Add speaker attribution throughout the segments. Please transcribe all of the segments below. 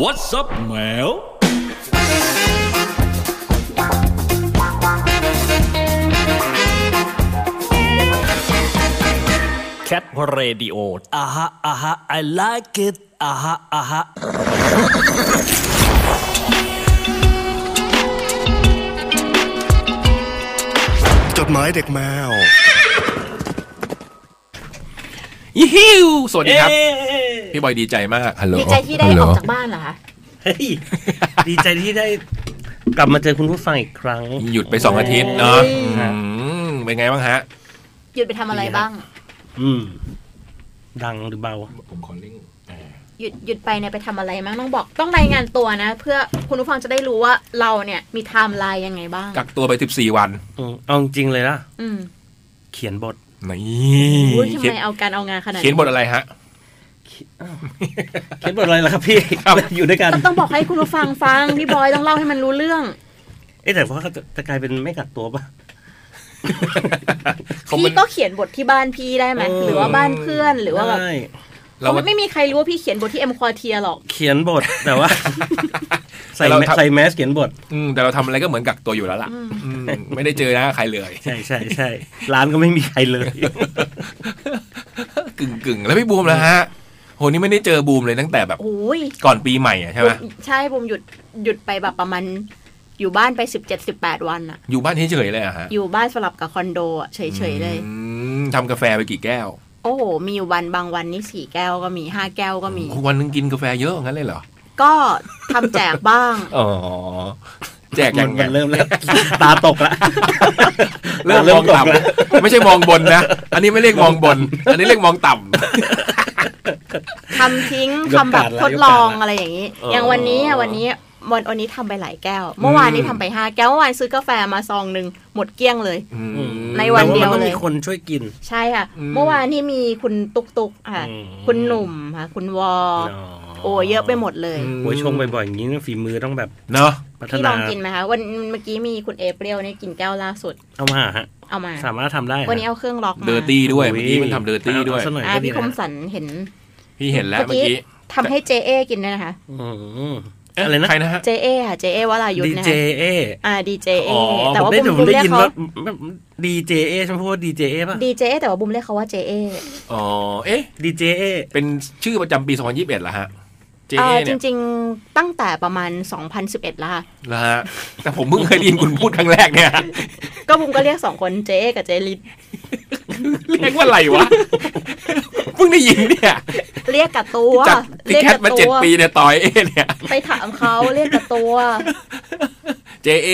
Speaker 1: What's up แมว Cat Radio อ่ะฮะอ่ะฮะ I like it อ่ะฮะอ่ะฮะ
Speaker 2: จดหมายเด็กแมว
Speaker 3: ยิฮิวสวัสดีครับ
Speaker 1: เอ้ย
Speaker 3: พี่บอยดีใจมากฮัลโหล
Speaker 4: ดีใจที่ได้ออกจากบ้านเหรอคะ
Speaker 5: เฮ้ย ดีใจที่ได้กลับมาเจอคุณผู้ฟังอีกครั้ง
Speaker 3: หยุดไปสองอาทิตย์เนาะอืมเป็นไงบ้างฮะ
Speaker 4: หยุดไปทำอะไรบ้าง
Speaker 5: อืม ดังหรือเบา
Speaker 3: ผมขอลิงก์
Speaker 4: หยุดหยุดไปเนี่ยไปทำอะไรบ้างต้องบอกต้องรายงานตัวนะ เพื่อคุณผู้ฟังจะได้รู้ว่าเราเนี่ยมีไทม์ไลน์ยังไงบ้าง
Speaker 3: กักตัวไป 14 วัน
Speaker 5: อืมเอาจริงๆเลยนะ
Speaker 4: อืม
Speaker 5: เขียนบท
Speaker 3: นี่
Speaker 4: อุ๊ยทำ
Speaker 3: เขียน
Speaker 4: ไมเอาการเอางานขนาด
Speaker 3: เขียนบทอะไรฮะ
Speaker 5: เขียนบทอะไรล่ะครับพี่
Speaker 3: ครับ
Speaker 5: อยู่ด้วยกัน
Speaker 4: ต้องต้องบอกให้คุณผู้ฟังฟัง พี่บอยต้องเล่าให้มันรู้เรื่อง
Speaker 5: เอ๊ะแต่ว่าจะจะกลายเป็นไม่กักตัวป่ะ
Speaker 3: เขาไม่
Speaker 4: พี่ก็เขียนบทที่บ้านพี่ได้ไหม
Speaker 5: เออ
Speaker 4: หรือว่าบ้านเพื่อนหรือว่าแบบ
Speaker 5: ได้
Speaker 3: เรา
Speaker 4: ไม่มีใครรู้ว่าพี่เขียนบทที่เอ็มควอเทียหรอก
Speaker 5: เขียนบทแต่ว่า ใส่แมสใส่แมสเขียนบท
Speaker 3: อืมแต่เราทำอะไรก็เหมือนกักตัวอยู่แล้วล่ะอืมไม่ได้เจอหน้าใครเลย
Speaker 5: ใช่ใช่ใช่ร้านก็ไม่มีใครเลย
Speaker 3: กึ่งกึ่งๆแล้วพี่บูมแล้วฮะโหนี่ไม่ได้เจอบูมเลยตั้งแต่แบบ
Speaker 4: โอ้ย
Speaker 3: ก่อนปีใหม่อะใช่ไหม
Speaker 4: ผมใช่ผมหยุดหยุดไปแบบประมาณอยู่บ้านไปสิบเจ็ดสิบแปดวันอะ
Speaker 3: อยู่บ้านเฉยๆเลยอะฮะ
Speaker 4: อยู่บ้านสลับกับคอนโดอะเฉยๆเลย
Speaker 3: อืมทำกาแฟไปกี่แก้ว
Speaker 4: โอ้โห มีอยู่วันบางวันนี่สี่แก้วก็มีห้าแก้วก็มี
Speaker 3: วันนึงกินกาแฟเยอะงั้นเลยเหรอ
Speaker 4: ก็ทำแจกบ้าง
Speaker 3: อ๋อแจก
Speaker 5: มั
Speaker 3: ยั
Speaker 5: น
Speaker 3: งไง
Speaker 5: มันเริ่มแล้ว ตาตกละ
Speaker 3: เริ่มมองต่
Speaker 5: แล้ว
Speaker 3: ำไม่ใช่มองบนนะ อันนี้ไม่เรียกมองบน อันนี้เรียกมองต่
Speaker 4: ทำทิ้งทำแบบทดลองอะไรอย่างนี้ อย่างวันนี้อะวันนี้วันวันนี้ทำไปหลายแก้ว เมื่อวานนี้ทำไปห้าแก้วเมื่อวานซื้อกาแฟมาซองหนึ่งหมดเกลี้ยงเลย
Speaker 3: ำ
Speaker 4: ในวันเดียว
Speaker 5: แต่ามัต้อง
Speaker 4: เลย
Speaker 5: มีคนช่วยกิน
Speaker 4: ใช่ค่ะ เมื่อวานนี่มีคุณตุกตุกค่ะ
Speaker 5: อืม
Speaker 4: คุณหนุ่มค่ะ คุณวอ โอ้เยอะไปหมดเลย
Speaker 5: โอ้ยชงบ่อยๆอย่างนี้ฝีมือต้องแบบ
Speaker 3: เนาะ
Speaker 5: พัฒ
Speaker 4: พี่ล
Speaker 5: นา
Speaker 4: องกินไหมคะ วันเมื่อกี้มีคุณเอเปรียวนี่กินแก้วล่าสุด
Speaker 5: เอามาฮะ
Speaker 4: เอามา
Speaker 5: สามารถทำได้
Speaker 4: วันนี้เอาเครื่องล็อกมา
Speaker 3: เดอร์ตี้ด้วยเมื่อกี้มันทำเดอร์ตี้ด้วย
Speaker 5: าสักหน่อย
Speaker 4: อ่า
Speaker 5: ก็ดี
Speaker 4: พี่ค
Speaker 5: นะ
Speaker 4: มสันเห็น
Speaker 3: พี่เห็นแล้วเมื่อกี้
Speaker 4: ทำให้เจเอกินด้วยนะคะ
Speaker 5: อืมอะไรนะ
Speaker 3: ใครนะฮะ
Speaker 4: เจเอค่ะ เจเอวรายุท
Speaker 5: ดี
Speaker 4: ธ์นะ
Speaker 5: เจ
Speaker 4: คะ
Speaker 5: เอ
Speaker 4: อ่าดีเจเอ
Speaker 3: อ๋อ
Speaker 4: แต่ว่า
Speaker 5: ได้
Speaker 4: บุ
Speaker 5: แต่
Speaker 4: ม
Speaker 5: ผมได้
Speaker 4: เรียก
Speaker 5: ยิน
Speaker 4: เขา
Speaker 5: ว่าดีเจเอฉันพูดว่าดีเจเอป่ะ
Speaker 4: ดีเจเอแต่ว่าบุมเรียกเขาว่าเจเอ
Speaker 3: อ๋อเอ๊ะ
Speaker 5: ดีเจเอ
Speaker 3: เป็นชื่อประจำปี 2021ละฮะ เจ
Speaker 4: อ่าจ
Speaker 3: เนี่ย
Speaker 4: ริง ๆ ตั้งแต่ประมาณ 2011แล้วค่ะ
Speaker 3: ละฮะ แต่ผมเพิ่งเคยได้ยินคุณพูดครั้งแรก เนี่ย
Speaker 4: ก็บุมก็เรียกสองคนเจเอกับเจลิศ
Speaker 3: เรียกว่าอะไรวะ เพิ่งได้ยินเนี่ย
Speaker 4: เรียกกับตัว
Speaker 3: จัดติ
Speaker 4: เรียก
Speaker 3: แคท
Speaker 4: กั
Speaker 3: มาเจ็ด
Speaker 4: ตัว
Speaker 3: ปีเนี่ยต่อยเอเนี่ย
Speaker 4: ไปถามเขาเรียกกับตัว
Speaker 3: เจเอ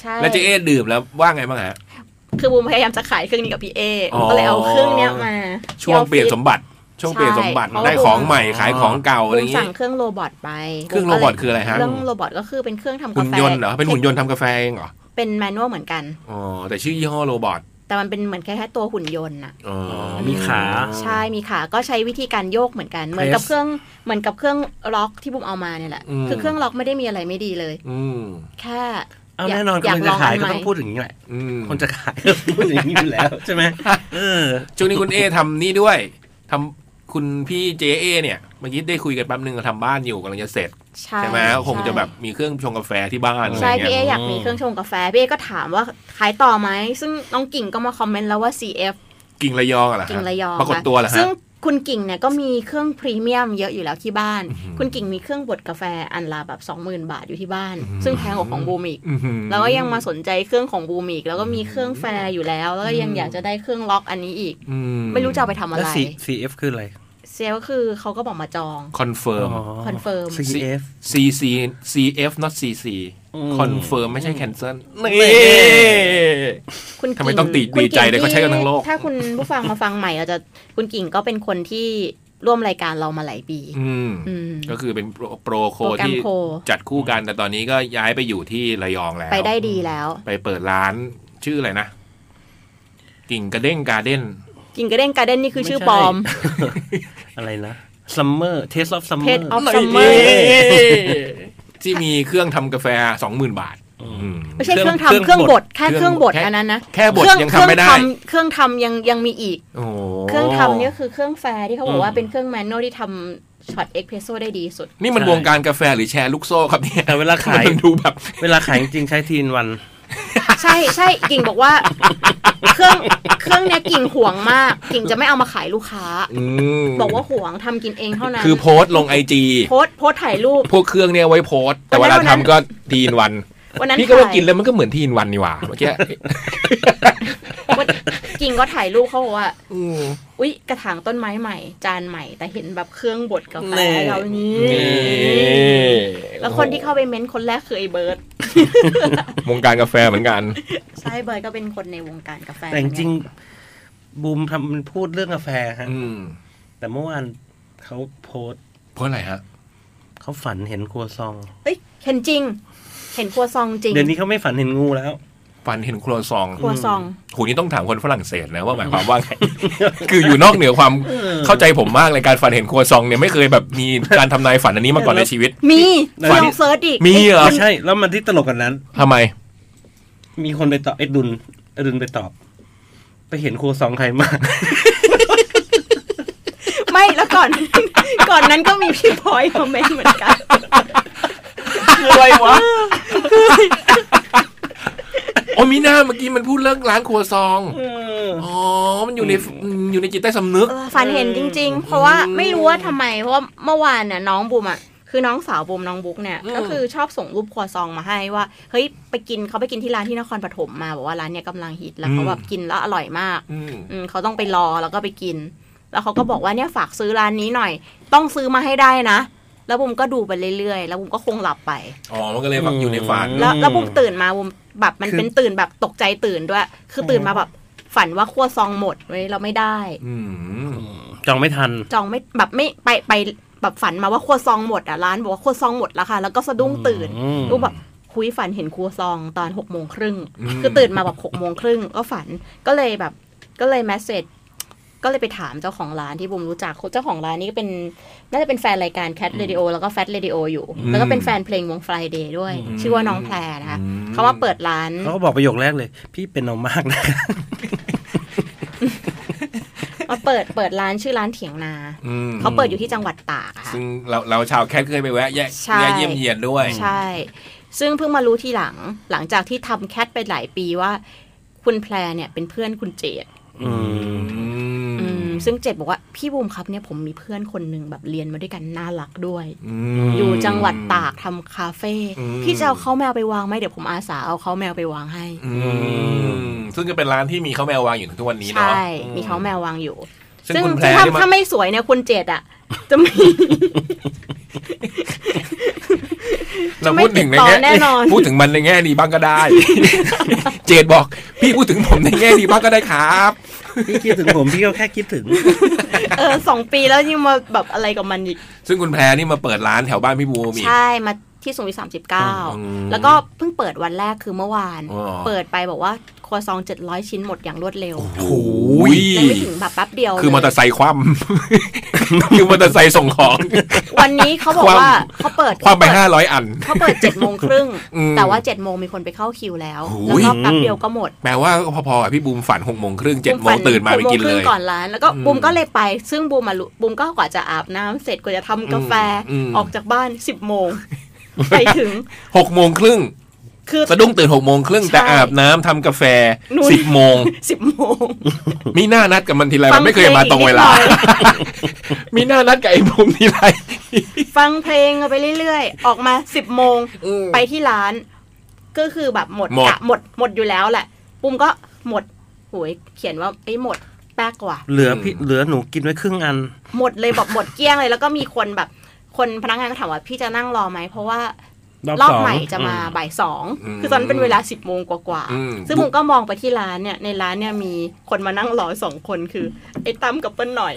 Speaker 4: ใช่
Speaker 3: แล้วเจเอดื่มแล้วว่าไงบ้างฮะ
Speaker 4: คือบุมพยายามจะขายเครื่องนี้กับพี่เอ
Speaker 3: อ๋อ
Speaker 4: ก็เลยเอาเครื่องเนี้ยมา
Speaker 3: ช่วงเปลี่ยนสมบัติ ช่วงเปลี่ยนสมบัติได้ของใหม่ขายของเก่าอะไรอ
Speaker 4: บุ
Speaker 3: ย่า
Speaker 4: ม
Speaker 3: งงี้
Speaker 4: สั่งเครื่องโรบอทไป
Speaker 3: เครื่องโรบอทคืออะไรฮะ
Speaker 4: เครื่องโรบอทก็คือเป็นเครื่องทำกา
Speaker 3: หุ่น
Speaker 4: แฟ
Speaker 3: ยนต์เหรอ เป็นหุ่นยนต์ทำกาแฟเองเหรอ
Speaker 4: เป็นแมนนวลเหมือนกัน
Speaker 3: อ๋อ แต่ชื่อยี่ห้อโรบอท
Speaker 4: แต่มันเป็นเหมือนแค่แค่ตัวหุ่นยนต์น่ะ
Speaker 3: อ๋อ
Speaker 5: มีขา
Speaker 4: ใช่มีขาก็ใช้วิธีการโยกเหมือนกัน เหมือนกับเครื่องเหมือนกับเครื่องล็อกที่บุมเอามาเนี่ยแหละ คือเครื่องล็อกไม่ได้มีอะไรไม่ดีเลย
Speaker 3: อืม
Speaker 4: แค่
Speaker 5: เอา
Speaker 4: อยาก
Speaker 5: แน่นอน
Speaker 4: อยาก
Speaker 5: กำลังจะขาย
Speaker 4: ลองอัน
Speaker 5: ก็
Speaker 4: ใหม่
Speaker 5: ต้องพูดอย่างนี้แหละ
Speaker 3: อืม
Speaker 5: คนจะขาย ก็พูดอย่างนี้อยู่แล้วใช่ไหมเออ
Speaker 3: ช่วงนี้คุณเอทำนี่ด้วยทำคุณพี่เจเอเนี่ย เมื่อกี้ได้คุยกันแป๊บนึงทำบ้านอยู่กำลังจะเสร็จ
Speaker 4: ใช่
Speaker 3: ใช่ไหมก็คงจะแบบมีเครื่องชงกาแฟที่บ้านอะไร
Speaker 4: ใช่
Speaker 3: เงี้
Speaker 4: พี่เอย อยากมีเครื่องชงกาแฟพี่เอก็ถามว่าขายต่อไหม ซึ่งน้องกิ่งก็มาคอมเมนต์แล้วว่า CF
Speaker 3: กิ่งระยองอะเหรอฮ
Speaker 4: กิ่งระยอง
Speaker 3: ปรากฏตัวเหรอ
Speaker 4: ซึ่
Speaker 3: ฮะ
Speaker 4: งคุณกิ่งเนี่ยก็มีเครื่องพรีเมียมเยอะอยู่แล้วที่บ้าน
Speaker 3: อื้อหือ
Speaker 4: คุณกิ่งมีเครื่องบดกาแฟอันละแบบ20,000 บาทอยู่ที่บ้าน ซึ่งแพงกว่าของบูมอีก
Speaker 3: อื้อหือ
Speaker 4: แล้วก็ยังมาสนใจเครื่องของบูมอีก แล้วก็มีเครื่องแฟร์อยู่แล้ว แล้วก็ยังอยากจะได้เครื่องล็อกอันนี้อีก
Speaker 3: อื
Speaker 4: ไม่รู้จะเอาไปทำอะ
Speaker 5: แล้ว
Speaker 4: ไร
Speaker 5: C- CF คืออะไร
Speaker 4: เซลก็คือเขาก็บอกมาจอง
Speaker 3: คอนเฟิร์ม
Speaker 4: คอนเฟิร์ม
Speaker 5: CF
Speaker 3: CC CF not CC
Speaker 5: อืม
Speaker 3: คอนเฟิร์มไม่ใช่แคนเซิลนี่
Speaker 4: คุณกิ่
Speaker 3: ทำไมต้องตี
Speaker 4: คุณ
Speaker 3: ดีใจ
Speaker 4: กิ่
Speaker 3: เลยก็ใช้กันทั้งโลก
Speaker 4: ถ้าคุณผู้ฟังมาฟังใหม่อาจจะคุณกิ่งก็เป็นคนที่ร่วมรายการเรามาหลายปี
Speaker 3: อืม
Speaker 4: อืม
Speaker 3: ก็คือเป็นโปรโปรโค
Speaker 4: โปรแกรม
Speaker 3: ที่
Speaker 4: โค
Speaker 3: จัดคู่กันแต่ตอนนี้ก็ย้ายไปอยู่ที่ระยองแล้ว
Speaker 4: ไปได้ดีแล้ว
Speaker 3: ไปเปิดร้านชื่ออะไรนะ กิ่งกระเด้งการ์เด้น
Speaker 4: กิ่งกระเด้งกระเด้นนี่คือชื่อ
Speaker 5: ไม่
Speaker 4: ป
Speaker 5: ใช่
Speaker 4: ลอม
Speaker 5: อะไรนะ Summer Taste of Summer
Speaker 4: Taste of
Speaker 3: หน่อย
Speaker 4: Summer
Speaker 3: ดิที่มีเครื่องทำกาแฟสองหมื่นบาท
Speaker 4: ไม่ใช่
Speaker 5: เค
Speaker 4: เค
Speaker 5: รื่
Speaker 4: รื่
Speaker 5: อ
Speaker 4: อง งทำ
Speaker 5: เค
Speaker 4: เค
Speaker 5: รื่อ
Speaker 4: รื่อง ง
Speaker 5: บบ ด
Speaker 4: ดแค่
Speaker 3: เค
Speaker 4: เค
Speaker 3: รื่
Speaker 4: รื่
Speaker 3: อ
Speaker 4: อง ง
Speaker 3: บบ ด
Speaker 4: ด
Speaker 3: แค่
Speaker 4: อันนั้นนะ
Speaker 3: แค่บด
Speaker 4: เรื่อง
Speaker 3: ยังทำไม่ได้
Speaker 4: เครื่องทำเครื่องทำยังยังมีอีก
Speaker 3: โอ้โห
Speaker 4: เครื่องทำเนี่ยคือเครื่องแฟร์ที่เขาบอ
Speaker 5: อื
Speaker 4: ก
Speaker 5: ม
Speaker 4: ว่าเป็นเครื่องแมนนวลที่ทำ ช็อตเอ็กเพรสโซได้ดีสุด
Speaker 3: นี่มัน
Speaker 5: ใช่
Speaker 3: วงการกาแฟหรือแชร์ลูกโซ่ครับเนี่ย
Speaker 5: แต่เวลาขาย
Speaker 3: มันดูแบบ
Speaker 5: เวลาขายจริงๆใช้ทีนวัน
Speaker 4: ใช่ใช่กิ่งบอกว่า เครื่องเครื่องเนี้ยกิ่งห่วงมาก กิ่งจะไม่เอามาขายลูกค้า
Speaker 3: อืม
Speaker 4: บอกว่าห่วงทำกินเองเท่านั้น
Speaker 3: คือโพสต์ลงไอจี
Speaker 4: โพสต์โพสต์ถ่ายรูป
Speaker 3: พวกเครื่องเนี่ยไว้โพสต์แต่เวลา
Speaker 4: วันนั้
Speaker 3: ทำ
Speaker 4: น
Speaker 3: ก็ทีนวัน
Speaker 4: วันนั้น
Speaker 3: พี่ก็ว่า
Speaker 4: ถ่ย
Speaker 3: กินแล้วมันก็เหมือนทีนวันนี่หว่าเมื่อกี้
Speaker 4: วันกิ่งก็ถ่ายรูปเขาบอกว่าอุ๊ยกระถางต้นไม้ใหม่ จานใหม่ แต่เห็นแบบเครื่องบดกาแฟ
Speaker 5: นี่
Speaker 4: เรานี้ แล้วคนที่เข้าไปเม้นต์คนแรกคือไอ้เบิร์ด
Speaker 3: วงการกาแฟเหมือนกัน
Speaker 4: ใช่เบิร์ดก็เป็นคนในวงการกาแฟ
Speaker 5: แต่จริงๆบูมทำมันพูดเรื่องกาแฟฮะ
Speaker 3: อืม
Speaker 5: แต่เมื่อวานเขาโพสต์
Speaker 3: เพราะอะไรฮะ
Speaker 5: เขาฝันเห็นครัวซอง
Speaker 4: เฮ้ยเห็นจริง เห็นครัวซองจริง
Speaker 5: เดี๋ยวนี้เขาไม่ฝันเห็นงูแล้ว
Speaker 3: ฝันเห็นครัวซอง
Speaker 4: ครัวซอง
Speaker 3: โหนี่ต้องถามคนฝรั่งเศสนะว่าหมายความว่า ไง คืออยู่นอกเหนือความเข้าใจผมมากเลยการฝันเห็นครัวซองเนี่ยไม่เคยแบบมีการทำนายฝันอันนี้มาก่อนในชีวิต
Speaker 4: มี
Speaker 5: ฝัน
Speaker 4: ลองเซิร์ชอีก
Speaker 3: มีเหรอ
Speaker 5: ไม่ใช่ แล้วมันที่ตลกกันนั้น
Speaker 3: ทำไม
Speaker 5: มีคนไปตอบไอ้ดุลไอ้ดุลไปตอบ ไปเห็นครัวซองใครมา
Speaker 4: ไม่แล้วก่อน ก่อนนั้นก็มีพี่พลอยคอมเมนต์เหมือนกัน
Speaker 3: อะไรวะโอ้มีหน้าเมื่อกี้มันพูดเรื่องร้านครัวซองอ๋อมันอยู่ในมันอยู่ในจิตใต้สำนึก
Speaker 4: ฝันเห็นจริง ๆ เพราะว่าไม่รู้ว่าทำไม เพราะว่าเมื่อวานน่ะน้องบุมอ่ะคือน้องสาวบุมน้องบุ๊กเนี่ย
Speaker 3: อืม
Speaker 4: ก็คือชอบส่งรูปครัวซองมาให้ว่าเฮ้ยไปกินเขาไปกินที่ร้านที่นครปฐมมาบอกว่าร้านเนี่ยกำลังฮิตแล้วเขาแบบกินแล้วอร่อยมาก
Speaker 3: อืม
Speaker 4: อืมเขาต้องไปรอแล้วก็ไปกิน แล้วเขาก็บอกว่าเนี่ยฝากซื้อร้านนี้หน่อย ต้องซื้อมาให้ได้นะ แล้วบุมก็ดูไปเรื่อยๆ แล้วบุมก็คงหลับไป
Speaker 3: อ๋อมันก็เลยแบบอยู่ในฝัน
Speaker 5: อืม
Speaker 4: แล้วแล้วบุมตื่นมาบุมแบบมัน
Speaker 5: คือ
Speaker 4: เป็นตื่นแบบตกใจตื่นด้วย คือตื่นมาแบบฝันว่าครัวซองหมดเว้ยเราไม่ได้
Speaker 3: อืม
Speaker 5: จองไม่ทัน
Speaker 4: จองไม่แบบไม่ไปไปแบบฝันมาว่าครัวซองหมดอ่ะร้านบอกว่าครัวซองหมดแล้วค่ะ แล้วก็สะดุ้งตื่น
Speaker 5: อืม
Speaker 4: ก็แบบคุยฝันเห็นครัวซองตอนหกโมงครึ่งคือตื่นมาแบบหกโมงครึ่งก็ฝันก็เลยแบบก็เลยแมสเซจก็เลยไปถามเจ้าของร้านที่บุมรู้จักเจ้าของร้านนี่ก็เป็นน่าจะเป็นแฟนรายการ Cat Radio แล้วก็ Fat Radio อยู่ แล้วก็เป็นแฟนเพลงวง Friday ด้วย ชื่อว่าน้องแพรนะคะเขามาเปิดร้าน
Speaker 5: เขาก็บอกประโยคแรกเลย พี่เป็นเอามากนะ
Speaker 4: มาเปิดเปิดร้านชื่อร้านเถียงนา
Speaker 3: อืม
Speaker 4: เขาเปิดอยู่ที่จังหวัดตากอะค่ะ
Speaker 3: ซึ่งเราเราชาวแคทเคยไปแวะแยะ
Speaker 4: ใช่
Speaker 3: แยะเยี่ยมเยียนด้วย
Speaker 4: ใช่ ซึ่งเพิ่งมารู้ทีหลัง หลังจากที่ทำแคทไปหลายปีว่า คุณแพรเนี่ยเป็นเพื่อนคุณเจด
Speaker 5: อืม
Speaker 3: อืม
Speaker 4: อืมซึ่งเจดบอกว่าพี่บูมครับเนี่ยผมมีเพื่อนคนหนึ่งแบบเรียนมาด้วยกันน่ารักด้วย
Speaker 3: ม
Speaker 4: อยู่จังหวัดตากทำคาเฟ่
Speaker 3: อืม
Speaker 4: พี่จะเอาข้าวแมวไปวางไหมเดี๋ยวผมอาสาเอาข้าวแมวไปวางให้
Speaker 3: อืมซึ่งจะเป็นร้านที่มีข้าวแมววางอยู่ถึงทุกวันนี้
Speaker 4: ใช่
Speaker 3: เนาะ
Speaker 4: มีข้าวแมววางอยู่
Speaker 3: ซึ่ง
Speaker 4: ซึ่ง
Speaker 3: คุณแพร
Speaker 4: ซึ่งถ้า
Speaker 3: นี่มัน
Speaker 4: ถ้าไม่สวยเนี่ยคุณเจดอ่ะ จะไม่
Speaker 3: เราพูดถึงใน
Speaker 4: จะไม่ติดต่อ
Speaker 3: แง่
Speaker 4: แน่นอน
Speaker 3: พูดถึงมันในแง่ดีบ้างก็ได้ เจดบอก พี่พูดถึงผมในแง่ดีบ้างก็ได้ครับ
Speaker 5: พี่คิดถึงผม พี่ก็แค่คิดถึง
Speaker 4: เออสองปีแล้วยังมาแบบอะไรกับมันอีก
Speaker 3: ซึ่งคุณแพรนี่มาเปิดร้านแถวบ้านพี่บูมอีก
Speaker 4: ใช่มาที่สุวิทสามสิบเก้า
Speaker 3: อ
Speaker 4: แล้วก็เพิ่งเปิดวันแรกคือเมื่อวาน
Speaker 3: อ๋อ
Speaker 4: เปิดไปบอกว่าครัวซองเจ็ดร้อยชิ้นหมดอย่างรวดเร็ว
Speaker 3: โอ้ย
Speaker 4: ยังไม่ถึงแบบแป๊บเดียว
Speaker 3: คือมอเตอร์ไซค์คว่ำ คือมอเตอร์ไซค์ส่งของ
Speaker 4: วันนี้เขาบอกว่าเขาเปิด
Speaker 3: คว่ำไปห้าร้อยอัน
Speaker 4: เขาเปิดเจ็ดโมงครึ่ง
Speaker 3: อืม
Speaker 4: แต่ว่าเจ็ดโมงมีคนไปเข้าคิวแล้ว
Speaker 3: โอ้ย
Speaker 4: แล้วก็แป๊บเดียวก็หมด
Speaker 3: แปลว่าพอๆกับพี่บูมฝันหกโมงครึ่งเจ็ดโม
Speaker 4: ฝั
Speaker 3: งตื่นมาไป
Speaker 4: หโง
Speaker 3: กิน
Speaker 4: ค
Speaker 3: เล
Speaker 4: รึ่ง
Speaker 3: ย
Speaker 4: ก่อนร้านแล้วก็บุมก็เลยไป ซึ่งบุมมาบุมก็กว่าจะอาบน้ำเสร็จกว่าจะทำกาแฟ
Speaker 3: อืม
Speaker 4: ออกจากบ้านสิบโมงไปถึง
Speaker 3: หกโมงครึ่ง
Speaker 4: คือ
Speaker 3: สะดุ้งตื่นหกโมงครึ่ง
Speaker 4: ใช่
Speaker 3: แต่อาบน้ำทำกาแฟ
Speaker 4: นู่น
Speaker 3: สิบโมง
Speaker 4: สิบโมง
Speaker 3: มีหน้านัดกับมันทีไร
Speaker 4: ฟั
Speaker 3: มั
Speaker 4: ง
Speaker 3: นไม่เคยมาตรงเวลา
Speaker 4: เพลงอีกนิดหน่
Speaker 3: มีหน้านัดกับไอ้บูมทีไร
Speaker 4: ฟังเพลงไปเรื่อยๆ ออกมาสิบโมง
Speaker 3: อืม
Speaker 4: ไปที่ร้าน ก็คือแบบหมด
Speaker 3: หมด
Speaker 4: กะหมดหมดอยู่แล้วแหละ ปุ่มก็หมดโหยเขียนว่าไอ้ยหมดแป๊กกว่า
Speaker 5: เหลือพี่เหลือหนูกินไว้ครึ่งอัน
Speaker 4: หมดเลยแบบหมดเกลี้ยงเลยแล้วก็มีคนแบบ คนพนักงานก็ถามว่าพี่จะนั่งรอไหม เพราะว่าร
Speaker 5: อบ
Speaker 4: รอบ
Speaker 5: สอง
Speaker 4: ใหม่จะมา
Speaker 5: อื
Speaker 4: บ่ายสอง
Speaker 3: อืม
Speaker 4: คือตอนนั้นเป็นเวลาสิบโมงกว่า
Speaker 3: อืม
Speaker 4: ๆซึ่งผมก็มองไปที่ร้านเนี่ยในร้านเนี่ยมีคนมานั่งรอสองคนคือไอ้ตั้มกับเปิ้ล หน่อย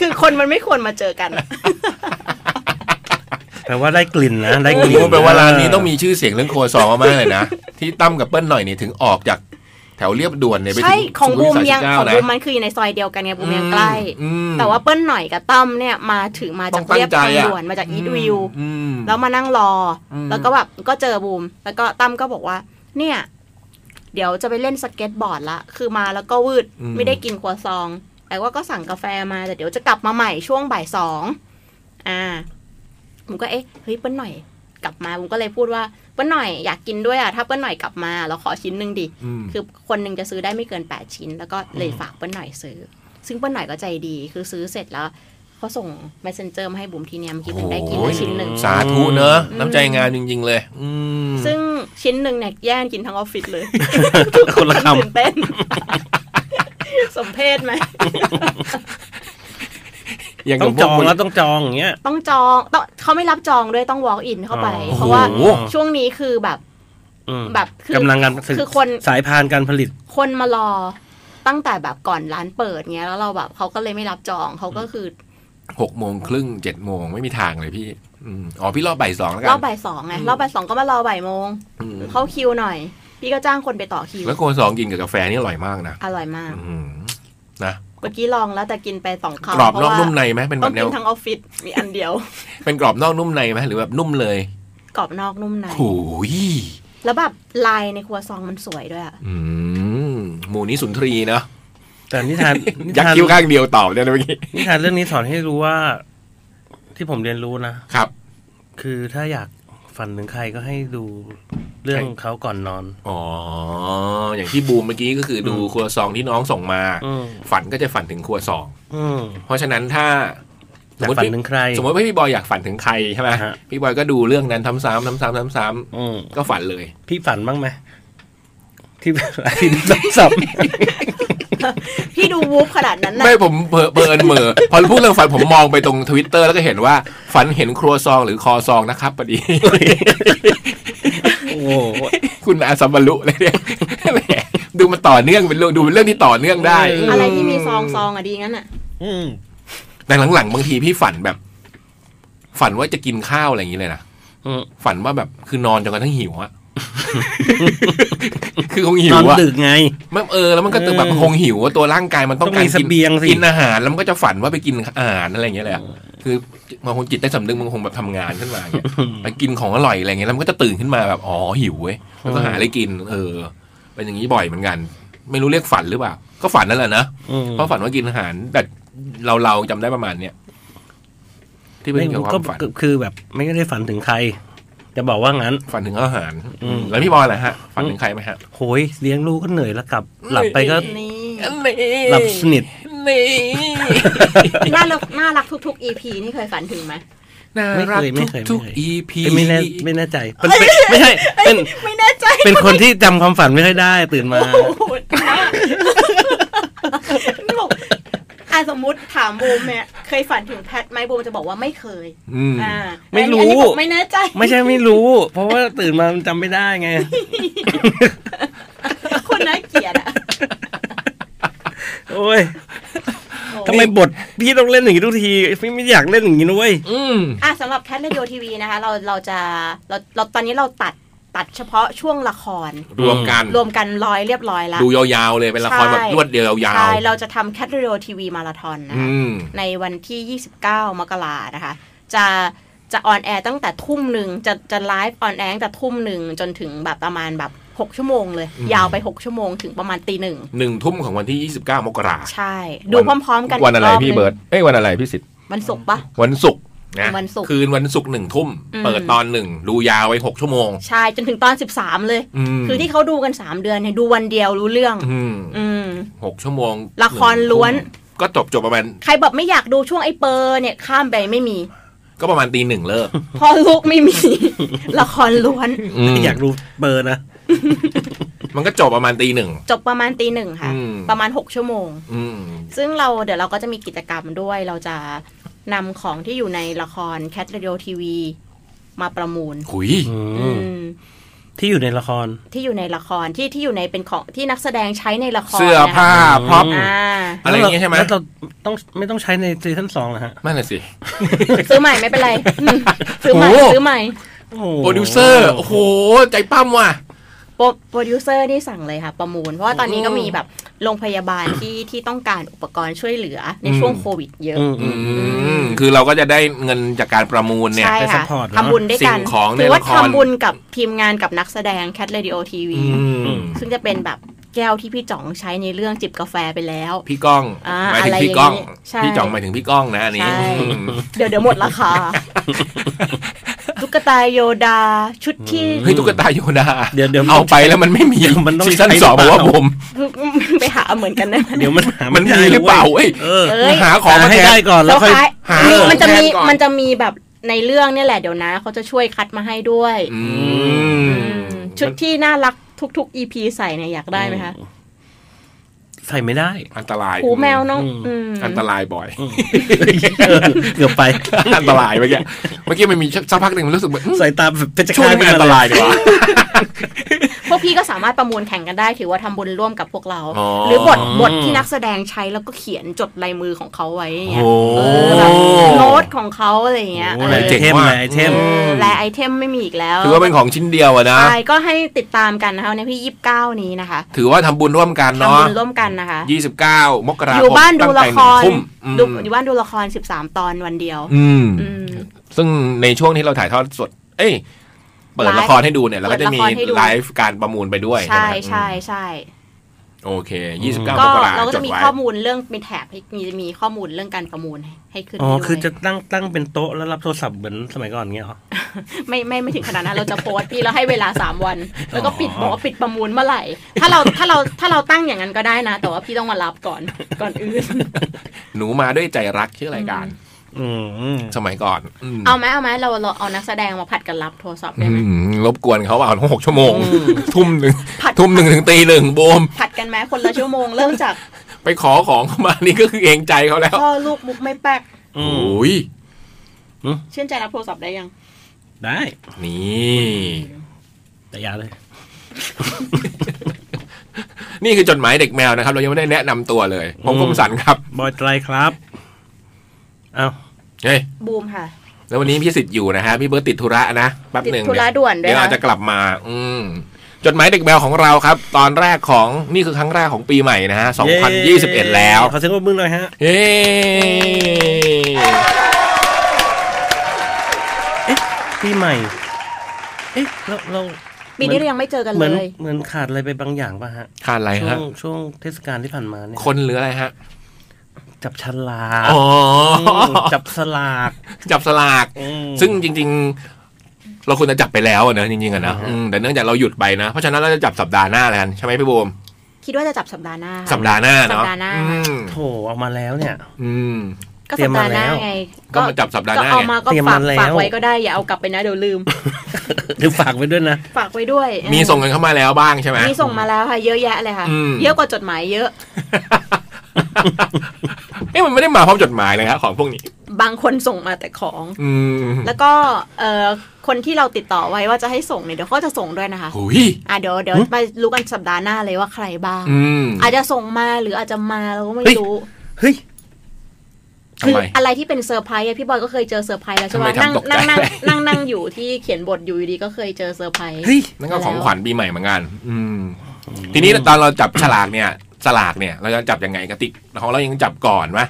Speaker 4: คือคนมันไม่ควรมาเจอกันอะ
Speaker 5: แปลว่าได้กลิ่นนะ ได้ก
Speaker 3: โอ้
Speaker 5: ลิ่
Speaker 3: โห
Speaker 5: น
Speaker 3: แปลว่าร้านนี้ต้องมีชื่อเสียงเรื่องครัวซองมากเลยนะ ที่ตั้มกับเปิ้ลหน่อยเนี่ยถึงออกจากแถวเรียบด่วนเนี่ยไปถึ
Speaker 4: ใช่
Speaker 3: ง
Speaker 4: ของบูม
Speaker 3: สุขุวิท
Speaker 4: ยังของ
Speaker 3: 39นะ
Speaker 4: บูมมันคืออยู่ในซอยเดียวกันไงบูมยังใกล้
Speaker 3: อืม
Speaker 4: แต่ว่าเปิ้ลหน่อยกับตั้มเนี่ยมาถึงมา
Speaker 3: ต้
Speaker 4: จา
Speaker 3: อก งตั้ง
Speaker 4: เรียบ
Speaker 3: ใจ
Speaker 4: ทาง
Speaker 3: อะ
Speaker 4: ด่วนมาจากอีทวิว
Speaker 3: อืม
Speaker 4: แล้วมานั่งรออ
Speaker 3: ม
Speaker 4: แล้วก็แบบก็เจอบูม แล้วก็ตั้มก็บอกว่า เนี่ย เดี๋ยวจะไปเล่นสเก็ตบอร์ดละ คือมาแล้วก็วืดไม่ได้กินครัวซอง ไอ้ว่าก็สั่งกาแฟมาแต่เดี๋ยวจะกลับมาใหม่ช่วงบ่ายสองอ่าผมก็เอ๊ะเฮ้ยเปิ้ลหน่อยกลับมาผมก็เลยพูดว่าเปิ้ลหน่อยอยากกินด้วยอ่ะถ้าเปิ้ลหน่อยกลับมาเราขอชิ้นหนึ่งดิ
Speaker 3: อืม
Speaker 4: คือคนหนึ่งจะซื้อได้ไม่เกิน 8 ชิ้น แล้วก็เลยฝากเปิ้ลหน่อยซื้อ ซึ่งเปิ้ลหน่อยก็ใจดีคือซื้อเสร็จแล้วเขาส่ง messenger มาให้บุ๋มทีเนี่ยเมื่อกี้บุ๋มได้กิน
Speaker 3: โอ้ย
Speaker 4: ชิ้นหนึ่ง
Speaker 3: สาธุเนอะ
Speaker 4: อืม
Speaker 3: น้ำใจงานจริง ๆ เลย อืม
Speaker 4: ซึ่งชิ้นหนึ่งเนี่ยแย่งกินทั้งออฟฟิศเลย
Speaker 5: คนละค
Speaker 4: ตื่นเต้น สมเพศไหม
Speaker 3: ย่า
Speaker 5: ำต้อง
Speaker 3: กับพวก
Speaker 5: จอง
Speaker 3: มึ
Speaker 5: แล้วต้องจองอย่างเงี้ย
Speaker 4: ต้องจองต้องเขาไม่รับจองด้วยต้อง walk in เข้าไป
Speaker 5: อ๋อ
Speaker 4: เพราะว่า
Speaker 3: โอ้โห
Speaker 4: ช่วงนี้คือแบบ
Speaker 5: อืม
Speaker 4: แบบคื
Speaker 5: กำลังการ
Speaker 4: คือคน
Speaker 5: สายพานการผลิต
Speaker 4: คนมารอตั้งแต่แบบก่อนร้านเปิดเงี้ยแล้วเราแบบเขาก็เลยไม่รับจองเขาก็คือ
Speaker 3: หกโมงครึ่งเจ็ดโมงไม่มีทางเลยพี่อืมอ๋อพี่รอบบ่ายสองแล้วกั
Speaker 4: ร
Speaker 3: น
Speaker 4: อบบ่ายสองไงรอบบ่ายสองก็มารอบ่ายโมง
Speaker 3: อืม
Speaker 4: เข้าคิวหน่อย พี่ก็จ้างคนไปต่อคิว
Speaker 3: แล้วโคสองกินกับกาแฟนี่อร่อยมากนะ
Speaker 4: อร่อยมาก
Speaker 3: อืมนะ
Speaker 4: เมื่อกี้ลองแล้วแต่กินไปสองคำ
Speaker 3: กรอบ
Speaker 4: เพ
Speaker 3: นอ
Speaker 4: ราะ
Speaker 3: ก
Speaker 4: ว่า
Speaker 3: นุ่มในไหมเป็นแบ
Speaker 4: ต้อ
Speaker 3: บ
Speaker 4: ง
Speaker 3: แน
Speaker 4: กิ
Speaker 3: วน
Speaker 4: ทั้งออฟฟิศมีอันเดียว
Speaker 3: เป็นกรอบนอกนุ่มในไหมหรือแบบนุ่มเลย
Speaker 4: กรอบนอกนุ่มใน
Speaker 3: โอ้ย
Speaker 4: แล้วแบบลายในครัวซองมันสวยด้วยอะ
Speaker 3: อืมหมูนี้สุนทรีเนอะ
Speaker 5: แต่นิ ทานนิ
Speaker 3: ยัก
Speaker 5: ทาน
Speaker 3: ษ์คิ้วข้างเดียวตอบได้เลยเมื่อกี้
Speaker 5: นิทานเรื่องนี้สอนให้รู้ว่า ที่ผมเรียนรู้นะ
Speaker 3: ครับ
Speaker 5: คือถ้าอยากฝันถึงใครก็ให้ดูเรื่องเขาก่อนนอน
Speaker 3: อ๋อ อย่างที่บูมเมื่อกี้ก็คือดู
Speaker 5: อืม
Speaker 3: ครัวซองที่น้องส่งมา
Speaker 5: อืม
Speaker 3: ฝันก็จะฝันถึงครัวซอง
Speaker 5: อืม
Speaker 3: เพราะฉะนั้นถ้า
Speaker 5: อยากฝันถึงใคร
Speaker 3: สมมติว่าพี่บอยอยากฝันถึงใครใช่ไหม
Speaker 5: ฮะ
Speaker 3: พี่บอยก็ดูเรื่องนั้นทำซ้ำทำซ้ำทำซ้
Speaker 5: อืม
Speaker 3: ำก็ฝันเลย
Speaker 5: พี่ฝันบ้างไหมที่ พี่ต้องสับ
Speaker 4: พี่ดูวูฟขนาดนั้นนะ
Speaker 3: ไม่ผมเผลอเบิร์นเหม่อพอพูดเรื่องฝันผมมองไปตรงทวิตเตอร์แล้วก็เห็นว่าฝันเห็นครัวซองหรือคอซองนะครับพอดี
Speaker 5: โอ้โห
Speaker 3: คุณอาสัมบรรลุเลยเนี่ย แหมดูมาต่อเนื่องเป็นเรื่องดูเป็นเรื่องที่ต่อเนื่องได้
Speaker 4: อะไรที่มีซองซองอะดีงั้นอะ
Speaker 5: อืม
Speaker 3: แต่หลังๆบางทีพี่ฝันแบบ ฝันว่าจะกินข้าวอะไรอย่างนี้เลยนะ
Speaker 5: อืม
Speaker 3: ฝันว่าแบบคือนอนจนกระทั่งหิว อะ คือคงหิ
Speaker 5: น
Speaker 3: ว
Speaker 5: อน
Speaker 3: อะ
Speaker 5: ดึกไง
Speaker 3: มันเออแล้วมันก็ตื่นแบบ
Speaker 5: เออ
Speaker 3: คงหิวอะตัวร่างกายมันต้อง
Speaker 5: ต้อง
Speaker 3: การ
Speaker 5: มี
Speaker 3: กิน
Speaker 5: เสบียงสิ
Speaker 3: กินอาหารแล้วมันก็จะฝันว่าไปกินอาหารอะไรอย่างเงี้ยเลยอะคือบางคนจิตใต้สำนึกมันคงแบบทำงานขึ้นมาอย่างเงี้ยไปกินของอร่อยอะไรเงี้ยแล้วมันก็จะตื่นขึ้นมาแบบอ๋อหิวเว้ยแล้วก็หาอะไรกิน เออ เป็นอย่างนี้บ่อยเหมือนกัน ไม่รู้เรียกฝันหรือเปล่าก็ฝันนั่นแหละนะ
Speaker 5: อืม
Speaker 3: เพราะฝันว่ากินอาหารแต่เราเราๆจำได้ประมาณเนี้ยที่เป็น
Speaker 5: ไม่
Speaker 3: เกี่ยวกับค
Speaker 5: ก็
Speaker 3: วามฝัน
Speaker 5: ก็คือแบบไม่ได้ฝันถึงใคร จะบอกว่างั้น
Speaker 3: ฝันถึงอาหาร
Speaker 5: อืม
Speaker 3: แล้วพี่บอยล่ะฮะฝันถึงใครไหมฮะ
Speaker 5: โหยเลี้ยงลูกก็เหนื่อยแล้วกลับ หลับไปก็
Speaker 4: นี่
Speaker 5: หลับสนิท
Speaker 3: นี่
Speaker 4: น่ารักน่ารักทุก ๆ EP นี่เคยฝันถึงไหม
Speaker 3: น่า
Speaker 5: ไม่เค
Speaker 3: รัก
Speaker 5: ยไม่เคย
Speaker 3: ทุก
Speaker 5: ไม่เคย
Speaker 3: ๆ EP
Speaker 5: ไม่แน่ไม่แน่ใจเป็นเป็นไม่ใช่เป็น
Speaker 4: ไม่แน่ใจ
Speaker 5: เป็นคนที่จำความฝันไม่ค่อยได้ ตื่นมา
Speaker 4: โอ้โหนะนี่บอกอ่ะสมมติถามบูมเนี่ยเคยฝันถึงแพทไหมบูมจะบอกว่าไม่เคย
Speaker 3: อืม
Speaker 4: อ่า
Speaker 5: ไม่รู้
Speaker 4: อันนี้ผมไม่แน่ใจ
Speaker 5: ไม่ใช่ไม่รู้ เพราะว่าตื่นมามันจำไม่ได้ไง
Speaker 4: คนน่าเกลียดอะ
Speaker 5: โอ้ย
Speaker 4: โอ้
Speaker 5: ทำไมบทพี่ต้องเล่นอย่างนี้ทุกทีพี่ไม่อยากเล่นอย่างนี้นะเว้ย
Speaker 3: อืม
Speaker 4: อ่ะสำหรับแคทเรดิโอทีวีนะคะ เราเราจะเราเราตอนนี้เราตัดตัดเฉพาะช่วงละคร
Speaker 3: รวมกัน
Speaker 4: รวมกันร้อยเรียบร้อยแล้ว
Speaker 3: ดูยาวๆเลยเป็นละครแบบ
Speaker 4: ใช่
Speaker 3: รวดเดียวยาว
Speaker 4: ใช่ เราจะทำแคทเรดิโอทีวีมาราธอนนะ
Speaker 3: อื
Speaker 4: คะ
Speaker 3: ม
Speaker 4: ในวันที่ 29 มกรานะคะ จะจะออนแอร์ตั้งแต่ทุ่มหนึ่งจะจะไลฟ์ออนแอร์ตั้งแต่ทุ่มหนึ่งจนถึงแบบประมาณแบบ 6 ชั่วโมงเลย ยาวไป 6 ชั่วโมงถึงประมาณตีหนึ่ง
Speaker 3: หนึ่งทุ่มของวันที่ 29 มกรา
Speaker 4: ใช่ ดูพร้อมๆกัน
Speaker 3: วันอะไร
Speaker 4: กห
Speaker 3: พี่
Speaker 4: ง
Speaker 3: เบิร์ตเอ้ยวันอะไรพี่สิทธิ์
Speaker 4: วันศุกร์ปะ
Speaker 3: วันศุกร์นะ
Speaker 4: วันศุกร์
Speaker 3: คืนวันศุกร์หนึ่งทุ่ม
Speaker 4: อืม
Speaker 3: เปิดตอนหนึ่งดูยาวไปหกชั่วโมง
Speaker 4: ใช่จนถึงตอน 13 เลย
Speaker 3: อืม
Speaker 4: คือที่เขาดูกัน 3 เดือนเนี่ยดูวันเดียวรู้เรื่อง
Speaker 3: อืม
Speaker 4: อืม
Speaker 3: หกชั่วโมง
Speaker 4: ละคร
Speaker 3: หงทุ่ม
Speaker 4: ล้วน
Speaker 3: ก็จบจบประมาณ
Speaker 4: ใครแบบไม่อยากดูช่วงไอ้เปอร์เนี่ยข้ามไปไม่มี
Speaker 3: ก็ประมาณตีหนึ่งเลิก
Speaker 4: พอลูกไม่มี ละครล้วน
Speaker 3: ม
Speaker 5: อยากรู้เบอร์นะ
Speaker 3: มันก็จบประมาณตีหนึ่ง
Speaker 4: จบประมาณตีหนึ่งค่ะ
Speaker 3: อืม
Speaker 4: ประมาณ 6 ชั่วโมง
Speaker 3: อืม
Speaker 4: ซึ่งเราเดี๋ยวเราก็จะมีกิจกรรมด้วยเราจะนำของที่อยู่ในละครแคทเรดิโอทีวีมาประมูล
Speaker 3: หุย
Speaker 5: อืม
Speaker 4: อืม
Speaker 5: ที่อยู่ในละคร
Speaker 4: ที่อยู่ในละครที่ที่อยู่ในเป็นของที่นักแสดงใช้ในละคร
Speaker 3: เสื้อ
Speaker 4: นะคะ
Speaker 3: ผ้าพร็อพ
Speaker 5: อืม
Speaker 4: อ่า
Speaker 3: อะไรอย่างเงี้ยใช่ไหม
Speaker 5: แล้วเราต้องไม่ต้องใช้ในซีซั่นสองเหรอฮะ
Speaker 3: นั่นแหะสิ
Speaker 4: ซื้อใหม่ไม่เป็นไรอืมซื้อใหม่
Speaker 3: โอ้
Speaker 4: ซื้อใหม่
Speaker 3: โปรดิวเซอร์ โอ้โห ใจปั้มว่ะ
Speaker 4: โปรโปรดิวเซอร์นี่สั่งเลยค่ะ ประมูล เพราะว่าตอนนี้ก็มีแบบโรงพยา บาลที่ที่ต้องการอุปกรณ์ช่วยเหลือในช่วงโควิดเยอะ
Speaker 5: อืม
Speaker 3: อืม คือเราก็จะได้เงินจากการประมูลเนี่ย
Speaker 4: ใช่
Speaker 5: ไปซัพ
Speaker 4: ค่ะ
Speaker 5: พอร์ตเนอะ
Speaker 4: ทำบุญด้วยกัน
Speaker 3: สิ่งของใน
Speaker 4: ถืว่า
Speaker 3: ละคร
Speaker 4: ทำบุญกับทีมงานกับนักแสดงแคทเรดิโอทีวี
Speaker 3: อืม
Speaker 4: ซึ่งจะเป็นแบบ แก้วที่พี่จ๋องใช้ในเรื่องจิบกาแฟไปแล้ว
Speaker 3: พี่ก้อง
Speaker 4: อ่า
Speaker 3: หมายถึง
Speaker 4: อะไร
Speaker 3: พี่ก้อง
Speaker 4: อย่างนี้ใช่
Speaker 3: พี่จ่องหมายถึงพี่ก้องนะอันนี้
Speaker 4: ใช่
Speaker 3: อืม
Speaker 4: เดี๋ยวเดี๋ยวหมดรา คาตุ๊กตาโยดาชุดที่
Speaker 3: เฮ้ยตุ๊กตาโยดา
Speaker 5: เดี๋ยวเดี๋ยว
Speaker 3: เอาไปแล้วมันไม่มี
Speaker 5: เดี๋ยวมันต้อง
Speaker 3: ซีซั่น
Speaker 5: ใช้
Speaker 3: สอง
Speaker 5: ห
Speaker 3: บ
Speaker 5: รือ อก เปล่า
Speaker 3: ว่าผม
Speaker 4: ไปหาเหมือนกันได้ไหม
Speaker 5: เดี๋ยวมันหา
Speaker 3: มันมีหรือเปล่าเอ้ย
Speaker 5: เออ
Speaker 4: เอ้ย
Speaker 3: หาของมา
Speaker 5: ให้
Speaker 3: แท
Speaker 5: ได้
Speaker 3: น
Speaker 5: ก่อนแล้วค่อย
Speaker 3: หา
Speaker 4: มันจะ
Speaker 3: แท
Speaker 4: มี
Speaker 3: นก่อน
Speaker 4: มันจะมีแบบในเรื่องเนี่ยแหละเดี๋ยวนะเขาจะช่วยคัดมาให้ด้วย
Speaker 3: อืม
Speaker 4: ชุดที่น่ารักทุกๆ EP ใส่เนี่ยอยากได้ไหมคะ
Speaker 5: ใส่ไม่ได้
Speaker 3: อันตราย
Speaker 4: หูแมวน้องอืม
Speaker 3: อันตรายบ่อย
Speaker 5: เออเกือบไป
Speaker 3: อันตรายเมื่อกี้เมื่อกี้มันมีสักพักหนึ่งมันรู้สึกแบบอืม
Speaker 5: สายตาแบบเป็นจะ
Speaker 3: ช่วงนี้มันอันตรายดีวะ
Speaker 4: พวกพี่ก็สามารถประมูลแข่งกันได้ถือว่าทำบุญร่วมกับพวกเรา
Speaker 3: อ๋อ
Speaker 4: หรือบทบทที่นักแสดงใช้แล้วก็เขียนจดลายมือของเขาไว้อย่างเงี้ย
Speaker 3: โอ้
Speaker 4: เออแบบโน้ตของเขาอะไรอย่างเงี้ย
Speaker 5: โอ้โหไอเทมเลยไอเทม
Speaker 4: เออและไอเทมไม่มีอีกแล้ว
Speaker 3: ถือว่าเป็นของชิ้นเดียวอะนะ
Speaker 4: ใช่ก็ให้ติดตามกันนะคะในพี่ยี่สิบเก้านี้นะคะ
Speaker 3: ถือว่าทำบุญร่วมกัน
Speaker 4: ทำ
Speaker 3: เนาะ
Speaker 4: บุญร่วมกันนะคะ
Speaker 3: ยี่สิบเก้ามกราคม
Speaker 4: อยู่บ้านดูละคร
Speaker 3: ตั้งแต่หนึ่งทุ่มอืม
Speaker 4: ดูอยู่บ้านดูละคร 13 ตอนวันเดียว
Speaker 3: อืม
Speaker 4: อืม
Speaker 3: ซึ่งในช่วงที่เราถ่ายทอดสด เอ้ย เปิด
Speaker 4: ไลฟ์
Speaker 3: ละครให้ดูเนี่ยเราก็จะมี
Speaker 4: เปิดละครให้ดู
Speaker 3: ไลฟ์การประมูลไปด้วย
Speaker 4: ใช่
Speaker 3: ไหม
Speaker 4: ใช่ใช่
Speaker 3: โอเคยี่สิบเก้าม
Speaker 4: ก็
Speaker 3: กรา
Speaker 4: เราก็
Speaker 3: จ
Speaker 4: จะ
Speaker 3: ด
Speaker 4: มี
Speaker 3: ไว้
Speaker 4: ข้อมูลเรื่องมีแถบให้มีมีข้อมูลเรื่องการประมูลให้ให้ขึ้น
Speaker 5: อ๋อ
Speaker 4: ให้ด้วย
Speaker 5: คือจะตั้งตั้งเป็นโต๊ะแล้วรับโทรศัพท์เหมือนสมัยก่อนเงี้ยเหรอ
Speaker 4: ไม่ไม่ไม่ถึงขนาดนั้น เราจะโพสต์พี่แล้วให้เวลา 3 วัน แล้วก็ปิดบอกว่าปิดประมูลเมื่อไหร่ ถ้าเราถ้าเราถ้าเราตั้งอย่างนั้นก็ได้นะ แต่ว่าพี่ต้องมารับก่อนก่อนอื่น
Speaker 3: หนูมาด้วยใจรักชื่อรายการ
Speaker 5: อืม
Speaker 3: สมัยก่อนอืม
Speaker 4: เอาไหมเอาไหมเราเราเอานักแสดงมาผัดกันรับโทรศัพท์ได้ไหม
Speaker 3: อืมรบกวนเขาเอาหกชั่วโมง ทุ่มหนึ่ง
Speaker 4: ผัด
Speaker 3: ทุ่มหนึ่งถึงตีหนึ่งโบม
Speaker 4: ผัดกันไหมคนละชั่วโมงเริ่มจาก
Speaker 3: ไปขอของเข้ามานี่ก็คือเองใจเขาแล้ว
Speaker 4: พ่อลูกมุกไม่แป๊ก
Speaker 5: อื
Speaker 3: โอ
Speaker 5: ม้
Speaker 3: ย
Speaker 4: ชื่นใจรับโทรศัพท์ได้ยัง
Speaker 5: ได้
Speaker 3: นี่
Speaker 5: แต่อยาเลย
Speaker 3: นี่คือจดหมายเด็กแมวนะครับ เรายังไม่ได้แนะนำตัวเลย ผม
Speaker 5: อื
Speaker 3: ค
Speaker 5: ม
Speaker 3: มสันครับ
Speaker 5: บอยไตรครับ เอ้า
Speaker 3: เฮ้ย
Speaker 4: บูมค่ะ
Speaker 3: แล้ววันนี้พี่สิทธิ์อยู่นะฮะพี่เบิร์ตติดธุระนะแป๊บหนึ่ง
Speaker 4: ติดธุระด่วนด้วยนะ
Speaker 3: เดี๋ยวอาจจะกลับมา อืมจดหมายเด็กแมวของเราครับ ตอนแรกของนี่คือครั้งแรกของปีใหม่นะฮะ2021 แล้ว
Speaker 5: ขอเสียงปรบมือหน่อยฮะ
Speaker 3: เฮ้
Speaker 5: ปีใหม่ เอ๊ะ เราเรา
Speaker 4: ปีนี้เรายังไม่เจอกัน
Speaker 5: เหมือน
Speaker 4: เลย
Speaker 5: เหมือนขาดอะไรไปบางอย่างป่ะฮะ
Speaker 3: ทานอะไร
Speaker 5: ช่ว
Speaker 3: ฮะ
Speaker 5: งช่วงเทศกาลที่ผ่านมาเนี่ย
Speaker 3: คนหรืออะไรฮะ
Speaker 5: จับฉลาก
Speaker 3: อ๋อ
Speaker 5: จับสลาก
Speaker 3: จับสลาก
Speaker 5: อืม
Speaker 3: ซึ่งจริงๆ เราควรจะจับไปแล้วอะเนอะจริงๆอะนะ
Speaker 5: อ่าฮะ
Speaker 3: อืมแต่เนื่องจากเราหยุดไปนะ เพราะฉะนั้นเราจะจับสัปดาห์หน้าแล้วกันใช่ไหมพี่โบม
Speaker 4: คิดว่าจะจับสัปดาห์หน้าค่ะ
Speaker 3: สัปดาห์หน้าเนาะ
Speaker 4: สัปดาห์หน้า
Speaker 3: อืม
Speaker 5: โถเอามาแล้วเนี่ย
Speaker 3: อืม
Speaker 4: ก็สัปดาห์หน้าไง
Speaker 3: ก็มาจับสัปดาห์หน้า
Speaker 4: ก็เอามาก็
Speaker 5: เตรีย
Speaker 4: ฝา
Speaker 5: มา
Speaker 4: ม
Speaker 5: ก แล้ว
Speaker 4: ฝากไว้ก็ได้อย่าเอากลับไปนะเดี๋ยวลืม
Speaker 5: เดี๋ยวฝากไว้ด้วยนะ
Speaker 4: ฝากไว้ด้วย
Speaker 3: มีส่งกันเข้ามาแล้วบ้างใช่ไหม
Speaker 4: มีส่งมาแล้วค่ะเยอะแยะเลยค่ะ
Speaker 3: อืม
Speaker 4: เยอะกว่าจดหมายเยอะ
Speaker 3: เอ๊ะมันไม่ได้มาพร้อมจดหมายเลยครับของพวกนี้
Speaker 4: บางคนส่งมาแต่ของ
Speaker 3: อืม
Speaker 4: แล้วก็เอ่อคนที่เราติดต่อไว้ว่าจะให้ส่งเนี่ยเดี๋ยวเขาจะส่งด้วยนะคะ
Speaker 3: หุย
Speaker 4: อ่ะเดี๋ยวเดี๋ยวมารู้กันสัปดาห์หน้าเลยว่าใครบ้าง
Speaker 3: อืม
Speaker 4: อาจจะส่งมาหรืออาจจะมาเราก็ไม่
Speaker 3: เฮ้ย
Speaker 4: รู้
Speaker 5: เฮ้ย
Speaker 3: ทำไม
Speaker 4: อะไรที่เป็นเซอร์ไพรส์อะพี่บอยก็เคยเจอเซอร์ไพรส์แล้วใช่ไหม
Speaker 3: ทำไมทำ
Speaker 4: นั่ง
Speaker 3: ตกใจ
Speaker 4: นั่งนั่งนั่งนั่งอยู่ที่เขียนบทอยู่ดีๆก็เคยเจอเซอร์ไพรส์
Speaker 5: เฮ้ย
Speaker 3: นั่นก็ของขวัญปีใหม่เหมือนกัน อืม ทีนี้ตอนเราจับฉลากเนี่ย สลากเนี่ย เราจะจับยังไงกติกของเรายังจับก่อนไหม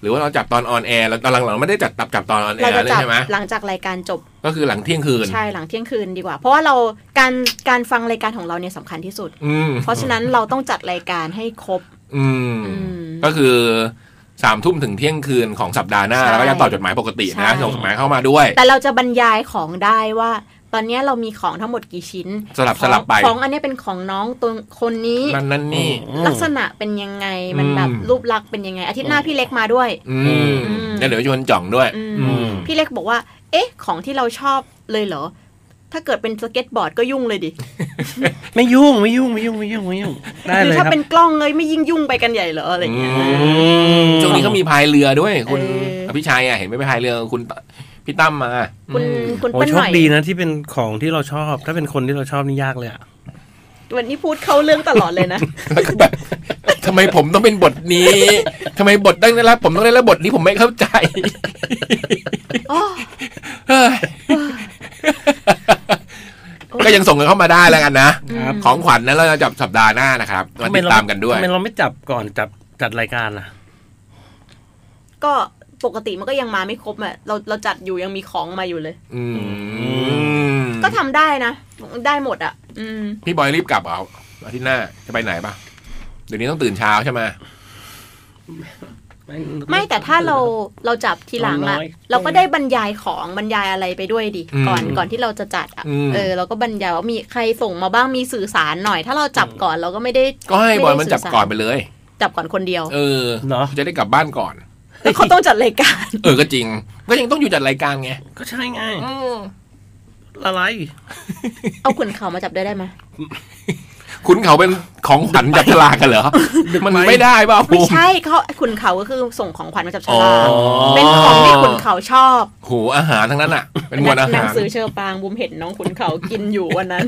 Speaker 3: หรือว่าเราจับตอนออนแอร์เราตอนหลังๆเราไม่ได้จับจับจับตอนออนแอร์
Speaker 4: เราจะ
Speaker 3: เลย
Speaker 4: จับ
Speaker 3: ใช่ไหม
Speaker 4: หลังจากรายการจบ
Speaker 3: ก็คือหลังเที่ยงคืน
Speaker 4: ใช่หลังเที่ยงคืนดีกว่า เพราะว่าเราการการฟังรายการของเราเนี่ยสำคัญที่สุด
Speaker 3: อืม
Speaker 4: เพราะฉะนั้นเราต้องจัดรายการให้ครบ
Speaker 3: อืม
Speaker 4: อืม
Speaker 3: ก็คือสามทุ่มถึงเที่ยงคืนของสัปดาห์หน้า
Speaker 4: ใช่
Speaker 3: แล้วก็ยังตอบจดหมายปกตินะ
Speaker 4: ใช่
Speaker 3: ส่งจดหมายเข้ามาด้วย
Speaker 4: แต่เราจะบรรยายของได้ว่า ตอนเนี้ยเรามีของทั้งหมดกี่ชิ้น
Speaker 3: สลับ
Speaker 4: ของ
Speaker 3: สลับไป
Speaker 4: ของอันเนี้ยเป็นของน้องตัวคนนี้
Speaker 3: นั่นนั่นนี่
Speaker 4: ลักษณะเป็นยังไงมัน
Speaker 3: อืม
Speaker 4: แบบรูปลักษณ์เป็นยังไง อาทิตย์หน้าพี่เล็กมาด้วย
Speaker 3: อื
Speaker 5: อื
Speaker 3: ม
Speaker 5: ม
Speaker 3: แล้วเดี๋ยวชวนจ่องด้วย
Speaker 4: อืม
Speaker 3: อืม
Speaker 4: พี่เล็กบอกว่า เอ๊ะ ของที่เราชอบเลยเหรอ ถ้าเกิดเป็นสเก็ตบอร์ดก็ยุ่งเลยดิ
Speaker 5: ไม่ยุ่งไม่ยุ่งไม่ยุ่งไม่ยุ่งไม่ยุ่ง ได้
Speaker 4: หรื
Speaker 5: เลยค
Speaker 4: ถ้า
Speaker 5: รับ
Speaker 4: เป็นกล้องเลยไม่ยิ่งยุ่งไปกันใหญ่เหรออะไรเงี้ย
Speaker 5: อืม
Speaker 3: ช่วงนี้เขามีพายเรือด้วย คุณ
Speaker 4: เอออ
Speaker 3: พี่ชัยอ่ะเห็นไหม่ไปพายเรือคุณตพี่ตั้มมา
Speaker 4: คุณ
Speaker 3: อืม
Speaker 4: คุณ
Speaker 5: โอ้ย
Speaker 4: เปิ้ล
Speaker 5: โช
Speaker 4: ห
Speaker 5: ค
Speaker 4: น่อย
Speaker 5: ดีนะที่เป็นของที่เราชอบ ถ้าเป็นคนที่เราชอบนี่ยากเลยอะ
Speaker 4: วันนี้พูดเข้าเรื่องตลอดเลยนะ
Speaker 3: แล้วก็แบบ ทำไมผมต้องเป็นบทนี้ ทำไมบทต้องได้รับผมต้องได้รับบทนี้ผมไม่เข้าใจ
Speaker 4: อ้อ
Speaker 3: เฮ้ยก็ยังส่งกันเข้ามาได้แล้วกันนะ
Speaker 5: ครับ
Speaker 3: ของขวัญนั้นเราจะจับสัปดาห์หน้านะครับมาติดตามกันด้วย
Speaker 5: ทำไมเราไม่จับก่อนจับจัดรายการล่ะ
Speaker 4: ก็ปกติมันก็ยังมาไม่ครบอะเราเราจัดอยู่ยังมีของมาอยู่เลย
Speaker 3: อืม
Speaker 5: อื
Speaker 4: ก็ทำได้นะ ได้หมดอะอืม
Speaker 3: พี่บอยรีบกลับเอา อาทิตย์หน้าจะไปไหนปะเดี๋ยวนี้ต้องตื่นเช้าใช่ไหม
Speaker 5: แง
Speaker 4: ไม่แต่ถ้าเราเราจับทีหลัง
Speaker 5: น้
Speaker 4: อะ
Speaker 5: อย
Speaker 4: เราก็ได้บรรยายของบรรยายอะไรไปด้วยดิก่อนก่อนที่เราจะจัดอะ
Speaker 3: อืม
Speaker 4: เออเราก็บรรยายว่ามีใครส่งมาบ้างมีสื่อสารหน่อย ถ้าเราจับก่อนเราก็ไม่ได้
Speaker 3: ก็ให้บอยมันจับก่อนไป
Speaker 4: ไม่ได้สื่ส
Speaker 3: เลย
Speaker 4: ารจับก่อนคนเดียว
Speaker 3: เออ
Speaker 5: เหรอ
Speaker 3: จะได้กลับบ้านก่อน
Speaker 4: แล้วเขาต้องจัดรายการ
Speaker 3: เออก็จริง ก็ยังต้องอยู่จัดรายการไง
Speaker 5: ก็ใช่ไง
Speaker 3: อืม
Speaker 5: อะไร
Speaker 4: เอาขุนเขามาจับได้ได้ไหม
Speaker 3: คุณเขาเป็นของขวัญจับฉลากกันเหรอมันไม่ได้เปล่า
Speaker 4: ไม่ใช่เขาขุนเขาก็คือส่งของขวัญมาจับฉ
Speaker 3: อ๋อ
Speaker 4: ลากเป็นของที่ขุนเขาชอบ
Speaker 3: โหอาหารทั้งนั้นอ่ะ เป็นหมวดอา
Speaker 4: หนั
Speaker 3: หาร
Speaker 4: งสือเชอปางบุมเห็นน้องขุนเขากินอยู่วันนั้น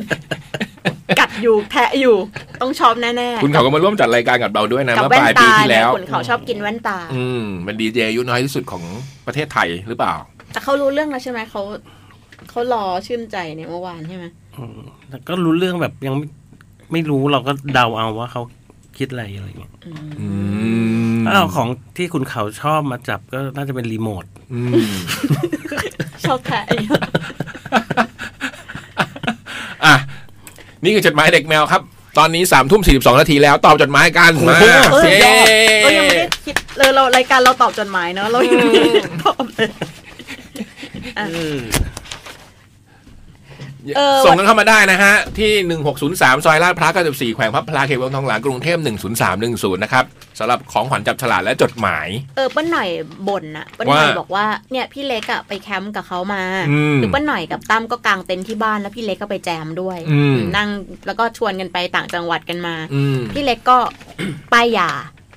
Speaker 4: กัดอยู่แทะอยู่ต้องชอบแน่
Speaker 3: คุณเขาก็มาร่วมจัดรายการกับเราด้วยนะ
Speaker 4: ๆกับ
Speaker 3: เมื่อป
Speaker 4: แว่น
Speaker 3: ลายปี
Speaker 4: ตา
Speaker 3: ที่
Speaker 4: เนี่
Speaker 3: แล้
Speaker 4: ยว ขุนเขาชอบกินแว่นตา
Speaker 3: อืมเป็นดีเจอายุน้อยที่สุดของประเทศไทยหรือเปล่า
Speaker 4: แต่เขารู้เรื่องแล้วใช่ไหมเขาเขารอชื่นใจเนี่ยเมื่อวานใช่ไหม
Speaker 5: อืมแต่ก็รู้เรื่องแบบยังไม่ไม่รู้เราก็เดาเอาว่าเขาคิดอะไรอะไรเงี้ย
Speaker 3: อืม
Speaker 5: ถ้าเอาของที่คุณเขาชอบมาจับก็น่าจะเป็นรีโมท
Speaker 3: อืม
Speaker 4: ชอบแพ้
Speaker 3: อ่ะ นี่คือจดหมายเด็กแมวครับ ตอนนี้สามทุ่มสี่สิบสองนาทีแล้ว ตอบจดหมายกันมา
Speaker 4: เออ
Speaker 3: เย้
Speaker 4: ยอดเออยังไม่ได้คิดเลยเรารายการเราตอบจดหมายเนาะเรายังไม่ได้ตอบเลย อ่ะ
Speaker 5: เออ
Speaker 4: เออ
Speaker 3: ส่งกันเข้ามาได้นะฮะ ที่หนึ่งหกศูนย์สามซอยลาดพร้าวเก้าสิบสี่แขวงพระพลาเขตวังทองหลางกรุงเทพหนึ่งศูนย์สามหนึ่งศูนย์นะครับสำหรับของขวัญจับฉลากและจดหมาย
Speaker 4: เออป้าหน่อยบ่นนะป้าหน่อย
Speaker 3: ว่า
Speaker 4: บอกว่าเนี่ยพี่เล็กอะไปแคมป์กับเขามา
Speaker 3: อืม
Speaker 4: คือป้าหน่อยกับตั้มก็กางเต็นท์ที่บ้านแล้วพี่เล็กก็ไปแจมด้วย
Speaker 3: อืม
Speaker 4: นั่งแล้วก็ชวนกันไปต่างจังหวัดกันมา
Speaker 3: อืม
Speaker 4: พี่เล็กก็ ป้ายยา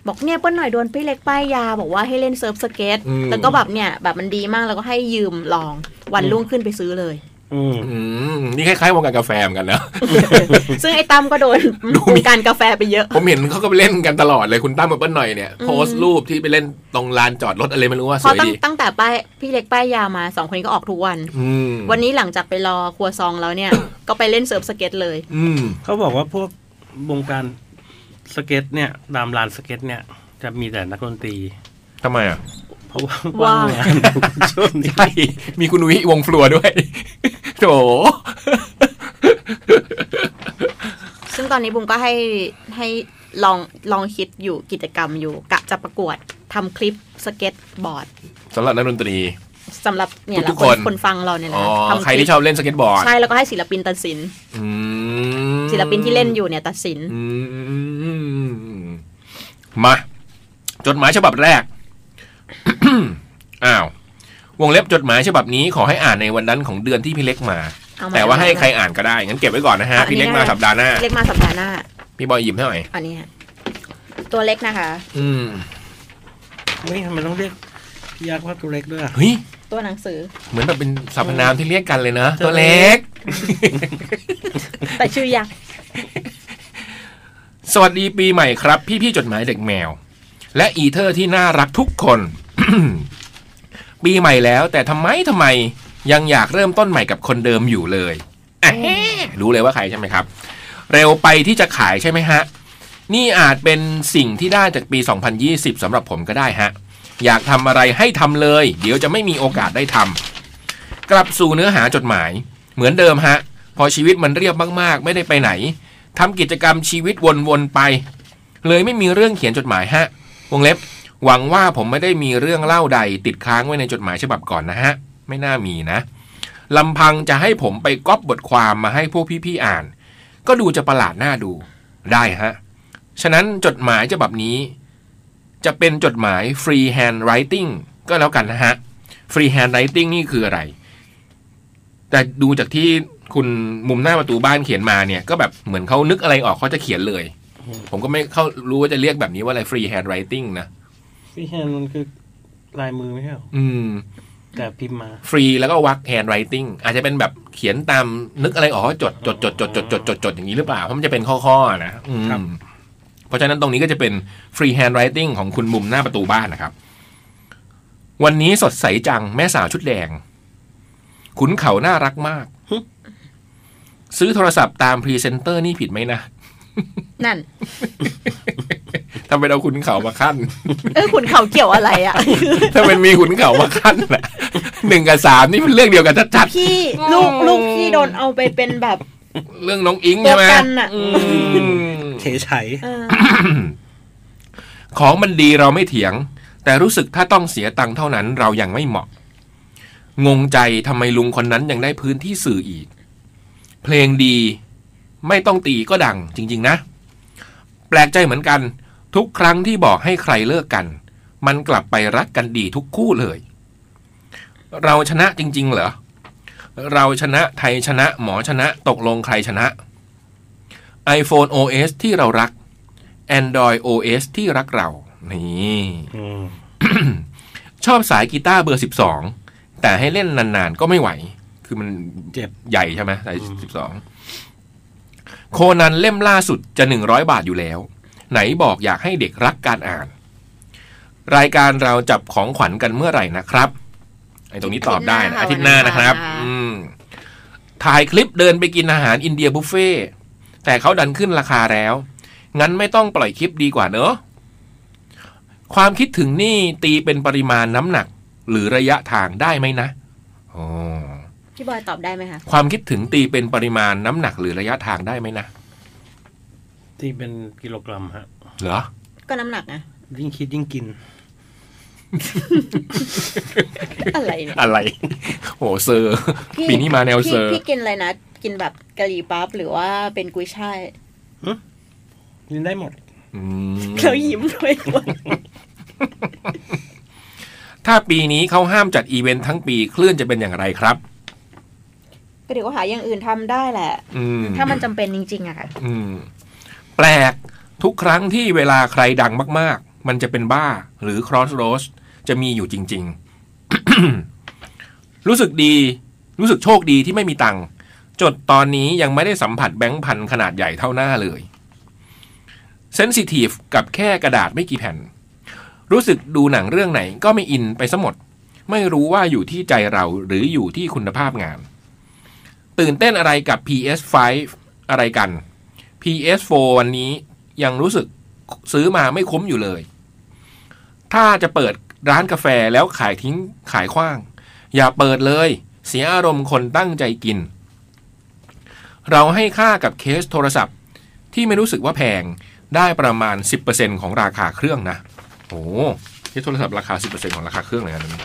Speaker 4: บอกเนี่ยเปิ้ลหน่อยโดนพี่เล็กป้ายยา บอกว่าให้เล่นเซิร์ฟสเก็ต
Speaker 3: อืม
Speaker 4: แล้วก็แบบเนี่ย แบบมันดีมากแล้วก็ให้ยืมลองวันรุ่งขึ้นไปซื้อเลย
Speaker 5: อืม
Speaker 3: อืมนี่คล้ายๆวงการกาแฟเหมือนกันนะ
Speaker 4: ซึ่งไอ้ตั้มก็โดน
Speaker 3: ดู
Speaker 4: ว
Speaker 3: มี
Speaker 4: งการกาแฟไปเยอะ
Speaker 3: ผมเห็นเขาก็ไปเล่นกันตลอดเลยคุณตั้มกับเปิ้ลหน่อยเนี่ยโพสต์รูปที่ไปเล่นตรงลานจอดรถอะไรไม่รู้ว่า
Speaker 4: เพ
Speaker 3: ส
Speaker 4: ราะ
Speaker 3: วย
Speaker 4: ตั้ง
Speaker 3: ดี
Speaker 4: ตั้งแต่ป้ายพี่เล็กป้ายยามาสองคนนี้ก็ออกทุกวัน
Speaker 3: อืม
Speaker 4: วันนี้หลังจากไปรอครัวซองแล้ว เนี่ย ก็ไปเล่นเซิร์ฟสเก็ตเลย
Speaker 3: อืม
Speaker 5: เขาบอกว่าพวกวงการสเก็ตเนี่ยตามลานสเก็ตเนี่ย จะมีแต่นักดนตรี
Speaker 3: ทำไมอ่ะ
Speaker 5: เพราะว่า
Speaker 4: ว่า
Speaker 5: ว่างงาน ช่วงนี้
Speaker 3: ใช่ มีคุณวิวงฟลัวด้วย โถ
Speaker 4: ซึ่งตอนนี้บุมก็ให้ให้ลองลองคิดอยู่กิจกรรมอยู่กะจะประกวดทำคลิปสเก็ตบอร์ด
Speaker 3: สำหรับนักดนตรี
Speaker 4: สำหรับเนี่ยแห
Speaker 3: ทุ
Speaker 4: ละ
Speaker 3: กๆ
Speaker 4: ค
Speaker 3: คน น
Speaker 4: คนฟังเราเนี่ย
Speaker 3: อ๋อ
Speaker 4: นะทำ
Speaker 3: ใคร
Speaker 4: คลิ
Speaker 3: ที่
Speaker 4: ป
Speaker 3: ชอบเล่นสเก็ตบอร์ด
Speaker 4: ใช่ แล้วก็ให้ศิลปินตัดสิน
Speaker 3: อืม
Speaker 4: ศิลปินที่เล่นอยู่เนี่ยตัดสิน
Speaker 3: อืมมา จดหมายฉบับแรก อ้าว วงเล็บจดหมายฉบับนี้ขอให้อ่านในวันนั้นของเดือนที่พี่เล็กมา
Speaker 4: เอามา
Speaker 3: แต่ว่าให้ใครอ่านก็ได้ งั้นเก็บไว้ก่อนนะฮะ
Speaker 4: อ่ะ
Speaker 3: พี่เล็ก
Speaker 4: นี่
Speaker 3: มา
Speaker 4: ได้
Speaker 3: สัปดาห์หน้า
Speaker 4: เล็กมาสัปดาห์หน้า
Speaker 3: พี่บอยหยิบให้หน่อย
Speaker 4: อันนี้ฮะตัวเล็กนะคะ
Speaker 3: อืม
Speaker 5: ไม่ทำไมต้องเรียกพี่ยักษ์ว่าตัวเล็กด้วยอะ
Speaker 3: เฮ้ย
Speaker 4: ตัวหนังสือ
Speaker 3: เหมือนแบบเป็นสรรพนามที่เรียกกันเลยนะ ตัวเล็ก
Speaker 4: แต่ชื่อยักษ์
Speaker 3: สวัสดีปีใหม่ครับ พี่ ๆ จดหมายเด็กแมว และอีเทอร์ที่น่ารักทุกคน ปีใหม่แล้วแต่ทำไมทำไมยังอยากเริ่มต้นใหม่กับคนเดิมอยู่เลย อะแฮะรู้เลยว่าใครใช่ไหมครับ เร็วไปที่จะขายใช่ไหมฮะ นี่อาจเป็นสิ่งที่ได้จากปี 2020สำหรับผมก็ได้ฮะ อยากทำอะไรให้ทำเลย เดี๋ยวจะไม่มีโอกาสได้ทำกลับสู่เนื้อหาจดหมาย เหมือนเดิมฮะ พอชีวิตมันเรียบมากๆ ไม่ได้ไปไหน ทำกิจกรรมชีวิตวนๆไป เลยไม่มีเรื่องเขียนจดหมายฮะ วงเล็บ หวังว่าผมไม่ได้มีเรื่องเล่าใด ติดค้างไว้ในจดหมายฉบับก่อนนะฮะ ไม่น่ามีนะลำพังจะให้ผมไปก๊อปบทความมาให้พวกพี่ๆอ่าน ก็ดูจะประหลาดหน้าดูได้ฮะ ฉะนั้นจดหมายฉบับนี้ จะเป็นจดหมาย free hand writing ก็แล้วกันนะฮะ free hand writing นี่คืออะไร แต่ดูจากที่คุณมุมหน้าประตูบ้านเขียนมาเนี่ยก็แบบเหมือนเขานึกอะไรออกเขาจะเขียนเลย ผมก็ไม่เข้ารู้ว่าจะเรียกแบบนี้ว่าอะไร free hand writing นะ
Speaker 5: พี่แฮนมันคือลายมือไม่ใช่หรอ
Speaker 3: อืม
Speaker 5: แต่พิมพ์มา
Speaker 3: ฟรีแล้วก็วัก hand writing อาจจะเป็นแบบเขียนตามนึกอะไรออกก็จดจดจดจดจดจดจดจดอย่างนี้หรือเปล่า เพราะมันจะเป็นข้อๆนะอื
Speaker 5: ครับ
Speaker 3: มเพราะฉะนั้นตรงนี้ก็จะเป็น free hand writing ของคุณมุมหน้าประตูบ้านนะครับ วันนี้สดใสจังแม่สาวชุดแดง ขุนเขาน่ารักมาก ซื้อโทรศัพท์ตามพรีเซนเตอร์นี่ผิดไหมนะ
Speaker 4: นั่น
Speaker 3: ทำไมเอาขุนเขามาขั้น
Speaker 4: เออขุนเขาเกี่ยวอะไรอ่ะ
Speaker 3: ถ้ามันมีขุนเขามาขั้น นะหนึ่งกับสามนี่มันเรื่องเดียวกันชัด
Speaker 4: พี่ลูกลูกพี่โดนเอาไปเป็นแบบ
Speaker 3: เรื่องน้องอิง
Speaker 4: ตั
Speaker 3: ใช่
Speaker 4: ว
Speaker 3: ไหม
Speaker 4: กันอ่ะ
Speaker 3: อืม
Speaker 5: เฉย
Speaker 4: เออ
Speaker 3: ของมันดีเราไม่เถียง แต่รู้สึกถ้าต้องเสียตังค์เท่านั้นเรายังไม่เหมาะ งงใจทำไมลุงคนนั้นยังได้พื้นที่สื่ออีก เพลงดีไม่ต้องตีก็ดังจริง ๆ นะ แปลกใจเหมือนกัน ทุกครั้งที่บอกให้ใครเลิกกัน มันกลับไปรักกันดีทุกคู่เลย เราชนะจริง ๆ เหรอ เราชนะไทยชนะ หมอชนะตกลงใครชนะ iPhone OS ที่เรารัก Android OS ที่รักเรา นี่
Speaker 5: ๆอืม
Speaker 3: ชอบสายกีตาร์เบอร์ 12 แต่ให้เล่นนานๆ ก็ไม่ไหว คือมัน
Speaker 5: เจ็บ
Speaker 3: ใหญ่ใช่ไหมสาย 12 โคนันเล่มล่าสุดจะ 100 บาทอยู่แล้ว ไหนบอกอยากให้เด็กรักการอ่าน รายการเราจับของขวัญกันเมื่อไหร่นะครับ ไอ้ตรงนี้ตอบได้นะอา
Speaker 4: อาทิ
Speaker 3: ทิต
Speaker 4: ตย์
Speaker 3: ย์ห
Speaker 4: ห
Speaker 3: น้า
Speaker 4: น้า
Speaker 3: นะ
Speaker 4: ค่ะ
Speaker 3: ครับ
Speaker 4: วันอังคาร
Speaker 3: อืมถ่ายคลิปเดินไปกินอาหารอินเดียบุฟเฟ่ต์แต่เขาดันขึ้นราคาแล้ว งั้นไม่ต้องปล่อยคลิปดีกว่าเนอะ ความคิดถึงนี่ตีเป็นปริมาณน้ำหนัก หรือระยะทางได้ไหมนะอ๋อ
Speaker 4: พี่บอยตอบได้ไหมคะ
Speaker 3: ความคิดถึงตีเป็นปริมาณน้ำหนักหรือระยะทางได้ไหมนะ
Speaker 5: ที่เป็นกิโลกรัมฮะ
Speaker 3: เหรอ
Speaker 4: ก็น้ำหนักนะ
Speaker 5: ยิ่งคิดยิ่งกิน
Speaker 4: อะไรเนี่ย
Speaker 3: อะไร โหเซอร์
Speaker 4: พี่
Speaker 3: ปีนี้มาแนว
Speaker 4: พี่
Speaker 3: เซอร์
Speaker 4: พี่กินอะไรนะ กินแบบกะหรี่ปั๊บหรือว่าเป็นกุ้ยช่าย
Speaker 5: กินได้หมด
Speaker 3: อืม
Speaker 4: แล้วยิ้มด้วยคน
Speaker 3: ถ้าปีนี้เขาห้ามจัดอีเวนต์ทั้งปีคลื่นจะเป็นอย่างไรครับ
Speaker 4: ก็เดี๋ยวก็หาอย่างอื่นทำได้แหละ
Speaker 3: อืม
Speaker 4: ถ้ามันจำเป็นจริง ๆอะค่ะ
Speaker 3: อืม แปลกทุกครั้งที่เวลาใครดังมาก ๆ มันจะเป็นบ้าหรือ crossroads จะมีอยู่จริง ๆ รู้สึกดี รู้สึกโชคดีที่ไม่มีตังค์จดตอนนี้ยังไม่ได้สัมผัสแบงค์พันขนาดใหญ่เท่าหน้าเลย sensitive กับแค่กระดาษไม่กี่แผ่น รู้สึกดูหนังเรื่องไหนก็ไม่อินไปซะหมด ไม่รู้ว่าอยู่ที่ใจเราหรืออยู่ที่คุณภาพงาน ตื่นเต้นอะไรกับ PS5 อะไรกัน PS4 วันนี้ยังรู้สึกซื้อมาไม่คุ้มอยู่เลย ถ้าจะเปิดร้านกาแฟแล้วขายทิ้งขายขว้าง อย่าเปิดเลย เสียอารมณ์คนตั้งใจกิน เราให้ค่ากับเคสโทรศัพท์ ที่ไม่รู้สึกว่าแพงได้ประมาณ 10%ของราคาเครื่องนะโอ้เคสโทรศัพท์ราคา 10%ของราคาเครื่องเลยนะ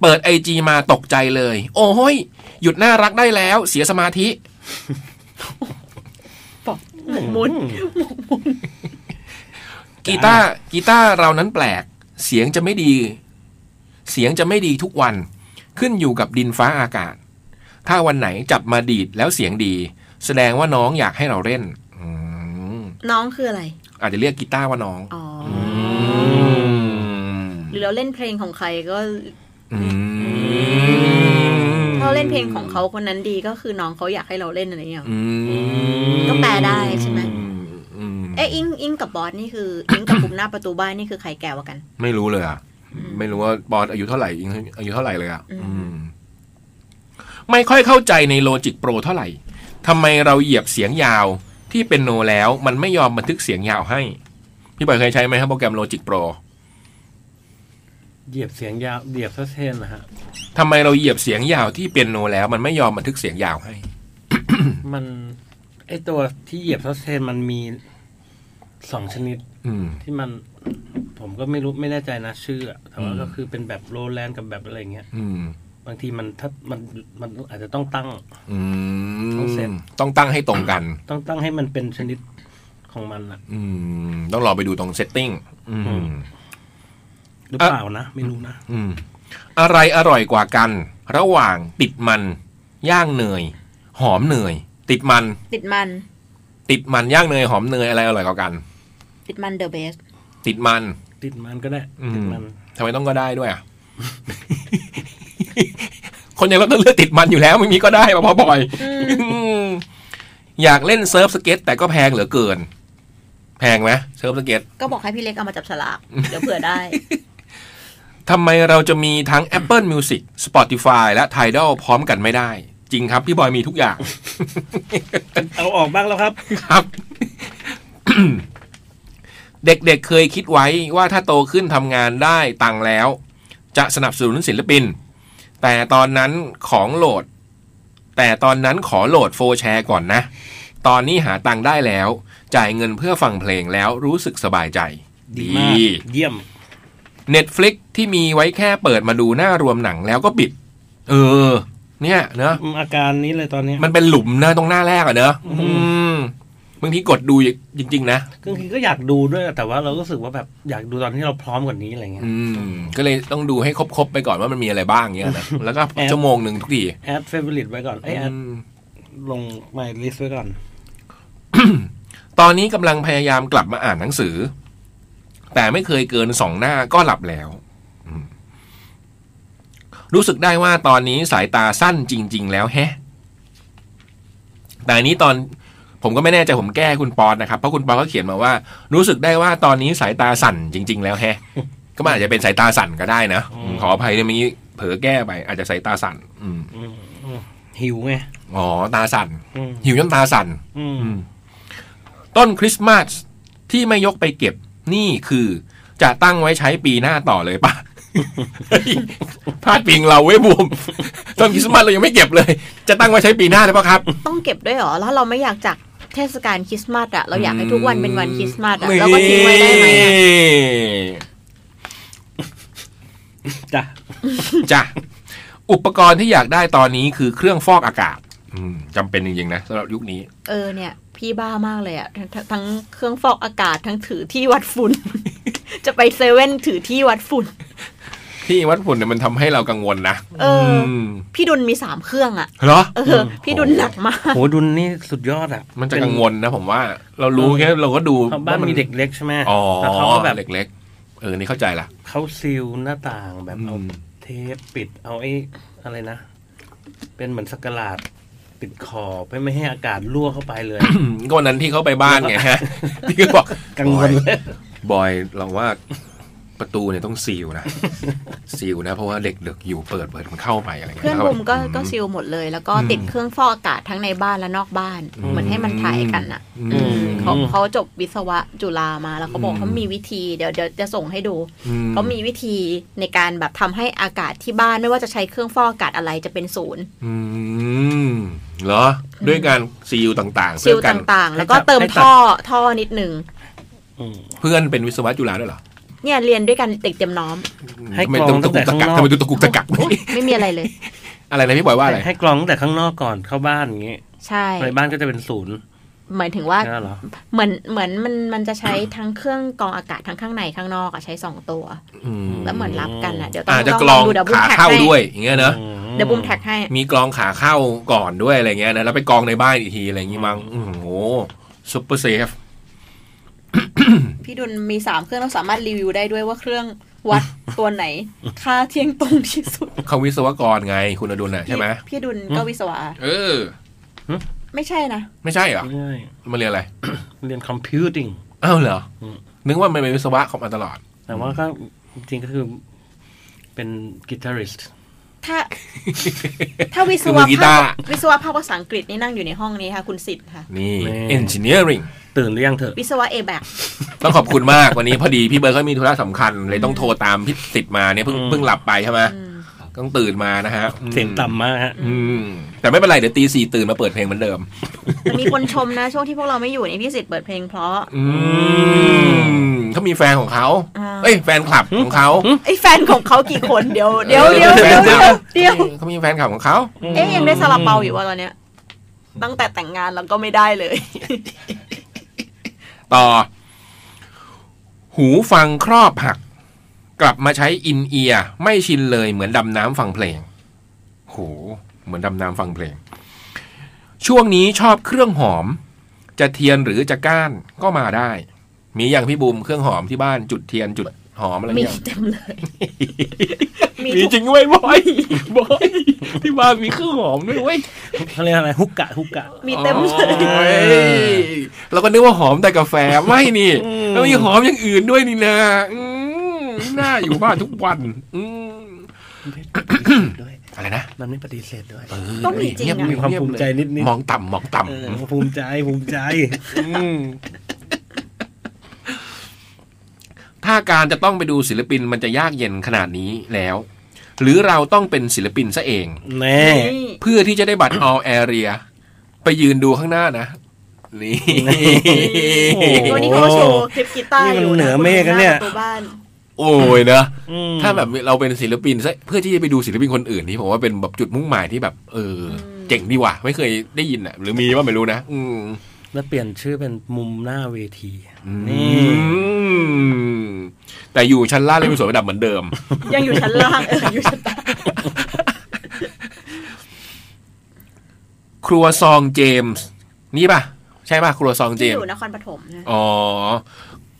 Speaker 3: เปิดไอจมาตกใจเลย โอ้ย หยุดน่ารักได้แล้วเสียสมาธิ
Speaker 5: มุน
Speaker 3: กีตาร์กีตาร์เรานั้นแปลก เสียงจะไม่ดี เสียงจะไม่ดีทุกวัน ขึ้นอยู่กับดินฟ้าอากาศ ถ้าวันไหนจับมาดีดแล้วเสียงดี แสดงว่าน้องอยากให้เราเล่น อืม
Speaker 4: น้องคืออะไร
Speaker 3: อาจจะเรียกกีตาร์ว่าน้อง
Speaker 4: อ๋อ
Speaker 3: ม
Speaker 4: หรือเราเล่นเพลงของใครก็
Speaker 3: อืม
Speaker 4: ถ้าเล่นเพลงของเขาคนนั้นดีก็คือน้องเขาอยากให้เราเล่นอะไรอย่างเงี้ย
Speaker 3: อืม
Speaker 4: ก็แปลได้ใช่ไหม
Speaker 3: อืม
Speaker 4: เอ้ยอิงอิงกับบอสนี่คืออิงกับกลุ่มหน้าประตูบ้านนี่คือใครแก่กว่ากัน
Speaker 3: ไม่รู้เลยอ่ะ ไม่รู้ว่าปอนอายุเท่าไหร่อิงอายุเท่าไหร่เลยอ่ะ
Speaker 4: อืม
Speaker 3: อืมไม่ค่อยเข้าใจในโลจิกโปรเท่าไหร่ทำไมเราเหยียบเสียงยาวที่เป็นโนแล้ว มันไม่ยอมบันทึกเสียงยาวให้ พี่บอยเคยใช้ไหมครับโปรแกรมโลจิกโปร
Speaker 5: เหยียบเสียงยาว เหยียบซะเส้นนะฮะ
Speaker 3: ทำไมเราเหยียบเสียงยาวที่เป็นโนแล้ว มันไม่ยอมบันทึกเสียงยาวให้
Speaker 5: มัน ไอตัวที่เหยียบซะเส้นมันมีสองชนิด
Speaker 3: อืม
Speaker 5: ที่มัน ผมก็ไม่รู้ไม่แน่ใจนะชื่ออะแต่ว่า
Speaker 3: อืม
Speaker 5: ก็คือเป็นแบบโรแลนด์กับแบบอะไรอย่างเงี้ย
Speaker 3: อืม
Speaker 5: บางทีมันถ้ามันมันอาจจะต้องตั้ง
Speaker 3: อื
Speaker 5: ต้องเซ็ต
Speaker 3: มต้องตั้งให้ตรงกัน
Speaker 5: ต้องตั้งให้มันเป็นชนิดของมันอะ
Speaker 3: อืม ต้องรอไปดูตรงเซตติ้งอืม
Speaker 5: หรือเปล่านะไม่รู้นะ
Speaker 3: อืม อะไรอร่อยกว่ากัน ระหว่างติดมัน ย่างเนย หอมเนย ติดมัน
Speaker 4: ติดมัน
Speaker 3: ติดมันย่างเนยหอมเนยอะไรอร่อยกว่ากัน
Speaker 4: ติดมันเดอะเบส
Speaker 3: ติดมัน
Speaker 5: ติดมันก็ได้
Speaker 3: อืม
Speaker 5: ติดมัน
Speaker 3: ทำไมต้องก็ได้ด้วยอ่ะ คนอย่างเราต้องเลือกติดมันอยู่แล้วไม่มีก็ได้มาพอบ่อย อยากเล่นเซิร์ฟสเก็ต แต่ก็แพงเหลือเกิน แพงไหมเซิร์ฟสเก็ต
Speaker 4: ก็บอกให้พี่เล็กเอามาจับฉล ากเดี๋ยวเผื่อได้
Speaker 3: ทำไมเราจะมีทั้ง Apple Music Spotify และ Tidal พร้อมกันไม่ได้ จริงครับพี่บอยมีทุกอย่าง
Speaker 5: เอาออกบ้างแล้วครับ
Speaker 3: ครับ เด็กๆเคยคิดไว้ว่าถ้าโตขึ้นทำงานได้ตังค์แล้ว จะสนับสนุนศิลปิน แต่ตอนนั้นของโหลด แต่ตอนนั้นขอโหลดโฟร์แชร์ก่อนนะ ตอนนี้หาตังค์ได้แล้ว จ่ายเงินเพื่อฟังเพลงแล้วรู้สึกสบายใจ
Speaker 5: ดีมาก เยี่ยม
Speaker 3: Netflix ที่มีไว้แค่เปิดมาดูหน้ารวมหนังแล้วก็ปิด เออ เนี่ยเนอะ
Speaker 5: อืมอาการนี้เลยตอนเนี้ย
Speaker 3: มันเป็นหลุมนะตรงหน้าแรกอะเนอะ
Speaker 5: อืม
Speaker 3: อืมบางทีกดดูจริง ๆ นะ
Speaker 5: คือบางทีก็อยากดูด้วยแต่ว่าเรารู้สึกว่าแบบอยากดูตอนที่เราพร้อมกว่านี้อะไรเงี้ย
Speaker 3: อืม ก็เลยต้องดูให้ครบ ๆ ไปก่อนว่ามันมีอะไรบ้างเงี้ยนะแล้วก็
Speaker 5: แอบ
Speaker 3: ชั่วโมงหนึ่งทุกที
Speaker 5: แอดเฟเวอริตไว้ก่อนเอ้ยแอด
Speaker 3: อืม
Speaker 5: ลงไมลิสไว้ก่อน
Speaker 3: ตอนนี้กำลังพยายามกลับมาอ่านหนังสือ แต่ไม่เคยเกินสองหน้าก็หลับแล้วอืมรู้สึกได้ว่าตอนนี้สายตาสั้นจริง ๆ แล้วแฮะ แต่อันนี้ตอนผมก็ไม่แน่ใจผมแก้คุณปอนนะครับ เพราะคุณปอนก็เขียนมาว่า รู้สึกได้ว่าตอนนี้สายตาสั่นจริง ๆ แล้วแฮะ ก็มันอาจจะเป็นสายตาสั่นก็ได้นะอืมขออภัยในมีเผลอแก้ไป อาจจะสายตาสั่น อืม
Speaker 5: หิวไง
Speaker 3: อ๋อตาสั่น
Speaker 5: อืม
Speaker 3: หิวจนตาสั่น
Speaker 5: อืม
Speaker 3: ต้นคริสต์มาสที่ไม่ยกไปเก็บนี่คือจะตั้งไว้ใช้ปีหน้าต่อเลยปะ พลาดปิงเราเว้ยบูมต้นคริสต์มาสเรายังไม่เก็บเลย จะตั้งไว้ใช้ปีหน้าได้ปะครับ
Speaker 4: ต้องเก็บด้วยเหรอ แล้วเราไม่อยากจากเทศกาลคริสต์มาสอะเราอยากให้ทุกวันเป็นวันคริสต์มาสอะเราก็ทิ้งไว้ได้ไหมอะ
Speaker 5: จ้ะ
Speaker 3: จ้ะ อุปกรณ์ที่อยากได้ตอนนี้คือเครื่องฟอกอากาศ อืมจำเป็นจริงๆนะสำหรับยุคนี้
Speaker 4: เออเนี่ย พี่บ้ามากเลยอะทั้งทั้งเครื่องฟอกอากาศทั้งถือที่วัดฝุ่น จะไปเซเว่นถือที่วัดฝุ่น
Speaker 3: ที่วัดผลเนี่ยมันทำให้เรากังวลนะ
Speaker 4: เอออื
Speaker 3: ม
Speaker 4: พี่ดุลมีสามเครื่องอะ
Speaker 3: เหรอ
Speaker 4: เออ พี่ดุลหนักมาก
Speaker 5: โหดุนนี่สุดยอดอ่ะ
Speaker 3: มันจะ
Speaker 5: เป็
Speaker 3: กังวลนะผมว่า เรารู้แค่เราก็ดู
Speaker 5: เขาบ้าน
Speaker 3: ว่
Speaker 5: มีเด็กเล็กใช่ไหม
Speaker 3: อ๋อ
Speaker 5: แล้วเขาก็แบบ
Speaker 3: เล็กๆ เออ นี่เข้าใจละ
Speaker 5: เขาซีลหน้าต่างแบบเอา
Speaker 3: อืม
Speaker 5: เทปปิดเอาไอ้อะไรนะ เป็นเหมือนสักหลาดปิดขอบไม่ไม่ให้อากาศรั่วเข้าไปเลย
Speaker 3: ก็วันนั้นที่เขาไปบ้านไง ฮะ ที่เขาบอก
Speaker 5: กังวลเลย
Speaker 3: บอยเราว่าประตูเนี่ยต้องซีลนะ ซีลนะ เพราะว่าเด็กๆอยู่เปิดเปิดมันเข้าไปอะไรเงี้ย
Speaker 4: เพื่อน
Speaker 3: แล้ว
Speaker 4: บุ
Speaker 3: แบบ
Speaker 4: มก็ก็ซิลหมดเลย แล้วก็ติดเครื่องฟอกอากาศทั้งในบ้านและนอกบ้าน
Speaker 3: อืม
Speaker 4: เหมือนให้มันถ่ายกันอ่ะ
Speaker 3: อืม
Speaker 4: อืมเขา
Speaker 5: อืม
Speaker 4: เขาจบวิศวะจุฬามาแล้วเขาบอก
Speaker 3: อืม
Speaker 4: เขามีวิธีเดี๋ยวเดี๋ยวจะส่งให้ดู
Speaker 3: อื
Speaker 4: เขามีวิธีในการแบบทำให้อากาศที่บ้านไม่ว่าจะใช้เครื่องฟอกอากาศอะไรจะเป็นศูนย์
Speaker 3: อืมเหรอ ด้วยการซีลต่างๆ
Speaker 4: ซิ
Speaker 3: เพื่อ
Speaker 4: ล
Speaker 3: กั
Speaker 4: ต
Speaker 3: น่
Speaker 4: างๆ แล้วก็เติม
Speaker 5: ให้ตัด
Speaker 4: ท่อท่อนิดนึง
Speaker 5: อืม
Speaker 3: เพื่อนเป็นวิศวะจุฬาด้วยเหรอ
Speaker 4: เนี่ยเรียนด้วยกันเด็กเตรียมน้อม
Speaker 5: ให้กรองตั้งแต่ข้างนอก
Speaker 3: ทำไมตะกุกตะกักทำไมดูตะกุกตะกัก
Speaker 4: โอ๊ยไม่มีอะไรเลย
Speaker 3: อะไรนะพี่บอยว่าอะไร
Speaker 5: ให้กรองตั้งแต่ข้างนอกก่อนเข้าบ้านอย่างงี้
Speaker 4: ใช่
Speaker 5: ในบ้านก็จะเป็นศูนย์
Speaker 4: หมายถึงว่า
Speaker 5: นั่นเหรอ
Speaker 4: เหมือนเหมือนมันมันจะใช้ทั้งเครื่องกรองอากาศทั้งข้างในข้างนอกอะใช้สองตัว
Speaker 3: อืม
Speaker 4: แล้วเหมือนรับกันอะเดี๋ยวต้อ
Speaker 3: อาจจะ
Speaker 4: ง
Speaker 3: กรอง
Speaker 4: ดู double
Speaker 3: ขา
Speaker 4: tap
Speaker 3: เข้า
Speaker 4: ให้
Speaker 3: ด้วย อย่างเงี้ยเนอะ
Speaker 5: อืม
Speaker 4: เดี๋ยวบุมแท็กให้
Speaker 3: มีกรองขาเข้าก่อนด้วยอะไรเงี้ยนะแล้วไปกรองในบ้านอีกทีอะไรอย่างงี้มั้งโอ้อโหซุปเปอร์เซฟ
Speaker 4: พี่ดุลมีสามเครื่องเราสามารถรีวิวได้ด้วยว่าเครื่องวัด ตัวไหน ค่าเที่ยงตรงที่สุด
Speaker 3: เขาวิศวกรไงคุณอดุลน่ะใช่ไหม
Speaker 4: พี่พี่ดุลก็วิศวะ
Speaker 3: เออ
Speaker 4: ไม่ใช่นะ
Speaker 3: ไม่ใช่เหรอ
Speaker 5: ใช่
Speaker 3: มาเรียนอะไร
Speaker 5: เรียนคอมพิวติ้ง
Speaker 3: อ้าวเหรออ
Speaker 5: ม
Speaker 3: นึกว่ามันเป็นวิศวะของมาตลอด
Speaker 5: แต่ว่าก็จริงๆก็คือเป็นกีตาริสต์
Speaker 4: ถ้า ถ้าวิศ
Speaker 3: คือมื
Speaker 4: วะ
Speaker 3: อกีตาร์
Speaker 4: ภาควิศวะภาคภาษาอังกฤษนี่นั่งอยู่ในห้องนี้ค่ะ คุณสิทธิ์ค่ะ
Speaker 3: นี่ engineering
Speaker 5: ตื่นหรือยังเถอะ
Speaker 4: วิศวะเอแบก
Speaker 3: ต้องขอบคุณมาก วันนี้พอดีพี่เบิร์ดเขามีธุระสำคัญ เลยต้องโทรตามพี่ติดมาเนี่ยเพิ่งเพิ่งหลับไปใช่ไหมต้องตื่นมานะฮะ
Speaker 5: เสียงต่ำมากฮะ
Speaker 3: อืมแต่ไม่เป็นไรเดี๋ยวตีสี่ตื่นมาเปิดเพลงเหมือนเดิม
Speaker 4: มีคนชมนะ ช่วงที่พวกเราไม่อยู่นี่พี่สิทธิ์เปิดเพลงเพ ราะ
Speaker 3: อืมเขามีแฟนของเขา
Speaker 4: อ่า
Speaker 3: เอ้ยแฟนคลับของเขา
Speaker 4: ไอ้แฟนของเขากี่คนเดี๋ยวเดี๋ยวเดี๋ยว
Speaker 3: แฟ
Speaker 4: เดี๋ยวน
Speaker 3: คลั
Speaker 4: เดี๋ยว
Speaker 3: บ
Speaker 4: เดี๋ยว
Speaker 3: เขามีแฟนคลับของเขา
Speaker 4: เอ๊ยยังได้ซาลาเปาอยู่ว่าตอนเนี้ยตั้งแต่แต่งงานแล้วก็ไม่ได้เลย
Speaker 3: ต่อ หูฟังครอบหัก กลับมาใช้อินเอียร์ไม่ชินเลยเหมือนดำน้ำฟังเพลงโหเหมือนดำน้ำฟังเพลง ช่วงนี้ชอบเครื่องหอม จะเทียนหรือจะก้านก็มาได้ มีอย่างพี่บูมเครื่องหอมที่บ้านจุดเทียนจุดหอมอะไร
Speaker 4: มี
Speaker 3: อย่าง
Speaker 4: เต็มเลย มี
Speaker 3: มี
Speaker 4: ทุก
Speaker 3: จริงเว้ย บอยบอยที่บ้านมีเครื่องหอมด้วยเว้ย
Speaker 5: เขาเรียกอะไรฮุกกะฮุกกะ
Speaker 4: มีเต็มเลย
Speaker 3: โอ้ยเราก็นึกว่าหอมแต่กาแฟไม่นี่
Speaker 5: อืม
Speaker 3: แล้วมีหอมอย่างอื่นด้วยนี่นะอืมน่าอยู่บ้านทุกวันอืม
Speaker 5: ด้วย
Speaker 3: อะไรนะ
Speaker 5: มันไม่ปฏิเสธด้วย
Speaker 4: ต้องมีจริง
Speaker 3: เงียบ
Speaker 4: อะ
Speaker 5: มีความภูมิใจนิดนิด
Speaker 3: มองต่ำมองต่
Speaker 5: เออภูมิใจภูมิใจอืม
Speaker 3: ำถ้าการจะต้องไปดูศิลปินมันจะยากเย็นขนาดนี้แล้ว หรือเราต้องเป็นศิลปินซะเอง
Speaker 5: แน่
Speaker 4: นี่
Speaker 3: เพื่อที่จะได้บัตร all area ไปยืนดูข้างหน้านะ นี่
Speaker 4: วันนี้เขาโชว์คลิปกีตาร์อยู่ประตูบ้าน
Speaker 3: โอ้ยนะ
Speaker 5: อืม
Speaker 3: ถ้าแบบเราเป็นศิลปินซะเพื่อที่จะไปดูศิลปินคนอื่นนี่ผมว่าเป็นแบบจุดมุ่งหมายที่แบบ เอออ
Speaker 4: ม
Speaker 3: เจ๋งดีว่ะไม่เคยได้ยินอ่ะ หรือมีว่าไม่รู้นะ อืม
Speaker 5: แล้วเปลี่ยนชื่อเป็นมุมหน้าเวที นี่
Speaker 3: อืมแต่อยู่ชั้นล่างเลยมีส่วนประดับเหมือนเดิม
Speaker 4: ยังอยู่ชั้นล่ างเอออยู่ชั้นล่าง
Speaker 3: ครัวซองเจมส์นี่ป่ะ ใช่ป่ะ ครัวซองเจ
Speaker 4: ที่
Speaker 3: มส์
Speaker 4: อยู่นครปฐมนะ
Speaker 3: อ๋อ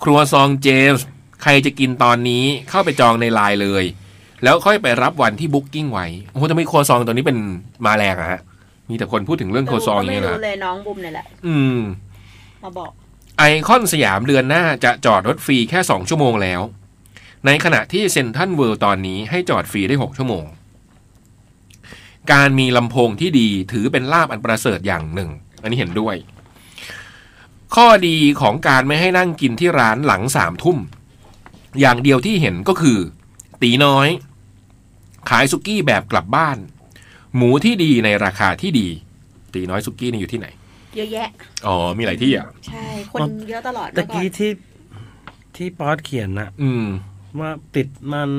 Speaker 3: ครัวซองเจมส์ใครจะกินตอนนี้เข้าไปจองในไลน์เลย แล้วค่อยไปรับวันที่บุ๊กกิ้งไว้โอ้โหทำไมครัวซองตอนนี้เป็นมาแรงอะฮะมีแต่คนพูดถึงเรื่องครัวซองอย่าง
Speaker 4: ไม่
Speaker 3: เงี้ยเหรอ
Speaker 4: รู้เลยน้องบุมเนี่ยแหละ
Speaker 3: อืม
Speaker 4: มาบอก
Speaker 3: ไอคอนสยามเดือนหน้าจะจอดรถฟรีแค่ 2 ชั่วโมงแล้ว ในขณะที่เซนทรันเวิลด์ตอนนี้ให้จอดฟรีได้ 6 ชั่วโมง การมีลำโพงที่ดีถือเป็นลาบอันประเสริฐอย่างหนึ่ง อันนี้เห็นด้วย ข้อดีของการไม่ให้นั่งกินที่ร้านหลังสามทุ่ม อย่างเดียวที่เห็นก็คือ ตีน้อย ขายสุกี้แบบกลับบ้าน หมูที่ดีในราคาที่ดี ตีน้อยสุกี้นี่อยู่ที่ไหน
Speaker 4: เยอะแยะ
Speaker 3: อ๋อ มีหลายที่อ่ะ
Speaker 4: ใช่ คนเยอะตลอด
Speaker 5: ตะ
Speaker 4: เมื่อก่อน
Speaker 5: กี้ที่ที่ป๊อดเขียนนะ
Speaker 3: อืม
Speaker 5: ว่าติดมัน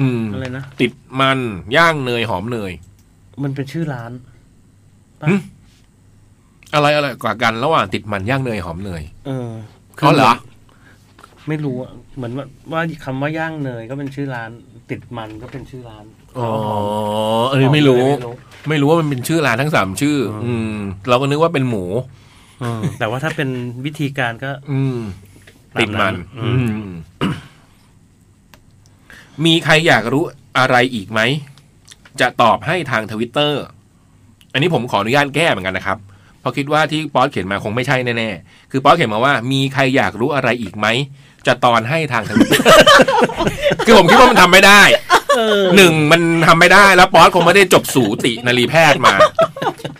Speaker 3: อืม
Speaker 5: อะไรนะ
Speaker 3: ติดมันย่างเนยหอมเนย
Speaker 5: มันเป็นชื่อร้านปะ
Speaker 3: หึ อะไรอะไรกว่ากันระหว่างติดมันย่างเนยหอมเนย
Speaker 5: เออคื
Speaker 3: เขาเหรอ
Speaker 5: ไม่รู้อะเหมือนว่าว่าคำว่าย่างเนยก็เป็นชื่อร้าน ติดมันก็เป็นชื่อร้าน
Speaker 3: อ๋อเออไม่รู้
Speaker 5: ไม่รู้
Speaker 3: ไม่รู้ว่ามันเป็นชื่อร้านทั้งสามชื่อ
Speaker 5: อืม
Speaker 3: อืม เราก็นึกว่าเป็นหมู
Speaker 5: เออแต่ว่าถ้าเป็นวิธีการก็
Speaker 3: อืม ติดมัน
Speaker 5: อื
Speaker 3: อื
Speaker 5: ม
Speaker 3: ม มีใครอยากรู้อะไรอีกไหม จะตอบให้ทางทวิตเตอร์อันนี้ผมขออนุญาตแก้เหมือนกันนะครับ เพราะคิดว่าที่ป๊อดเขียนมาคงไม่ใช่แน่ๆคือป๊อดเขียนมาว่า มีใครอยากรู้อะไรอีกไหม จะตอนให้ท างทวิตเตอร์ คือผมคิดว่ามันทำไม่ได้หนึ่งมันทำไม่ได้แล้วป๊อดคงไม่ได้จบสูตินรีแพทย์มา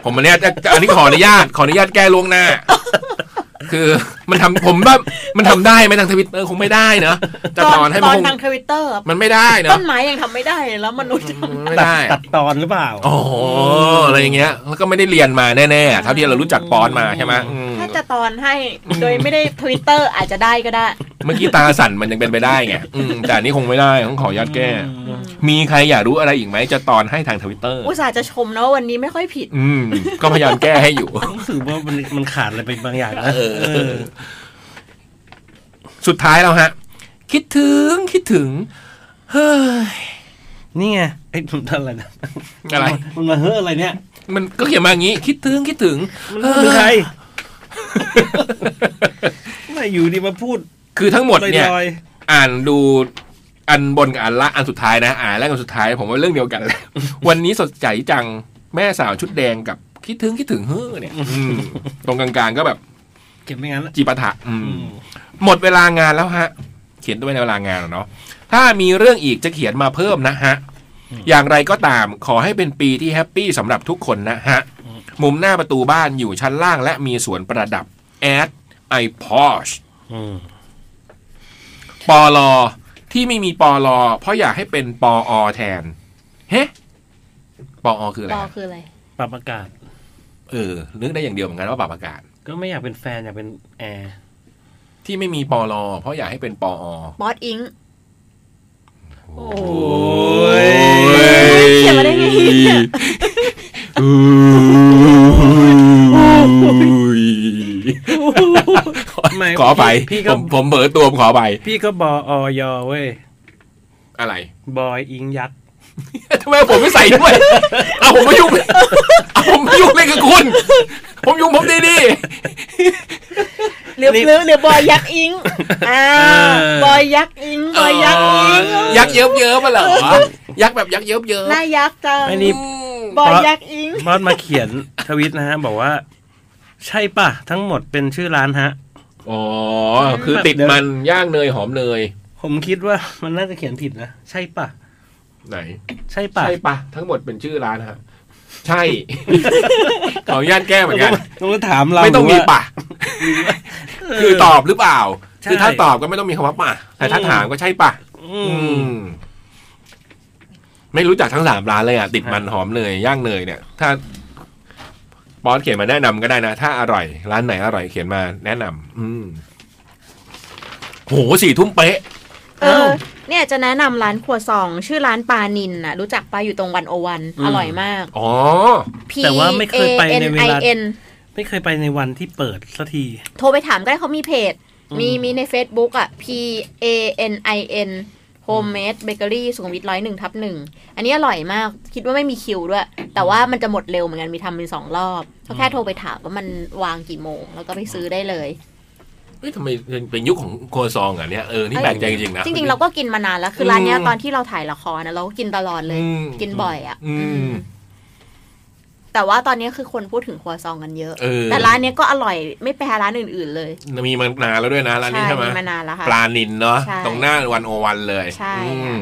Speaker 3: ผมอันเนี้ยอันนี้ขออนุญาตขออนุญาตแก้ล่วงหน้า คือมันทำผมว่ามันทำได้ไหมทางทวิตเตอร์คงไม่ได้เนอะจะตอนให้
Speaker 4: ต
Speaker 3: มัน
Speaker 4: อน
Speaker 3: คง
Speaker 4: ทางทวิตเตอร์
Speaker 3: มันไม่ได้เน
Speaker 4: ต้
Speaker 3: อะ
Speaker 4: นไม้ยังทำไม่ได้เลยแล้วมนุษย์
Speaker 3: มันไม่
Speaker 5: ตัด
Speaker 3: ได้
Speaker 5: ตัดตอนหรือเปล่า
Speaker 3: อ๋ออะไรอย่างเงี้ยแล้วก็ไม่ได้เรียนมาแน่ๆเท่าที่เรารู้จักปอนมาใช่ไหมอืม
Speaker 4: ถ้าจะตอนให้โดยไม่ได้ทวิตเตอร์อาจจะได้ก็ได้
Speaker 3: เมื่อกี้ตาสั่นมันยังเป็นไปได้ไงอืมแต่อันนี้คงไม่ได้ต้องขออนุญาตแก้ มีใครอยากรู้อะไรอีกไหมจะตอนให้ทางทวิตเตอร์
Speaker 4: อุตส่าห์จะชมนะว่าวันนี้ไม่ค่อยผิด
Speaker 3: อืม ก็พยายามแก้ให้อยู่
Speaker 5: รู้สึกว่ามันมันขาดอะไรไปบางอย่างนะ
Speaker 3: เออ
Speaker 5: เออ
Speaker 3: สุดท้ายแล้วฮะ คิดถึงคิดถึง เฮ้ย
Speaker 5: นี่ไงไอ้ทุน อะไรนะ
Speaker 3: อะไร
Speaker 5: มันมาเฮ้ออะไรเนี่ย
Speaker 3: มันก็เขียนมาอย่างนี้ คิดถึงคิดถึง
Speaker 5: มันพูดถึงใคร ไม่อยู่ดีมาพูด
Speaker 3: คือทั้งหมด
Speaker 5: ล
Speaker 3: เนี่ย
Speaker 5: อย
Speaker 3: อ่านดูอันบนกับอันละอันสุดท้ายนะ อ่านแรกกับสุดท้าย ผมว่าเรื่องเดียวกันแหละ วันนี้สดใสจังแม่สาวชุดแดงกับคิดถึงคิดถึงเฮ้อเนี่ยอืมตรงกลางๆก็แบบ
Speaker 5: ๆเก็บไม่งั้นอะ
Speaker 3: จีปะทะอืม
Speaker 5: อืม
Speaker 3: หมดเวลางานแล้วฮะ เขียนด้วยในเวลางานแล้วเนาะถ้ามีเรื่องอีกจะเขียนมาเพิ่มนะฮะ อย่างไรก็ตามขอให้เป็นปีที่แฮปปี้สำหรับทุกคนนะฮะ มุมหน้าประตูบ้านอยู่ชั้นล่างและมีสวนประดับแอดไอพอช
Speaker 5: อืม
Speaker 3: ปอลอที่ไม่มีปอลอเพราะอยากให้เป็นปออแทน เฮ้ปออคืออะไร
Speaker 4: ปอ
Speaker 3: ฮะ
Speaker 4: คืออะไร
Speaker 5: ปรับอากาศ
Speaker 3: เออนึกได้อย่างเดียวเหมือนกันว่าปรับอากาศ
Speaker 5: ก็ไม่อยากเป็นแฟนอยากเป็นแอร์
Speaker 3: ที่ไม่มีปอลอเพราะอยากให้เป็นปออ
Speaker 4: ปอดอิง
Speaker 5: โอ้
Speaker 3: โอ้
Speaker 4: ยเขียนมาได้ไงเนี่ย
Speaker 3: โอ้ยขอไป
Speaker 5: พี่
Speaker 3: ผ
Speaker 5: ก็
Speaker 3: มผมเบอตัวผมขอไป
Speaker 5: พี่ก็บออยเว้ย
Speaker 3: อะไร
Speaker 5: บอยอิงยักษ์
Speaker 3: ทำไมผมไม่ใส่ด้วยเอาผมไม่ยุ่งเลยเอาผมไม่ยุ่งเลยกับคุณ ผมยุ่งผมดีดีๆ
Speaker 4: หรือหรือหรือบอยยักษ์อิงอ่าบอยยักษ์อิงบอยยักษ์อิง
Speaker 3: ยักษ์เยิบเยิบมาเหรอ ยักษ์แบบยักษ์เยิบเยิบ
Speaker 4: หน้ายักษ์จัง
Speaker 5: ไอ้นี่
Speaker 4: บอยยักษ์อิง
Speaker 5: มอดมาเขียน ทวิตนะฮะ บอกว่า ใช่ป่ะ ทั้งหมดเป็นชื่อร้านฮะ
Speaker 3: อ๋อ คือติดมันย่างเนยหอมเนย
Speaker 5: ผมคิดว่ามันน่าจะเขียนผิดนะ ใช่ป่ะ
Speaker 3: ไหน
Speaker 5: ใช่ป่ะ
Speaker 3: ใช่ปะทั้งหมดเป็นชื่อร้านฮะ ใช่ข ออนุญาตแก้เหมือนกัน
Speaker 5: ต้องถามเรา
Speaker 3: ไม่ต้องมี
Speaker 5: ว่า
Speaker 3: ปะ คือตอบหรือเปล่า
Speaker 5: ใช่
Speaker 3: คือถ้าตอบก็ไม่ต้องมีคำว่าปะแต่ถ้า
Speaker 5: อืม
Speaker 3: ถามก็ใช่ปะ
Speaker 5: อื
Speaker 3: อืม
Speaker 5: ม
Speaker 3: ไม่รู้จักทั้งสามร้านเลยอ่ะติดมันหอมเนยย่างเนยเนี่ย ถ้าป๊อตเขียนมาแนะนำก็ได้นะ ถ้าอร่อย ร้านไหนอร่อยเขียนมาแนะนำอืมโหสี่ทุ่มเป๊ะ
Speaker 4: เออเนี่ยจะแนะนำร้านครัวซอง ชื่อร้านปานินนะรู้จักปะอยู่ตรงวันโอวัน
Speaker 5: อืม
Speaker 4: อร่อยมาก
Speaker 3: อ๋อ
Speaker 4: P
Speaker 5: แต่ว่าไม่เคยไป
Speaker 4: A
Speaker 5: ใน
Speaker 4: N
Speaker 5: เว
Speaker 4: I
Speaker 5: ลา
Speaker 4: N
Speaker 5: ไม่เคยไปในวันที่เปิดสักที
Speaker 4: โทรไปถามก็ได้เขามีเพจ
Speaker 5: อืม
Speaker 4: มีมีใน Facebook อ่ะ P A N I N Homemade Bakery สุขุมวิทร้อยหนึ่งทับหนึ่งอันนี้อร่อยมากคิดว่าไม่มีคิวด้วย แต่ว่ามันจะหมดเร็วเหมือนกันมีทำเป็นสองรอบก็แค่โทรไปถามว่ามันวางกี่โมง แล้วก็ไปซื้อได้เลย
Speaker 3: เอ้ยทำไมเป็นยุคของโครัวซองอ่ะเนี่ยเออนี่
Speaker 4: เอ้ย
Speaker 3: แปลกใจจริงๆนะ
Speaker 4: จริงๆ เราก็กินมานานแล้ว คือร้านเนี้ย
Speaker 3: อืม
Speaker 4: ตอนที่เราถ่ายละครนะเราก็กินตลอดเลย
Speaker 3: อืม
Speaker 4: กินบ่อยอ่ะ
Speaker 3: อื
Speaker 4: อื
Speaker 3: ม
Speaker 4: มแต่ว่าตอนนี้คือคนพูดถึงครัวซองกันเยอะ
Speaker 3: เออ
Speaker 4: แต่ร้านเนี้ยก็อร่อยไม่แพ้ร้านอื่น ๆ เลย
Speaker 3: มีมานานแล้วด้วยนะร้านนี้ใช่ไหม
Speaker 4: มีมานานแล้วค่ะ
Speaker 3: ปลานินเนาะ
Speaker 4: ใช่
Speaker 3: ตรงหน้าวันโอวันเลย
Speaker 4: ใช่
Speaker 3: อืม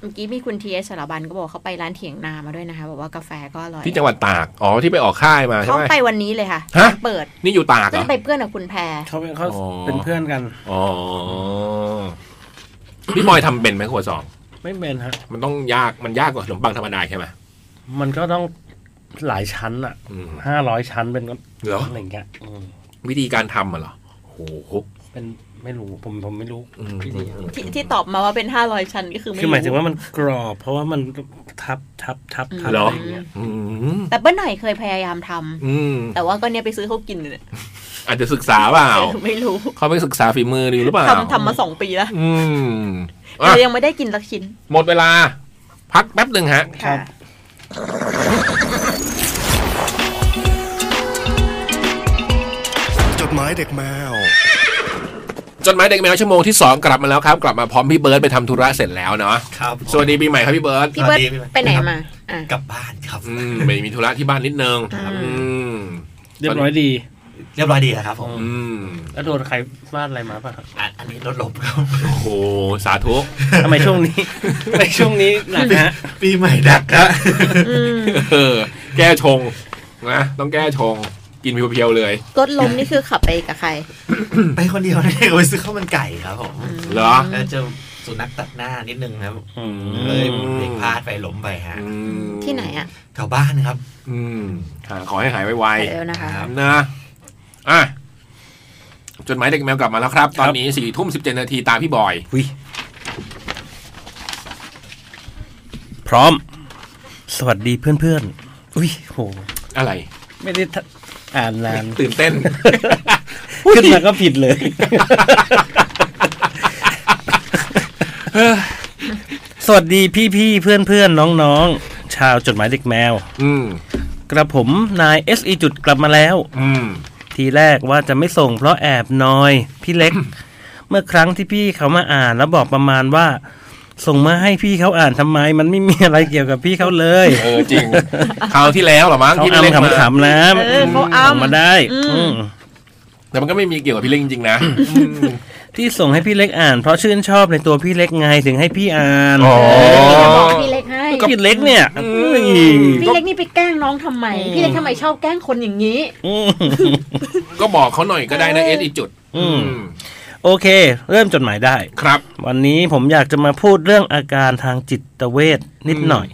Speaker 4: เมื่อกี้มีคุณทีเอสสารบันก็บอกเขาไปร้านเถียงนามาด้วยนะคะบอกว่ากาแฟก็อร่อย
Speaker 3: ที่จังหวัดตาก อ๋อที่ไปออกค่ายมาใช่
Speaker 4: เขา
Speaker 3: ไหม
Speaker 4: ไปวันนี้เลยค่ะ
Speaker 3: ฮะ
Speaker 4: เปิด
Speaker 3: นี่อยู่ตากเหร
Speaker 4: ซึ่ง
Speaker 3: อ
Speaker 4: ไปเพื่อนกับคุณแพร
Speaker 5: เขาเป็นเขา
Speaker 3: อ๋อ
Speaker 5: เป็นเพื่อนกัน
Speaker 3: อ๋อพี่บอยทำเป็นไหมครัวซอง
Speaker 5: ไม่เป็นฮะ
Speaker 3: มันต้องยากมันยากกว่าขนมปังธรรมดาใช่ไหม
Speaker 5: มันก็ต้องหลายชั้นอ่ะ
Speaker 3: อืม
Speaker 5: ห้าร้อยชั้นเป็นก็
Speaker 3: เหรอ
Speaker 5: อะไรอย่างเงี้ยอืม
Speaker 3: วิธีการทำอ่ะเหรอโอ้โห
Speaker 5: เป็นไม่รู้ผมผมไม่รู้
Speaker 3: อืม
Speaker 4: ที่ที่ตอบมาว่าเป็น 500 ชั้นก็คือไม่
Speaker 5: คือหมายถึง
Speaker 4: รู้
Speaker 5: ว่ามันกรอบ เพราะว่ามันทับทับทับทับ
Speaker 3: เหรอ
Speaker 5: อะไรอย่างเงี้ย
Speaker 3: อืม
Speaker 4: แต่เปิ้ลหน่อยเคยพยายามทำ
Speaker 3: อืม
Speaker 4: แต่ว่าก็เนี่ยไปซื้อเขากินเนี่ย
Speaker 3: อาจจะศึกษาเปล่า
Speaker 4: เออไม่รู้
Speaker 3: เขาไปศึกษาฝีมือดีหรือเปล่า
Speaker 4: ทำทำมาสองปีแล้ว
Speaker 3: อืมอ่ะ
Speaker 4: เรายังไม่ได้กินสักชิ้น
Speaker 3: หมดเวลา พักแป๊บหนึ่งฮะ
Speaker 5: ครั
Speaker 4: ค่ะ
Speaker 5: บ
Speaker 2: จดหมายเด็กแมว
Speaker 3: จดหมายเด็กแมวชั่วโมงที่ 2 กลับมาแล้วครับกลับมาพร้อมพี่เบิร์ดไปทำธุระเสร็จแล้วเนาะ
Speaker 6: ครับผม
Speaker 3: สวัสดีปีใหม่ครับพี่เบิร์ด
Speaker 4: พี่เบิร์ต
Speaker 6: สวัสดีพี่เบิร์ต
Speaker 4: ไปไหนมาอ่ะ
Speaker 6: กลับบ้านครับ
Speaker 3: อืมไม่มีธุระที่บ้านนิดนึง
Speaker 4: อ่า
Speaker 3: อืม
Speaker 5: เรียบร้อยดี
Speaker 6: เรียบร้อยดีแล้วครับผม
Speaker 3: อืม
Speaker 5: แล้วโดนใครฟาดอะไรมาป่ะ ครับ
Speaker 6: อ่ะอันนี้ลดลบครับ
Speaker 3: โอ้โหสาธุ
Speaker 5: ทำไมช่วงนี้ ทำไมช่วง นี้หนักฮะ
Speaker 6: ปีใหม่ดักครับ
Speaker 4: อืม
Speaker 3: เออ แก้ชงนะต้องแก้ชงกินเพียวๆเลย
Speaker 4: รถลมนี่คือขับไปกับใคร
Speaker 6: ไปคนเดียวเนี่ย ก็ไปซื้อข้าวมันไก่ครับผม
Speaker 3: เหรอ
Speaker 6: แล้วเจอสุนัขตัดหน้านิดนึงครับ
Speaker 5: อืม
Speaker 6: เลยเบรกพลาดไปล้มไปฮะ
Speaker 3: อืม
Speaker 4: ที่ไหนอ่ะ
Speaker 6: แถวบ้านครับ
Speaker 3: อืมหาขอให้หายไว
Speaker 4: เดี๋ยวนะคะ
Speaker 6: ครับ
Speaker 3: ๆนะอ่ะจดหมายเด็กแมวกลับมาแล้วครับ ตอนนี้สี่ทุ่มสิบเจ็ดนาทีตามพี่บอย
Speaker 5: พร้อม สวัสดีเพื่อนเพื่อนๆอุ้ยโห
Speaker 3: อะไร
Speaker 5: ไม่ได้ทะอ่านนาน
Speaker 3: ตื่นเต้น
Speaker 5: ขึ้นมาก็ผิดเลย สวัสดีพี่พี่เพื่อนเพื่อนน้องน้องๆ ชาวจดหมายเด็กแมว
Speaker 3: อืม
Speaker 5: กระผมนาย SE จุดกลับมาแล้ว
Speaker 3: อืม
Speaker 5: ทีแรกว่าจะไม่ส่งเพราะแอบนอย พี่เล็ก เมื่อครั้งที่พี่เขามาอ่านแล้วบอกประมาณว่า ส่งมาให้พี่เขาอ่านทำไม มันไม่มีอะไรเกี่ยวกับพี่เขาเลย
Speaker 3: เออจริง คราวที่แล้วเหรอมั้ง
Speaker 5: เขา
Speaker 3: ที่พี่
Speaker 5: อ้ํ
Speaker 3: เล็กมา
Speaker 5: ขำๆนะ
Speaker 4: เออเขาอ้ำ
Speaker 5: ส่งมาได้
Speaker 4: อืม
Speaker 5: อืม
Speaker 3: แต่มันก็ไม่มีเกี่ยวกับพี่เล็กจริงๆนะ
Speaker 5: ที่ส่งให้พี่เล็กอ่านเพราะชื่นชอบในตัวพี่เล็กไงถึงให้พี่อ่าน
Speaker 3: อ๋อ
Speaker 4: พี่จะบอกพี่เล็กให้
Speaker 5: พี่เล็กเนี่ย
Speaker 4: พี่เล็กนี่ไปแกล้งน้องทำไม พี่เล็กทำไมชอบแกล้งคนอย่างนี้
Speaker 5: อืม
Speaker 3: ก็บอกเขาหน่อยก็ได้นะเอสอีจุด
Speaker 5: อืม โอเค เริ่มจดหมายได้
Speaker 3: ครับ
Speaker 5: วันนี้ผมอยากจะมาพูดเรื่องอาการทางจิตเวชนิดหน่อย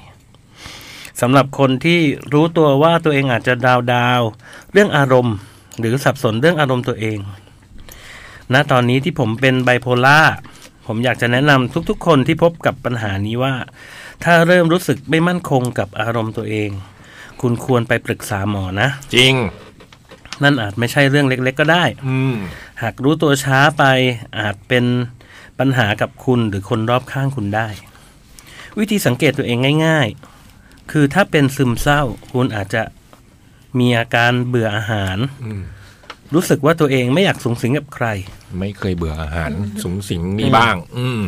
Speaker 5: สำหรับคนที่รู้ตัวว่าตัวเองอาจจะดาวดาวๆเรื่องอารมณ์ หรือสับสนเรื่องอารมณ์ตัวเอง ณตอนนี้ที่ผมเป็นไบโพล่าผมอยากจะแนะนำทุกๆ คนที่พบกับปัญหานี้ว่า ถ้าเริ่มรู้สึกไม่มั่นคงกับอารมณ์ตัวเอง คุณควรไปปรึกษาหมอนะ
Speaker 3: จริง
Speaker 5: นั่นอาจไม่ใช่เรื่องเล็ก ๆ ก็ได้
Speaker 3: อืม
Speaker 5: หากรู้ตัวช้าไปอาจเป็นปัญหากับคุณหรือคนรอบข้างคุณได้ วิธีสังเกตตัวเองง่าย ๆ คือถ้าเป็นซึมเศร้า คุณอาจจะมีอาการเบื่ออาหาร
Speaker 3: อืม
Speaker 5: รู้สึกว่าตัวเองไม่อยากสูงสิงกับใคร
Speaker 3: ไม่เคยเบื่ออาหารสูงสิงนี่บ้าง อืม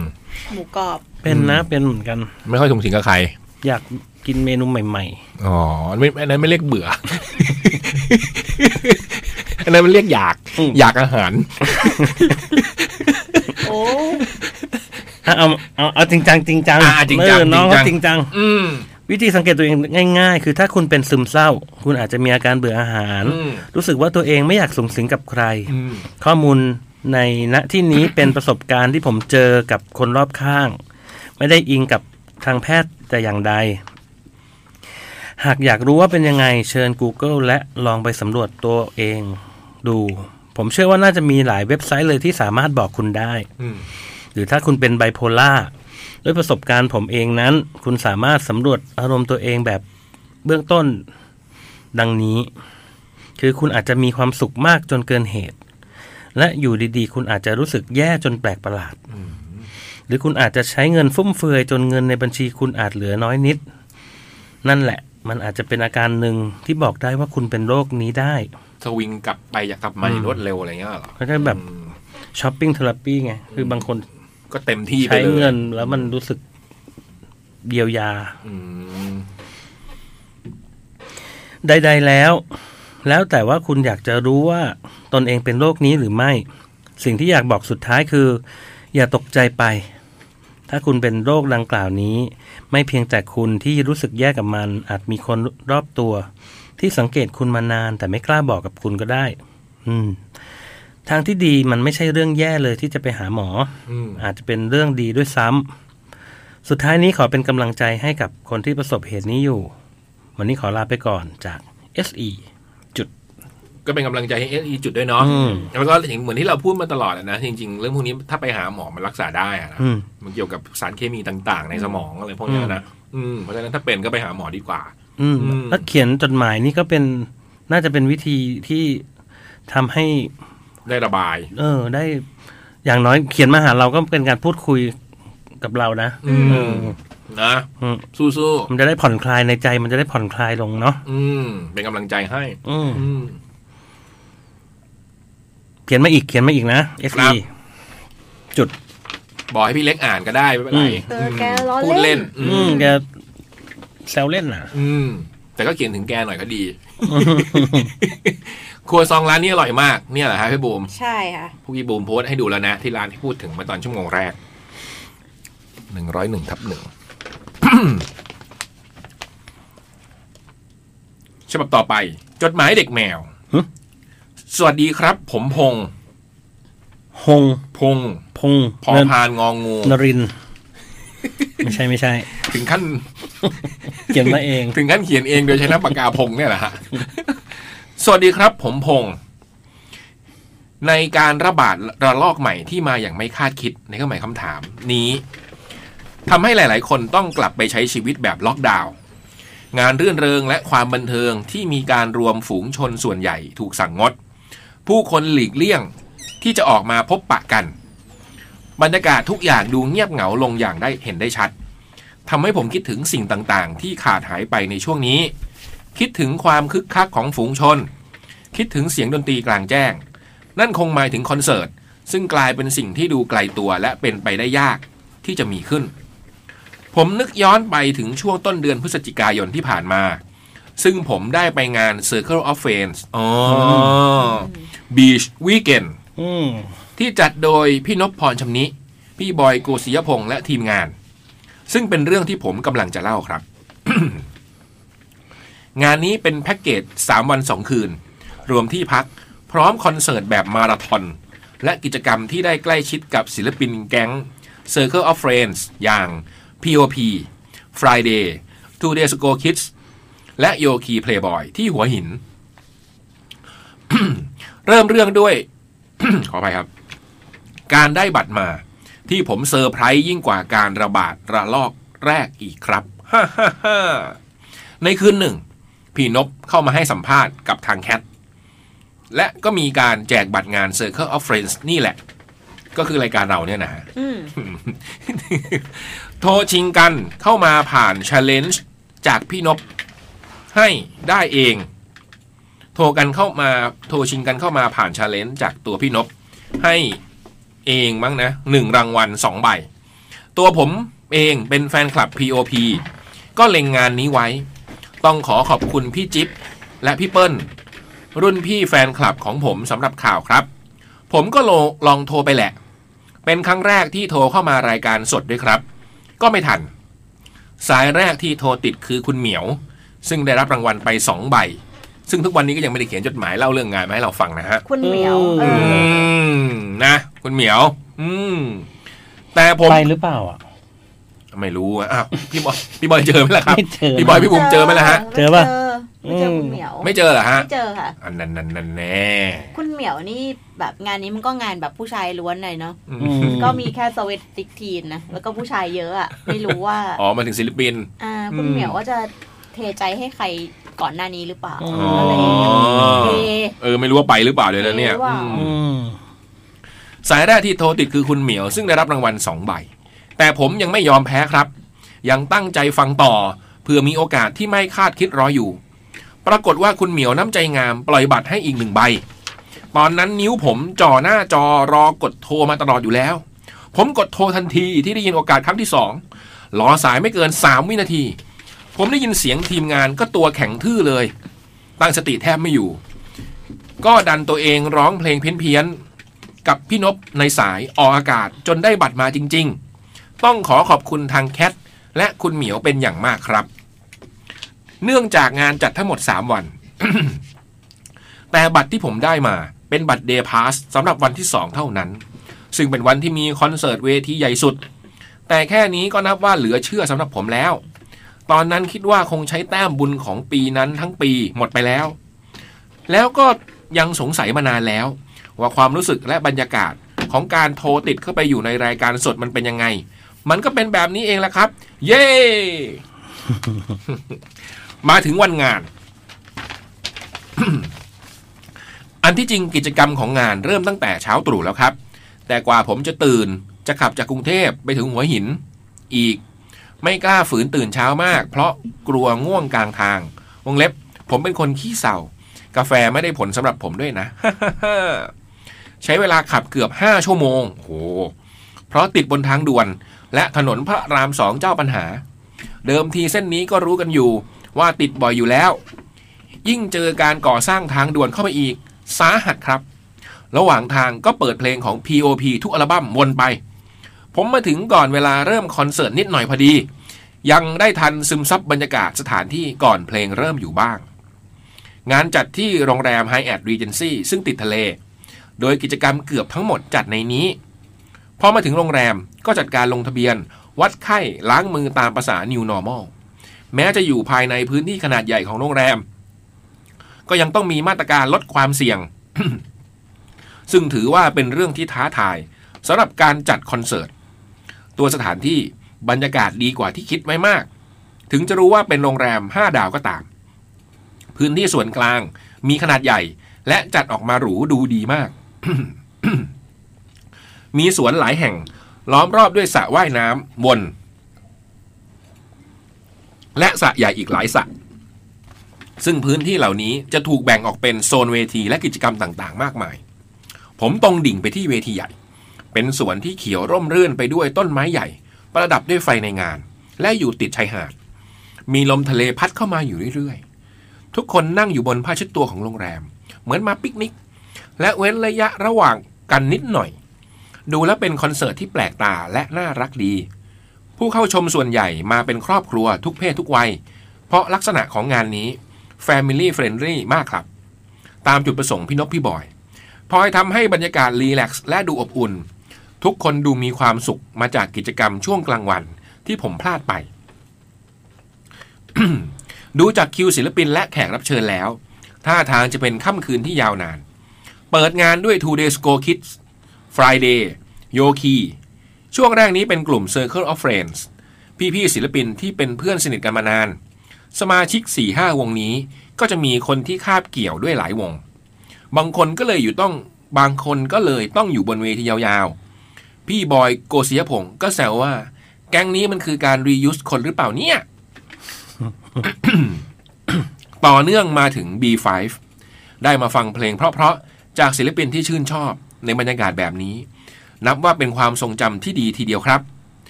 Speaker 4: หมูกรอบ
Speaker 5: เป็นนะเป็นเหมือนกัน
Speaker 3: ไม่ค่อยสูงสิงกับใคร
Speaker 5: อยากกินเมนูใหม่
Speaker 3: อ๋อไม่อันนั้นไม่เรียกเบื่อ อันนั้นมันเรียกอยาก
Speaker 5: อืม
Speaker 3: อยากอาหาร
Speaker 4: โอ้
Speaker 5: ๆอ่ะเอาเอาเอาจริงจังจริงจัง
Speaker 3: อ่าจริงจัง
Speaker 5: เออน้องเขา
Speaker 3: จ
Speaker 5: จ
Speaker 3: ริ
Speaker 5: ริ
Speaker 3: ง
Speaker 5: ง
Speaker 3: จั
Speaker 5: จั
Speaker 3: ง
Speaker 5: ง
Speaker 3: อืม
Speaker 5: วิธีสังเกตตัวเองง่ายๆ คือถ้าคุณเป็นซึมเศร้า คุณอาจจะมีอาการเบื่ออาหาร
Speaker 3: อืม
Speaker 5: รู้สึกว่าตัวเองไม่อยากสูงสิงกับใคร
Speaker 3: อืม
Speaker 5: ข้อมูลในณที่นี้เป็นประสบการณ์ที่ผมเจอกับคนรอบข้าง ไม่ได้อิงกับ ทางแพทย์แต่อย่างใด หากอยากรู้ว่าเป็นยังไงเชิญ Google และลองไปสำรวจตัวเองดู ผมเชื่อว่าน่าจะมีหลายเว็บไซต์เลยที่สามารถบอกคุณได้
Speaker 3: อืม
Speaker 5: หรือถ้าคุณเป็นไบโพล่าด้วยประสบการณ์ผมเองนั้น คุณสามารถสำรวจอารมณ์ตัวเองแบบเบื้องต้นดังนี้ คือคุณอาจจะมีความสุขมากจนเกินเหตุ และอยู่ดีๆ คุณอาจจะรู้สึกแย่จนแปลกประหลาด หรือคุณอาจจะใช้เงินฟุ่มเฟือยจนเงินในบัญชีคุณอาจเหลือน้อยนิด นั่นแหละ มันอาจจะเป็นอาการหนึ่งที่บอกได้ว่าคุณเป็นโรคนี้ได้
Speaker 3: สวิงกลับไปอยากกลับมาอย่างรวดเร็วอะไรเงี้ยเหรอ
Speaker 5: เขาจะแบบ
Speaker 3: อืม
Speaker 5: ช้อปปิ้งเทอราปีไงคือบางคน
Speaker 3: ก็เต็มที่ไป
Speaker 5: ใช้
Speaker 3: เลย
Speaker 5: เงินแล้วมันรู้สึกเยียวยา
Speaker 3: อืม
Speaker 5: ใดๆแล้ว แล้วแต่ว่าคุณอยากจะรู้ว่าตนเองเป็นโรคนี้หรือไม่ สิ่งที่อยากบอกสุดท้ายคือ อย่าตกใจไป ถ้าคุณเป็นโรคดังกล่าวนี้ ไม่เพียงแต่คุณที่รู้สึกแย่กับมัน อาจมีคนรอบตัว ที่สังเกตคุณมานาน แต่ไม่กล้าบอกกับคุณก็ได้ อืม ทางที่ดีมันไม่ใช่เรื่องแย่เลยที่จะไปหาหมอ
Speaker 3: อืม
Speaker 5: อาจจะเป็นเรื่องดีด้วยซ้ำ สุดท้ายนี้ขอเป็นกำลังใจให้กับคนที่ประสบเหตุนี้อยู่ วันนี้ขอลาไปก่อนจาก SE
Speaker 3: ก็เป็นกำลังใจให้เอจุดด้วยเนาะ
Speaker 5: อืม
Speaker 3: แล้วก็อย่างเหมือนที่เราพูดมาตลอดอะนะจริงๆ เรื่องพวกนี้ถ้าไปหาหมอมันรักษาได้อะนะ
Speaker 5: อืม
Speaker 3: มันเกี่ยวกับสารเคมีต่าง ๆ ในสมองอะไรพวกเนี้ยนะอืมเพราะฉะนั้นถ้าเป็นก็ไปหาหมอดีกว่า
Speaker 5: อืม
Speaker 3: อืม
Speaker 5: แล้วเขียนจดหมายนี่ก็เป็นน่าจะเป็นวิธีที่ทำให้
Speaker 3: ได้ระบาย
Speaker 5: เออ ได้ อย่างน้อยเขียนมาหาเราก็เป็นการพูดคุยกับเรานะ
Speaker 3: อืมนะ
Speaker 5: อืม
Speaker 3: สู้
Speaker 5: มันจะได้ผ่อนคลายในใจ มันจะได้ผ่อนคลายลงเนาะ
Speaker 3: ๆอืม เป็นกำลังใจให้
Speaker 5: อืม
Speaker 3: อืม
Speaker 5: เขียนมาอีกเขียนมาอีกนะ
Speaker 3: ครั
Speaker 5: SE
Speaker 3: บ บอกให้พี่เล็กอ่านก็ได้ไม่เป็นไร
Speaker 4: เออแกล้อเล่น
Speaker 3: พูดเล่น อื
Speaker 5: อื
Speaker 3: ม
Speaker 5: มแกแซวเล่นน่ะ
Speaker 3: อืม แต่ก็เขียนถึงแกหน่อยก็ดี ครัวซองร้านนี้อร่อยมากเนี่ยเหรอฮะพี่บูม
Speaker 4: ใช่ค่ะ
Speaker 3: พวกพี่บูมโพสต์ให้ดูแล้วนะ ที่ร้านที่พูดถึงมาตอนชั่วโมงแรกหนึ่งร้อยหนึ่งทับหนึ่ง ฉบับต่อไป จดหมายเด็กแมว
Speaker 5: หึ
Speaker 3: สวัสดีครับ ผมพงษ์
Speaker 5: ฮง
Speaker 3: พงษ์
Speaker 5: พง
Speaker 3: พอพานงองงู
Speaker 5: นริ นทร์ไม่ใช่ไม่ใช่
Speaker 3: ถึงขั้น
Speaker 5: เขียนมาเอง
Speaker 3: ถึงขั้นเขียนเองโดยใช้น้ำปากกาพงเนี่ยแหละฮะ สวัสดีครับ ผมพง ในการระบาดระลอกใหม่ที่มาอย่างไม่คาดคิดในก็หมายคำถาม นี้ทำให้หลาย ๆ คนต้องกลับไปใช้ชีวิตแบบล็อกดาวน์งานรื่นเริงและความบันเทิงที่มีการรวมฝูงชนส่วนใหญ่ถูกสั่งงด ผู้คนหลีกเลี่ยงที่จะออกมาพบปะกัน บรรยากาศทุกอย่างดูเงียบเหงาลงอย่างได้เห็นได้ชัด ทำให้ผมคิดถึงสิ่งต่างๆ ที่ขาดหายไปในช่วงนี้ คิดถึงความคึกคักของฝูงชน คิดถึงเสียงดนตรีกลางแจ้ง นั่นคงหมายถึงคอนเสิร์ต ซึ่งกลายเป็นสิ่งที่ดูไกลตัวและเป็นไปได้ยากที่จะมีขึ้น ผมนึกย้อนไปถึงช่วงต้นเดือนพฤศจิกายนที่ผ่านมา ซึ่งผมได้ไปงาน Circle of Friends อ๋ออ Beach Weekend
Speaker 5: อืม
Speaker 3: ที่จัดโดยพี่นพพรชำนิ พี่บอยโกศิยพงษ์และทีมงาน ซึ่งเป็นเรื่องที่ผมกำลังจะเล่าครับ งานนี้เป็นแพ็กเกจ 3 วัน 2 คืน รวมที่พัก พร้อมคอนเสิร์ตแบบมาราธอน และกิจกรรมที่ได้ใกล้ชิดกับศิลปินแก๊ง Circle of Friends อย่าง P.O.P. Friday Two Days Ago Kids และโยคีเพลย์บอยที่หัวหิน เริ่มเรื่องด้วย ขออภัยครับ การได้บัตรมา ที่ผมเซอร์ไพรส์ยิ่งกว่าการระบาดระลอกแรกอีกครับ ในคืนหนึ่ง พี่นบเข้ามาให้สัมภาษณ์กับทางแคท และก็มีการแจกบัตรงาน Circle of Friends นี่แหละ ก็คือรายการเราเนี่ยนะฮะ
Speaker 4: อืม
Speaker 3: โทรชิงกันเข้ามาผ่าน Challenge จากพี่นบให้ได้เอง โทรกันเข้ามาโทรชิงกันเข้ามาผ่าน Challenge จากตัวพี่นบให้เองมั้งนะหนึ่งรางวัลสองใบ ตัวผมเองเป็นแฟนคลับ POP ก็เล็งงานนี้ไว้ ต้องขอขอบคุณพี่จิ๊บและพี่เปิ้ล รุ่นพี่แฟนคลับของผมสำหรับข่าวครับ ผมก็โลลองโทรไปแหละ เป็นครั้งแรกที่โทรเข้ามารายการสดด้วยครับ ก็ไม่ทัน สายแรกที่โทรติดคือคุณเหมียว ซึ่งได้รับรางวัลไป 2 ใบ ซึ่งทุกวันนี้ก็ยังไม่ได้เขียนจดหมายเล่าเรื่องงานมาให้เราฟังนะฮะ
Speaker 4: คุณเหมียว
Speaker 5: อืม
Speaker 4: เอ
Speaker 3: อื
Speaker 4: อ
Speaker 3: ม นะ คุณเหมียว อืม แต่ผม
Speaker 5: ไปหรือเปล่าอ่ะ
Speaker 3: ไม่รู้อะอ้าวพี่บอยพี่บอยเจอไหมล่ะครับ
Speaker 5: ไม่เจอ
Speaker 3: พี่บอยพี่บุ๋มเจอไหมล่ะฮะ
Speaker 5: เจอปะ
Speaker 4: ไม่เจอคุณเหมียว
Speaker 3: ไม่เจอเหรอฮะ
Speaker 4: ไม่เจอค่ะ
Speaker 3: อันนั้นนั่นนั่นแน่
Speaker 4: คุณเหมียวนี่แบบงานนี้มันก็งานแบบผู้ชายล้วนหน่อยเนาะ
Speaker 3: อืม
Speaker 5: อืม
Speaker 4: ก็มีแค่สวิตติกทีนนะ แล้วก็ผู้ชายเยอะอะไม่รู้ว่า
Speaker 3: อ๋อมาถึงศิลปิน
Speaker 4: อ่า คุณเหมียวว่าจะเทใจให้ใครก่อนหน้านี้หรือเปล่า
Speaker 5: อ๋
Speaker 3: อ๋อ
Speaker 4: ก็เลยเท
Speaker 3: เออ ไม่รู้ว่าไปหรือเปล่าเลยนะเนี่ย
Speaker 4: ไม่รู้ว่า
Speaker 3: อื
Speaker 5: อื
Speaker 3: ม
Speaker 5: ม
Speaker 3: สายแรกที่โทรติดคือคุณเหมียว ซึ่งได้รับรางวัล 2 ใบ แต่ผมยังไม่ยอมแพ้ครับ ยังตั้งใจฟังต่อ เพื่อมีโอกาสที่ไม่คาดคิดรออยู่ ปรากฏว่าคุณเหมียวน้ำใจงามปล่อยบัตรให้อีกหนึ่งใบ ตอนนั้นนิ้วผมจ่อหน้าจอรอกดโทรมาตลอดอยู่แล้ว ผมกดโทรทันทีที่ได้ยินโอกาสครั้งที่สองรอสายไม่เกิน 3 วินาที ผมได้ยินเสียงทีมงานก็ตัวแข็งทื่อเลย ตั้งสติแทบไม่อยู่ ก็ดันตัวเองร้องเพลงเพี้ยนๆ กับพี่นบในสายออกอากาศจนได้บัตรมาจริงๆ ต้องขอขอบคุณทางแคทและคุณเหมียวเป็นอย่างมากครับ เนื่องจากงานจัดทั้งหมด 3 วัน แต่บัตรที่ผมได้มาเป็นบัตรเดย์พาสสำหรับวันที่ 2 เท่านั้น ซึ่งเป็นวันที่มีคอนเสิร์ตเวทีใหญ่สุด แต่แค่นี้ก็นับว่าเหลือเชื่อสำหรับผมแล้ว ตอนนั้นคิดว่าคงใช้แต้มบุญของปีนั้นทั้งปีหมดไปแล้ว แล้วก็ยังสงสัยมานานแล้ว ว่าความรู้สึกและบรรยากาศของการโทรติดเข้าไปอยู่ในรายการสดมันเป็นยังไง มันก็เป็นแบบนี้เองละครับ เย้ มาถึงวันงาน อันที่จริงกิจกรรมของงานเริ่มตั้งแต่เช้าตรู่แล้วครับ แต่กว่าผมจะตื่นจะขับจากกรุงเทพไปถึงหัวหิน อีก ไม่กล้าฝืนตื่นเช้ามาก เพราะกลัวง่วงกลางทาง วงเล็บ ผมเป็นคนขี้เศร้ากาแฟไม่ได้ผลสำหรับผมด้วยนะ ใช้เวลาขับเกือบ 5 ชั่วโมงโอ้โหเพราะติดบนทางด่วน และถนนพระรามสองเจ้าปัญหา เดิมทีเส้นนี้ก็รู้กันอยู่ว่าติดบ่อยอยู่แล้ว ยิ่งเจอการก่อสร้างทางด่วนเข้าไปอีก สาหัสครับ ระหว่างทางก็เปิดเพลงของ P.O.P ทุกอัลบั้มวนไป ผมมาถึงก่อนเวลาเริ่มคอนเสิร์ตนิดหน่อยพอดี ยังได้ทันซึมซับบรรยากาศสถานที่ก่อนเพลงเริ่มอยู่บ้าง งานจัดที่โรงแรม h i แอดรีเจนซี่ซึ่งติดทะเล โดยกิจกรรมเกือบทั้งหมดจัดในนี้ พอมาถึงโรงแรมก็จัดการลงทะเบียน วัดไข้ล้างมือตามภาษา New Normal แม้จะอยู่ภายในพื้นที่ขนาดใหญ่ของโรงแรม ก็ยังต้องมีมาตรการลดความเสี่ยง ซึ่งถือว่าเป็นเรื่องที่ท้าทายสำหรับการจัดคอนเสิร์ต ตัวสถานที่บรรยากาศดีกว่าที่คิดไว้มาก ถึงจะรู้ว่าเป็นโรงแรม 5 ดาวก็ตาม พื้นที่ส่วนกลางมีขนาดใหญ่ และจัดออกมาหรูดูดีมาก มีสวนหลายแห่ง ล้อมรอบด้วยสระว่ายน้ำวน และสระใหญ่อีกหลายสระซึ่งพื้นที่เหล่านี้จะถูกแบ่งออกเป็นโซนเวทีและกิจกรรมต่างๆ มากมาย ผมตรงดิ่งไปที่เวทีใหญ่ เป็นสวนที่เขียวร่มรื่นไปด้วยต้นไม้ใหญ่ ประดับด้วยไฟในงาน และอยู่ติดชายหาด มีลมทะเลพัดเข้ามาอยู่เรื่อยๆ ทุกคนนั่งอยู่บนผ้าเชุดตัวของโรงแรม เหมือนมาปิกนิก และเว้นระยะระหว่างกันนิดหน่อย ดูแล้วเป็นคอนเสิร์ตที่แปลกตาและน่ารักดี ผู้เข้าชมส่วนใหญ่มาเป็นครอบครัวทุกเพศทุกวัย เพราะลักษณะของงานนี้ Family Friendly มากครับ ตามจุดประสงค์พี่นกพี่บอย พลอยทำให้บรรยากาศรีแลกซ์และดูอบอุ่น ทุกคนดูมีความสุขมาจากกิจกรรมช่วงกลางวันที่ผมพลาดไป ดูจากคิวศิลปินและแขกรับเชิญแล้ว ท่าทางจะเป็นค่ำคืนที่ยาวนาน เปิดงานด้วย Two Days Go Kids Friday โยคีช่วงแรกนี้เป็นกลุ่ม Circle of Friends พี่ๆศิลปินที่เป็นเพื่อนสนิทกันมานาน สมาชิก 4-5 วงนี้ก็จะมีคนที่คาบเกี่ยวด้วยหลายวง บางคนก็เลยอยู่ต้องบางคนก็เลยต้องอยู่บนเวทียาวๆ พี่บอยโกศิยพงศ์ก็แซวว่า แก๊งนี้มันคือการ reuse คนหรือเปล่าเนี่ย ต่อเนื่องมาถึง B5 ได้มาฟังเพลงเพราะๆ จากศิลปินที่ชื่นชอบในบรรยากาศแบบนี้ นับว่าเป็นความทรงจำที่ดีทีเดียวครับ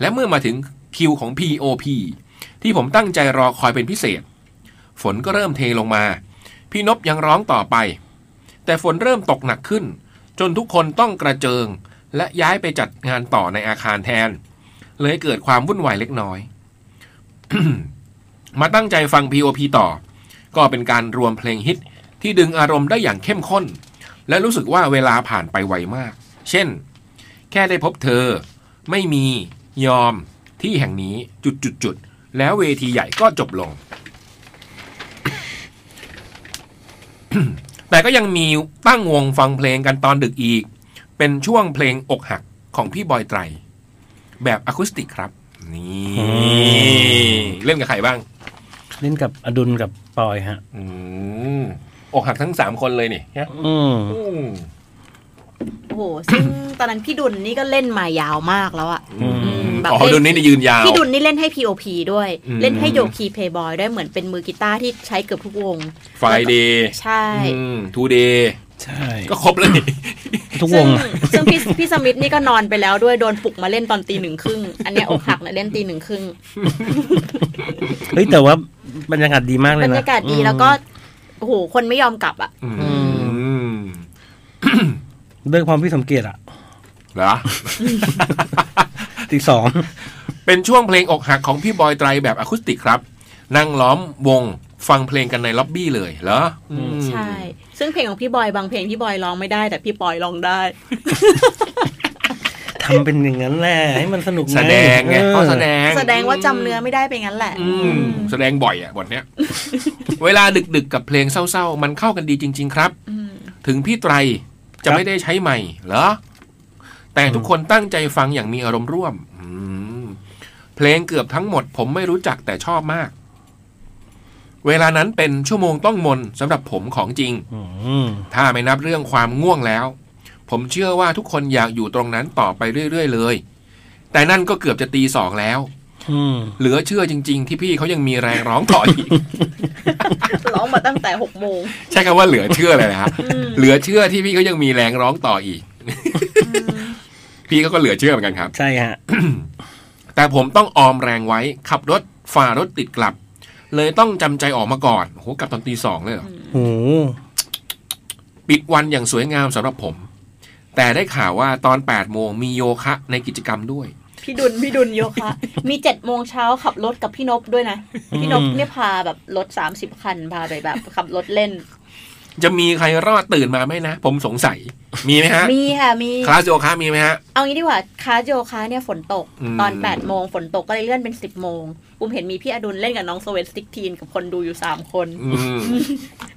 Speaker 3: และเมื่อมาถึงคิวของ P.O.P ที่ผมตั้งใจรอคอยเป็นพิเศษ ฝนก็เริ่มเทลงมา พี่นบยังร้องต่อไป แต่ฝนเริ่มตกหนักขึ้น จนทุกคนต้องกระเจิง และย้ายไปจัดงานต่อในอาคารแทน เลยเกิดความวุ่นวายเล็กน้อย มาตั้งใจฟัง P.O.P ต่อ ก็เป็นการรวมเพลงฮิตที่ดึงอารมณ์ได้อย่างเข้มข้น และรู้สึกว่าเวลาผ่านไปไวมาก เช่น แค่ได้พบเธอ ไม่มี ยอม เท ที่แห่งนี้จุดจุดจุดๆๆแล้วเวทีใหญ่ก็จบลง แต่ก็ยังมีตั้งวงฟังเพลงกันตอนดึกอีก เป็นช่วงเพลงอกหักของพี่บอยไตร แบบอะคูสติกครับ นี่
Speaker 5: อื
Speaker 3: เล่นกับใครบ้าง
Speaker 5: เล่นกับอดุลกับปอยฮะ
Speaker 3: อืมอกหักทั้งสามคนเลยนี่ฮะ
Speaker 5: อืม
Speaker 3: อืม
Speaker 4: โอ้โห ซึ่งตอนนั้นพี่ดุลนี่ก็เล่นมายาวมากแล้วอะ
Speaker 5: อืม
Speaker 4: มแบบ
Speaker 3: อ๋อ
Speaker 4: เล่น
Speaker 3: ดุลนี่ยืนยาว
Speaker 4: พี่ดุลนี่เล่นให้ POP ด้วย
Speaker 3: อืม
Speaker 4: เล่นให้โยคีเพย์บอยด้วยเหมือนเป็นมือกีตาร์ที่ใช้เกือบทุกวง
Speaker 3: ไฟเดย์
Speaker 4: ใช่
Speaker 3: ทูเดย์
Speaker 5: ใช่
Speaker 3: ก็ครบเลยนี่
Speaker 5: ทุกว
Speaker 4: ซึ่ง
Speaker 5: ง
Speaker 4: ซึ่งพี่พี่สมิธนี่ก็นอนไปแล้วด้วยโดนปลุกมาเล่นตอนตีหนึ่งครึ่ง อันเนี้ยอกหักนะเล่นตีหนึ่งครึ่ง
Speaker 5: เฮ้ยแต่ว่าบรรยากาศดีมากเล
Speaker 4: บร
Speaker 5: ยนะ
Speaker 4: รยากาศดี
Speaker 5: อืม
Speaker 4: แล้วก็โอ้โหคนไม่ยอมกลับอ่ะ
Speaker 3: อืม
Speaker 5: เลิกพร้อมพี่สมเกียรติอ่ะ
Speaker 3: เหรอ
Speaker 5: ตีสอง
Speaker 3: เป็นช่วงเพลงอกหักของพี่บอยไตรแบบอะคูสติกครับ นั่งล้อมวงฟังเพลงกันในล็อบบี้เลยเหรออืม
Speaker 4: ใช่ ซึ่งเพลงของพี่บอยบางเพลงพี่บอยร้องไม่ได้ แต่พี่ปอยร้องได้
Speaker 5: ทำเป็นอย่างนั้นแหละให้มันสนุก
Speaker 3: แสดงไง
Speaker 5: ออ
Speaker 3: เขาแสดง
Speaker 4: แสดงว่าจำเนื้อไม่ได้ไปงั้นแหละ
Speaker 3: อืมแสดงบ่อยอ่ะบทเนี้ย เวลาดึกๆกับเพลงเศร้าๆ มันเข้ากันดีจริง ๆ ครับ
Speaker 4: อืม
Speaker 3: ถึงพี่ไตรจะไม่ได้ใช้ใหม่เหรอ แต่ทุกคนตั้งใจฟังอย่างมีอารมณ์ร่วม อืมเพลงเกือบทั้งหมดผมไม่รู้จักแต่ชอบมาก เวลานั้นเป็นชั่วโมงต้องมนสำหรับผมของจริง
Speaker 5: อืม
Speaker 3: ถ้าไม่นับเรื่องความง่วงแล้ว ผมเชื่อว่าทุกคนอยากอยู่ตรงนั้นต่อไปเรื่อยๆเลย แต่นั่นก็เกือบจะตีสองแล้ว
Speaker 5: อืม
Speaker 3: เหลือเชื่อจริง ๆ ที่พี่เขายังมีแรงร้องต่ออีก
Speaker 4: ร้องมาตั้งแต่หกโมง
Speaker 3: ใช้คำว่าเหลือเชื่อเลยนะฮะเหลือเชื่อที่พี่เขายังมีแรงร้องต่ออีก พี่เขาก็เหลือเชื่อเหมือนกันครับ
Speaker 5: ใช่ฮะ
Speaker 3: แต่ผมต้องออมแรงไว้ขับรถฝ่ารถติดกลับ เลยต้องจำใจออกมาก่อนโอ้โหกลับตอนตีสองเลยเหรอ
Speaker 5: โห
Speaker 3: ปิดวันอย่างสวยงามสำหรับผม แต่ได้ข่าวว่าตอน8โมงมีโยคะในกิจกรรมด้วย
Speaker 4: พี่ดุลพี่ดุลโยคะมีเจ็ดโมงเช้าขับรถกับพี่นบด้วยนะ พี่นบ
Speaker 5: อืม
Speaker 4: เนี่ยพาแบบรถสามสิบคันพาไปแบบ ขับรถเล่น
Speaker 3: จะมีใครรอดตื่นมาไหมนะ ผมสงสัย มีไหมฮะ
Speaker 4: มีค่ะมี
Speaker 3: คลาสโยคะมีไหมฮะ
Speaker 4: เอางี้ดีกว่าคลาสโยคะเนี่ยฝนตก
Speaker 3: อืม
Speaker 4: ตอน8ปดโมงฝนตกก็เลยเลื่อนเป็น 10บโมงปุมเห็นมีพี่อดุลเล่นกับน้องสเวตสติกทีนกับคนดูอยู่ 3 คน
Speaker 3: อืม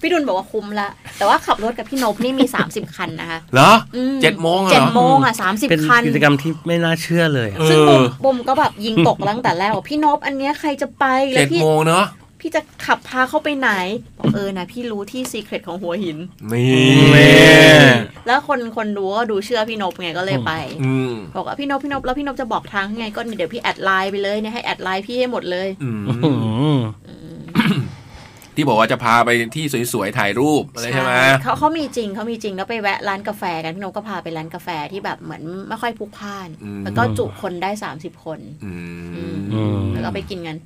Speaker 4: พี่ดุลบอกว่าคุ้มละ แต่ว่าขับรถกับพี่นบนี่มี 30 คันนะคะ
Speaker 3: เหรอ
Speaker 4: อืม
Speaker 3: เจ็ดโมงอะ
Speaker 4: เจ็
Speaker 3: เหร
Speaker 4: ด
Speaker 3: อ
Speaker 4: โมงอ่ะสามสิบ
Speaker 5: เป็น
Speaker 4: คัน
Speaker 5: กิจกรรมที่ไม่น่าเชื่อเลยอะ
Speaker 3: เออ
Speaker 4: ซึ่งบุมบุมก็แบบยิงตกตั้งแต่แรกว่าพี่นบอันเนี้ยใครจะไปแล้ว
Speaker 3: เจ็ด
Speaker 4: พี่
Speaker 3: โมงเนาะ
Speaker 4: พี่จะขับพาเขาไปไหนบอกเออนะพี่รู้ที่ซีเครตของหัวหิน
Speaker 3: นี่
Speaker 4: แล้วคนคนดูก็ดูเชื่อพี่นบไงก็เลยไป
Speaker 3: อืม
Speaker 4: บอกว่าพี่นพพี่นพแล้วพี่นพจะบอกทางไงก็เดี๋ยวพี่แอดไลน์ไปเลยเนี่ยให้แอดไลน์พี่ให้หมดเลย
Speaker 3: อืม
Speaker 5: อืม
Speaker 3: ที่บอกว่าจะพาไปที่สวยๆถ่ายรูปอะไรใช่ไหม
Speaker 4: เขาเขามีจริงเขามีจริงแล้วไปแวะร้านกาแฟกันพี่นพก็พาไปร้านกาแฟที่แบบเหมือนไม่ค่อยพลุกพล่าน แล้วก็จุคนได้ 30 คน
Speaker 3: อืม
Speaker 5: อืม
Speaker 4: แล้วก็ไปกินกัน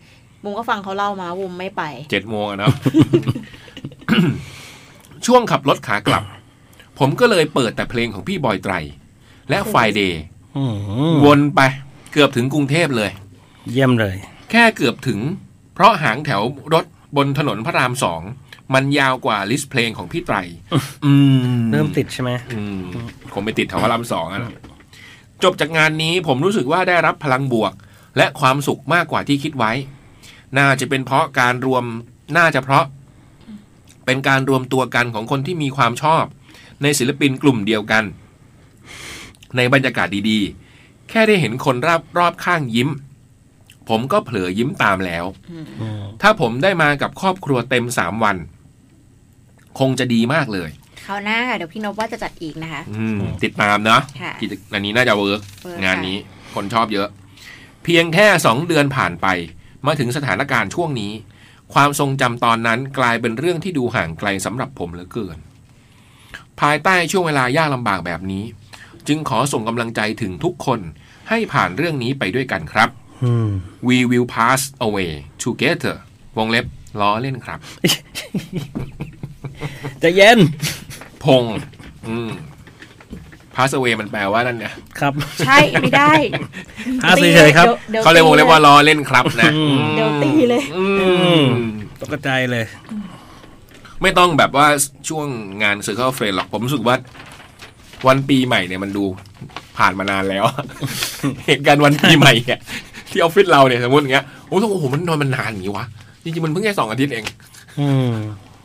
Speaker 4: บุมก็ฟังเขาเล่ามาบุมไม่ไป
Speaker 3: เจ็ดโมงอะเนาะ ช่วงขับรถขากลับ ผมก็เลยเปิดแต่เพลงของพี่บอยไตร และไฟเดย์
Speaker 5: อืม
Speaker 3: วนไปเกือบถึงกรุงเทพเลย
Speaker 5: เยี่ยมเลย
Speaker 3: แค่เกือบถึง เพราะหางแถวรถบนถนนพระรามสอง มันยาวกว่าลิสต์เพลงของพี่ไตร อืม
Speaker 5: เริ่มติดใช่ไหม
Speaker 3: อืมคงไปติดแถวพระรามสองอะนะจบจากงานนี้ผมรู้สึกว่าได้รับพลังบวก และความสุขมากกว่าที่คิดไว้ น่าจะเป็นเพราะการรวมน่าจะเพราะ เป็นการรวมตัวกันของคนที่มีความชอบ ในศิลปินกลุ่มเดียวกัน ในบรรยากาศดีๆ แค่ได้เห็นคนรอบรอบข้างยิ้ม ผมก็เผลอยิ้มตามแล้ว
Speaker 5: อืม
Speaker 3: ถ้าผมได้มากับครอบครัวเต็มสามวัน คงจะดีมากเลย
Speaker 4: เขาวหน้าค่ะเดี๋ยวพี่นพว่าจะจัดอีกนะคะ
Speaker 3: อืมติดตามนะ
Speaker 4: ค่ะ
Speaker 3: กิจอันนี้น่าจะเวิร์ก
Speaker 4: เวิร์ก
Speaker 3: งาน
Speaker 4: ค่ะ
Speaker 3: นี้คนชอบเยอะ เพียงแค่สองเดือนผ่านไป มาถึงสถานการณ์ช่วงนี้ ความทรงจำตอนนั้นกลายเป็นเรื่องที่ดูห่างไกลสำหรับผมเหลือเกิน ภายใต้ช่วงเวลายากลำบากแบบนี้ จึงขอส่งกำลังใจถึงทุกคนให้ผ่านเรื่องนี้ไปด้วยกันครับ
Speaker 5: อืม
Speaker 3: We will pass away together วงเล็บล้อเล่นครับ
Speaker 5: ใจะเย็น
Speaker 3: พงษ์อืม pass away มันแปลว่านั่นเนี่ย
Speaker 5: ครับ
Speaker 4: ใช่ไม่ ได้
Speaker 5: พาสเฉยๆครับ
Speaker 4: ดี๋ว
Speaker 3: เขาเลยวงเล็บว่าล้อเล่นครับนะ
Speaker 5: อืม
Speaker 4: เดี๋ยวตีเลย
Speaker 3: อืม
Speaker 5: ตกใจเลย
Speaker 3: ไม่ต้องแบบว่าช่วงงานซื้อเข้าเฟรนหรอก ผมรู้สึกว่า วันปีใหม่เนี่ยมันดูผ่านมานานแล้ว เหตุการณ์วันปีใหม่เนี่ย ที่ออฟฟิศเราเนี่ยสมมติอย่างเงี้ยโอ้โหโอ้โหมันนอนมันนานอย่างงี้วะจริงๆมันเพิ่งแค่สองอาทิตย์เอง
Speaker 5: อืม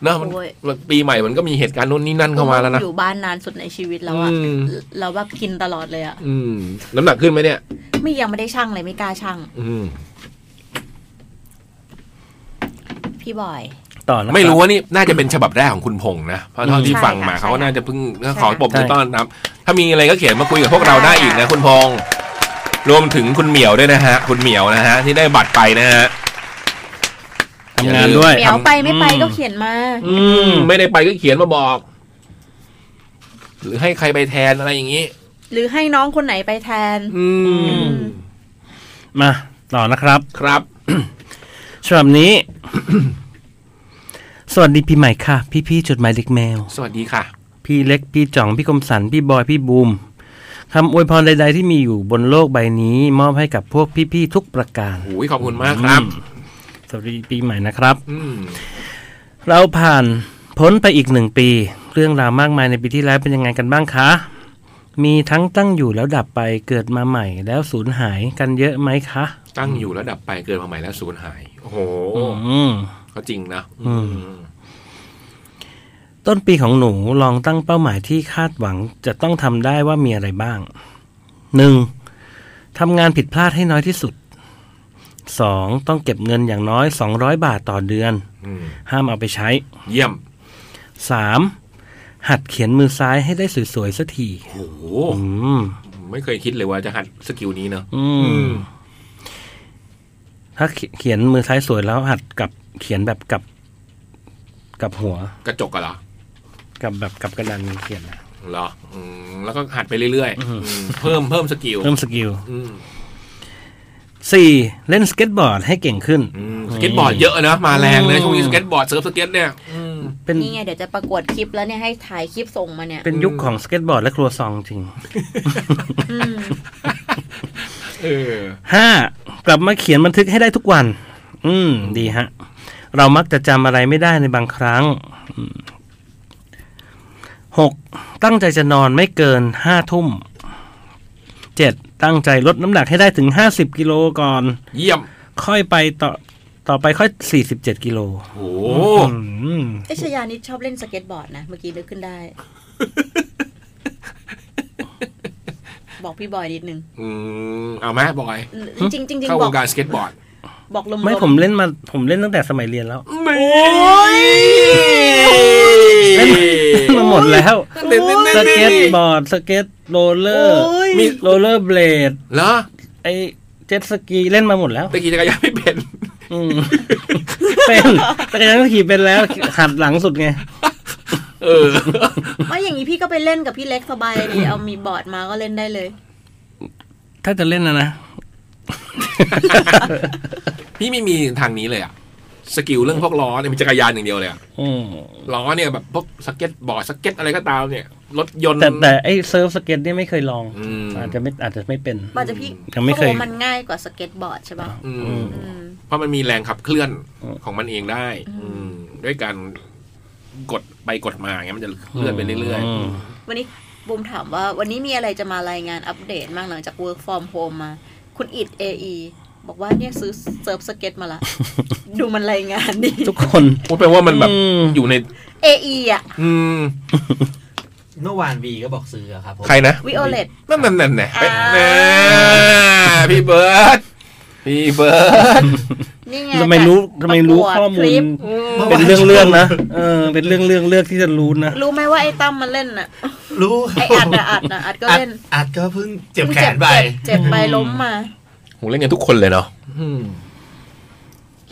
Speaker 3: เนอะมัน
Speaker 4: โอ้ย
Speaker 3: มันปีใหม่มันก็มีเหตุการณ์โน่นนี่นั่นเข้ามาแล้วนะ
Speaker 4: อยู่บ้านนานสุดในชีวิตแล้วอะ
Speaker 3: อืม
Speaker 4: แล้วแบบกินตลอดเลยอะ
Speaker 3: อืม น้ำหนักขึ้นไหมเนี่ย
Speaker 4: ไม่ยังไม่ได้ช่างเลยไม่กล้าช่าง
Speaker 3: อืม
Speaker 4: พี่บอย
Speaker 5: ต่อนะคบ
Speaker 3: ไม่รู้ว่านี่น่าจะเป็นฉบับแรกของคุณพงษ์นะเพราะเท่าที่
Speaker 4: ใช่
Speaker 3: ฟังมา
Speaker 4: ค่ะ
Speaker 3: เขาก็น่าจะเพิ่ง
Speaker 4: ใช่ค่ะ
Speaker 3: ขอปรบมือต้อนรับถ้ามีอะไรก็เขียนมาคุยกับพวกเราได้อีกนะคุณพงษ์รวมถึงคุณเหมียวด้วยนะฮะ คุณเหมียวนะฮะ ที่ได้บัตรไปนะฮะ
Speaker 5: ทำงานด้วย
Speaker 4: เหมียวไปไม่ไป
Speaker 5: อืม
Speaker 4: ก็เขียนมา
Speaker 3: อืม ไม่ได้ไปก็เขียนมาบอก หรือให้ใครไปแทนอะไรอย่างนี้
Speaker 4: หรือให้น้องคนไหนไปแทน
Speaker 3: อืม
Speaker 5: มาต่อนะครับ
Speaker 3: ครับ
Speaker 5: ฉบับนี้ สวัสดีปีใหม่ค่ะ พี่พี่ๆจดหมายเด็กแมว
Speaker 3: สวัสดีค่ะ
Speaker 5: พี่เล็ก พี่จ่อง พี่คมสัน พี่บอย พี่บูมคำอวยพรใด ๆ ที่มีอยู่บนโลกใบนี้ มอบให้กับพวกพี่ ๆ ทุกประการ
Speaker 3: โอ้ยขอบคุณมากครับ
Speaker 5: สวัสดีปีใหม่นะครับ
Speaker 3: อืม
Speaker 5: เราผ่านพ้นไปอีกหนึ่งปี เรื่องราวมากมายในปีที่แล้วเป็นยังไงกันบ้างคะ มีทั้งตั้งอยู่แล้วดับไปเกิดมาใหม่ แล้วสูญหายกันเยอะไหมคะ
Speaker 3: ตั้งอยู่ระดับไปเกินมาใหม่แล้วสูญหาย โอ้โห
Speaker 5: อืม
Speaker 3: ก็จริงนะ
Speaker 5: อืม ต้นปีของหนูลองตั้งเป้าหมายที่คาดหวังจะต้องทำได้ว่ามีอะไรบ้าง 1. ทำงานผิดพลาดให้น้อยที่สุด 2. ต้องเก็บเงินอย่างน้อย 200 บาทต่อเดือน
Speaker 3: อืม
Speaker 5: ห้ามเอาไปใช้
Speaker 3: เยี่ยม
Speaker 5: 3. หัดเขียนมือซ้ายให้ได้สวยๆสักที
Speaker 3: โอ้โห
Speaker 5: อืม
Speaker 3: ไม่เคยคิดเลยว่าจะหัดสกิลนี้เนอะ
Speaker 5: อืม ถ้าเขียนมือซ้ายสวยแล้วหัดกับเขียนแบบกับ กับหัว
Speaker 3: กระจกอะเหรอ
Speaker 5: กับแบบกับกระดานเขียนนะ
Speaker 3: เหรออืมแล้วก็หัดไปเรื่อยๆอืมเพิ่มเพิ่มสกิล
Speaker 5: เพิ่มสกิล
Speaker 3: อืม
Speaker 5: สี่เล่นสเก็ตบอร์ดให้เก่งขึ้น
Speaker 3: อืมสเก็ตบอร์ดเยอะนะมาแรง
Speaker 5: อื
Speaker 3: นะ
Speaker 5: ม
Speaker 3: ช่วงนี้สเก็ตบอร์ดเซิร์ฟสเก็ตเนี่ยอืม
Speaker 5: เป็น
Speaker 4: นี่ไงเดี๋ยวจะประกวดคลิปแล้วเนี่ยให้ถ่ายคลิปส่งมาเนี่ย
Speaker 5: เป็นยุคของสเก็ตบอร์ดและครัวซองจริง
Speaker 4: อืม
Speaker 3: เออ
Speaker 5: ห้ากลับมาเขียนบันทึกให้ได้ทุกวัน อืม ดีฮะ เรามักจะจำอะไรไม่ได้ในบางครั้งอืมหกตั้งใจจะนอนไม่เกินห้าทุ่มเจ็ดตั้งใจลดน้ำหนักให้ได้ถึงห้าสิบกิโลก่อน
Speaker 3: เยี่ยม
Speaker 5: ค่อยไปต่อต่อไปค่อย 47 กิโล
Speaker 3: โอ้โห
Speaker 5: อืม
Speaker 4: ไอชยานิดชอบเล่นสเก็ตบอร์ดนะ เมื่อกี้นึกขึ้นได้ บอกพี่บอยนิดนึง
Speaker 3: อืมเอาไหมบอย
Speaker 4: จริงๆจริง
Speaker 3: เข้า
Speaker 4: ๆ
Speaker 3: ว
Speaker 4: บอก
Speaker 3: งการสเก็ตบอร์ด
Speaker 4: บอกลมๆ
Speaker 5: ไม่ผมเล่นมาผมเล่นตั้งแต่สมัยเรียนแล้ว
Speaker 3: ไม่
Speaker 5: เล่น มาหมดแล้ว
Speaker 3: เต้นเต้นเต้น
Speaker 5: ส
Speaker 3: เต้น
Speaker 5: เก็ตบอร์ด สเก็ตโรลเลอ
Speaker 4: โอ้
Speaker 5: ร์
Speaker 4: ย
Speaker 3: มี
Speaker 5: โรลเลอร์เบลด
Speaker 3: เหรอ
Speaker 5: ไอเจ็ตสกีเล่นมาหมดแล้ว
Speaker 3: ตะกี้จักรยานไม่เป็น
Speaker 5: อืม เป็นแต่ยังขี่เป็นแล้วหัดหลังสุดไง
Speaker 3: เออ
Speaker 4: ไม่อย่างนี้พี่ก็ไปเล่นกับพี่เล็กสบายดีเอามีบอร์ดมาก็เล่นได้เลย
Speaker 5: ถ้าจะเล่นนะนะ
Speaker 3: พี่ไม่มีทางนี้เลยอะสกิลเรื่องพวกล้อเนี่ยมีจักรยานอย่างเดียวเลยอะ
Speaker 5: อืม
Speaker 3: ล้อเนี่ยแบบพวกสเก็ตบอร์ดสเก็ตอะไรก็ตามเนี่ย รถยนต์
Speaker 5: แต่แต่ไอเซิร์ฟสเก็ตเนี่ยไม่เคยลอง
Speaker 3: อืม
Speaker 5: อาจจะไม่อาจจะไม่เป็น
Speaker 4: บอร์ดจะพี่
Speaker 5: ยังไม่เคย
Speaker 4: เขาบอกว่ามันง่ายกว่าสเก็ตบอร์ดใช่ป่ะ
Speaker 3: อืม
Speaker 4: อืม
Speaker 3: เพราะมันมีแรงขับเคลื่อน
Speaker 5: อืม
Speaker 3: ของมันเองได้ อืมด้วยการกดไปกดมาอย่างเงี้ยมันจะเคลื่อนไปเรื่อย
Speaker 5: อืม
Speaker 4: วันนี้บูมถามว่าวันนี้มีอะไรจะมารายงานอัปเดตบ้างหลังจาก work from home มา คุณอิด AE บอกว่าเนี่ยซื้อเซิร์ฟสเก็ต มาละ ดูมันรายงานดิ
Speaker 5: ทุกคน
Speaker 3: ๆพูดแปลว่ามันแบบ
Speaker 5: อืม
Speaker 3: อยู่ใน
Speaker 4: AE อ่ะ
Speaker 3: อืม
Speaker 6: เมื่อวานวีก็บอกซื้อครับผม
Speaker 3: ใครนะ
Speaker 4: Violet
Speaker 3: นั่นนั่นนั่นน่ะ
Speaker 4: อ่า
Speaker 3: แน่พี่เบิร์ดพี่เบิร์ด
Speaker 4: นี่ไง
Speaker 5: ทำไมรู้ทำไมรู้
Speaker 4: ประกวด
Speaker 5: ข้อมู
Speaker 4: ค
Speaker 5: ล
Speaker 4: ลิป
Speaker 5: เป็นเรื่องเรื่องๆนะเออเป็นเรื่องเรื่องๆเลือกที่จะรู้นะ
Speaker 4: รู้ไหมว่าไอ้ตั้มมันเล่นน่ะ
Speaker 6: รู้
Speaker 4: ไอ้อัดน่ะอัดน่ะอัดก็เล่น
Speaker 6: อัดก็เพิ่งเจ็บแขนไป
Speaker 4: เจ็บเจ็บไปล้มมา
Speaker 3: โหเล่นกันทุกคนเลยเนาะอืม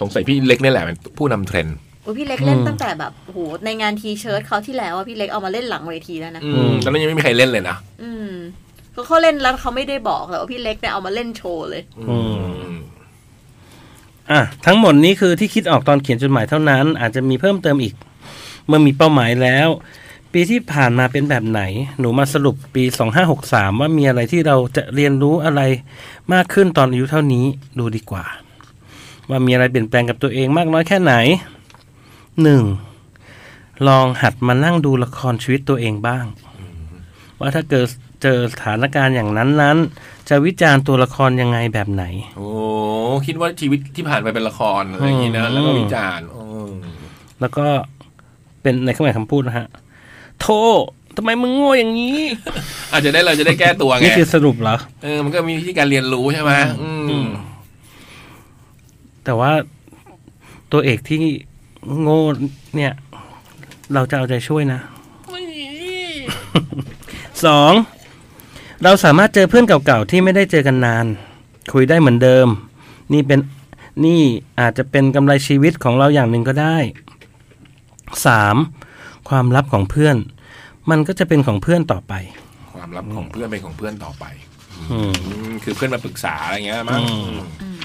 Speaker 3: สงสัยพี่เล็กนี่แหละเป็นผู้นำเทรนด์
Speaker 4: อุ้ยพี่เล็กเล่น
Speaker 5: อืม
Speaker 4: ตั้งแต่แบบโอ้โหในงานทีเชิร์ตเขาวที่แล้วว่าพี่เล็กเอามาเล่นหลังเวทีแล้วนะ
Speaker 3: อืมตอนนั้นยังไม่มีใครเล่นเลยนะ
Speaker 4: อืมก็เขาเล่นแล้วเขาไม่ได้บอกแต่ว่าพี่เล็กเนี่ยเอามาเล่นโชว์เลย
Speaker 5: อืมอ่ะทั้งหมดนี้คือที่คิดออกตอนเขียนจดหมายเท่านั้น อาจจะมีเพิ่มเติมอีก เมื่อมีเป้าหมายแล้ว ปีที่ผ่านมาเป็นแบบไหน หนูมาสรุปปี 2563 ว่ามีอะไรที่เราจะเรียนรู้อะไรมากขึ้นตอนอายุเท่านี้ดูดีกว่า ว่ามีอะไรเปลี่ยนแปลงกับตัวเองมากน้อยแค่ไหน 1. ลองหัดมานั่งดูละครชีวิตตัวเองบ้าง ว่าถ้าเกิด เจอสถานการณ์อย่างนั้นๆ จะวิจารณ์ตัวละครยังไงแบบไหน
Speaker 3: โอ้คิดว่าชีวิตที่ผ่านไปเป็นละครอะไรอย่างนี้นะ แล้วก็วิจารณ์อืม
Speaker 5: แล้วก็เป็นในคำหมายคำพูดนะฮะ โททำไมมึงโง่อย่างนี้
Speaker 3: อาจจะได้เราจะได้แก้ตัวไง
Speaker 5: นี่คือสรุปเหรอ
Speaker 3: เออมันก็มีวิธีการเรียนรู้ใช่ไหมอืม
Speaker 5: แต่ว่าตัวเอกที่โง่เนี่ย เราจะเอาใจช่วยนะ สอง เราสามารถเจอเพื่อนเก่าๆ ที่ไม่ได้เจอกันนาน คุยได้เหมือนเดิม นี่เป็นนี่อาจจะเป็นกำไรชีวิตของเราอย่างหนึ่งก็ได้สามความลับของเพื่อน มันก็จะเป็นของเพื่อนต่อไป
Speaker 3: ความลับของเพื่อนเป็นของเพื่อนต่อไป
Speaker 5: อืม
Speaker 3: อืมคือเพื่อนมาปรึกษาอะไรเงี้ยมั้ง
Speaker 5: อืม
Speaker 3: อืม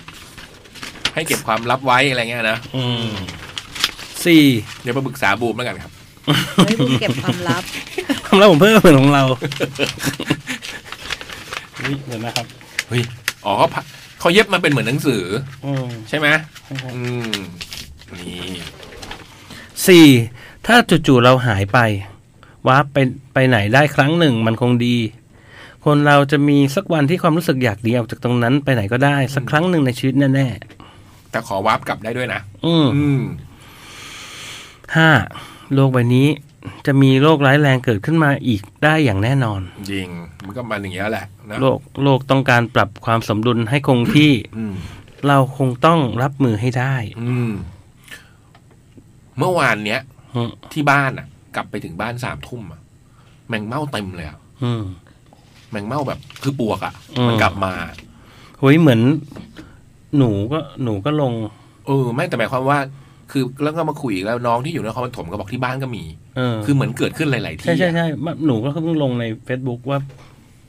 Speaker 3: ให้เก็บความลับไว้อะไรเงี้ยนะ
Speaker 5: อืมสี่
Speaker 3: เดี๋ยวมาปรึกษาบูมแล้วกันครับ
Speaker 4: ไม่บูมเก็บความลับ
Speaker 5: ความลับของเพื่อนเป็นของเราอุ๊ยเดี๋ยวนะครับ
Speaker 3: เฮ้ยอ๋อเขาพับเขาเย็บมาเป็นเหมือนหนังสือ
Speaker 5: อืม
Speaker 3: ใช่ไหมอืมนี่
Speaker 5: สี่ถ้าจู่ๆเราหายไปว้าร์ปไปไปไหนได้ครั้งหนึ่งมันคงดี คนเราจะมีสักวันที่ความรู้สึกอยากหนีออกจากตรงนั้นไปไหนก็ได้ สักครั้งหนึ่งในชีวิตแน่
Speaker 3: แต่ขอวาร์ปกลับได้ด้วยนะ
Speaker 5: ๆอืม
Speaker 3: อืม
Speaker 5: ห้าโลกใบนี้ จะมีโรคร้ายแรงเกิดขึ้นมาอีกได้อย่างแน่นอน
Speaker 3: จริงมันก็มาอย่างเงี้ยแหละนะ
Speaker 5: โลกโลกต้องการปรับความสมดุลให้คงที่
Speaker 3: อืม
Speaker 5: เราคงต้องรับมือให้ได้
Speaker 3: อืม เมื่อวานเนี้ย
Speaker 5: อืม
Speaker 3: ที่บ้านอ่ะ กลับไปถึงบ้านสามทุ่มอะแมงเม่าเต็มเลยอะ
Speaker 5: อืม
Speaker 3: แมงเม่าแบบคือปวกอ่ะ
Speaker 5: อืม
Speaker 3: มันกลับมา
Speaker 5: เฮ้ยเหมือน หนูก็หนูก็ลง
Speaker 3: เออไม่แต่หมายความว่า คือแล้วก็มาคุยอีกแล้วน้องที่อยู่นครปฐมก็บอกที่บ้านก็มี
Speaker 5: เออ
Speaker 3: คือเหมือนเกิดขึ้นหลาย ๆ ที่
Speaker 5: ใช่ใช่
Speaker 3: อะ
Speaker 5: ใช่มาหนูก็เพิ่งลงใน Facebook ว่า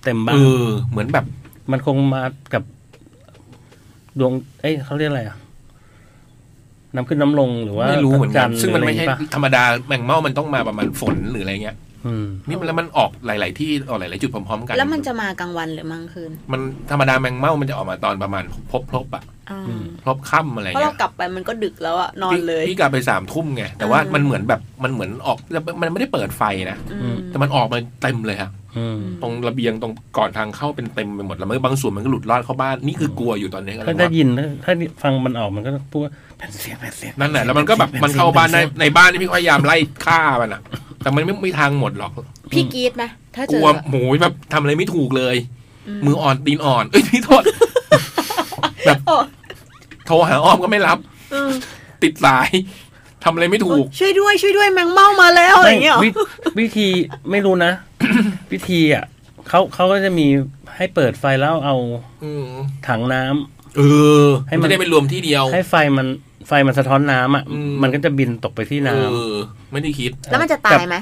Speaker 5: เต็มบ้า
Speaker 3: เอน อ เหมือนแบบ
Speaker 5: มันคงมากับดวง เอ้ยเขาเรียกอะไรอ่ะ น้ำขึ้นน้ำลงหรือว่า
Speaker 3: ไม่รู้เหมือน
Speaker 5: พะจั
Speaker 3: กัน
Speaker 5: ทร์
Speaker 3: ซึ่งมันไม่ใช่
Speaker 5: หรืออะรปะ
Speaker 3: ธรรมดาแมงเม่ามันต้องมาประมาณฝนหรืออะไรเงี้ย
Speaker 5: อืม
Speaker 3: นี่มันแล้วมันออกหลาย ๆ ที่ออกหลาย ๆ จุดพร้อม ๆ กัน
Speaker 4: แล้วมันจะมากลางวันหรือกลางคืน
Speaker 3: มันธรรมดาแมงเม่ามันจะออกมาตอนประมาณพบพบๆอะ
Speaker 4: อ่า
Speaker 5: อืม
Speaker 3: พบค่ำอะไร
Speaker 4: เพราะเรา
Speaker 3: เงี้ย
Speaker 4: กลับไปมันก็ดึกแล้วอะนอน
Speaker 3: พี่
Speaker 4: เลย
Speaker 3: พี่กลับไปสามทุ่มไงแต่ว่า
Speaker 4: อ่ามั
Speaker 3: มันเหมือนแบบมันเหมือนออกแล้วมันไม่ได้เปิดไฟนะ
Speaker 4: อืม
Speaker 3: แต่มันออกมาเต็มเลยครับ
Speaker 5: อืม
Speaker 3: ตรงระเบียงตรงก่อนทางเข้าเป็นเต็มไปหมดแล้วมันบางส่วนมันก็หลุดรอดเข้าบ้านนี่คือกลัวอยู่ตอนนี้กำลัน
Speaker 5: ถ้า
Speaker 3: ว่า
Speaker 5: ได้ยินนะถ้าฟังมันออกมันก็พูดว่าแผ่นเสียงแผ่นเสียง
Speaker 3: นั่นแหละแล้วมันก็แบบมันเข้าบ้านในในบ้านนี่พี่พยายามไล่ฆ่ามันอ่ะ แต่มันไม่มีทางหมดหรอก
Speaker 4: พี่กรีดไหมถ้าก เจ
Speaker 3: ลั
Speaker 4: อ
Speaker 3: ว
Speaker 4: อะ
Speaker 3: หมูแบบทำอะไรไม่ถูกเลย
Speaker 4: ม
Speaker 3: มืออ่อนตีนอ่อนเอ้ยพี่โทษ แบบ
Speaker 4: โอ้
Speaker 3: โทรหาอ้อมก็ไม่รับ
Speaker 4: เออ
Speaker 3: ติดสายทำอะไรไม่ถูก
Speaker 4: ช่วยด้วยช่วยด้วยแมงเม่ามาแล้วอะไรอย่างเงี้ยเหรอ
Speaker 5: ไม่วิวิธีไม่รู้นะ วิธีอ่ะเขาเขาก็จะมีให้เปิดไฟแล้วเอา
Speaker 3: อืม
Speaker 5: ถังน้ำ
Speaker 3: เออให้
Speaker 5: ให้มั
Speaker 3: มัน นจะได้เป็นรวมที่เดียว
Speaker 5: ให้ไฟมันไฟมันสะท้อนน้ำอ่ะ
Speaker 3: อืม
Speaker 5: มันก็จะบินตกไปที่
Speaker 3: เอ
Speaker 5: น้ำ
Speaker 3: อไม่ได้คิด
Speaker 4: แล้วมันจะตายไหม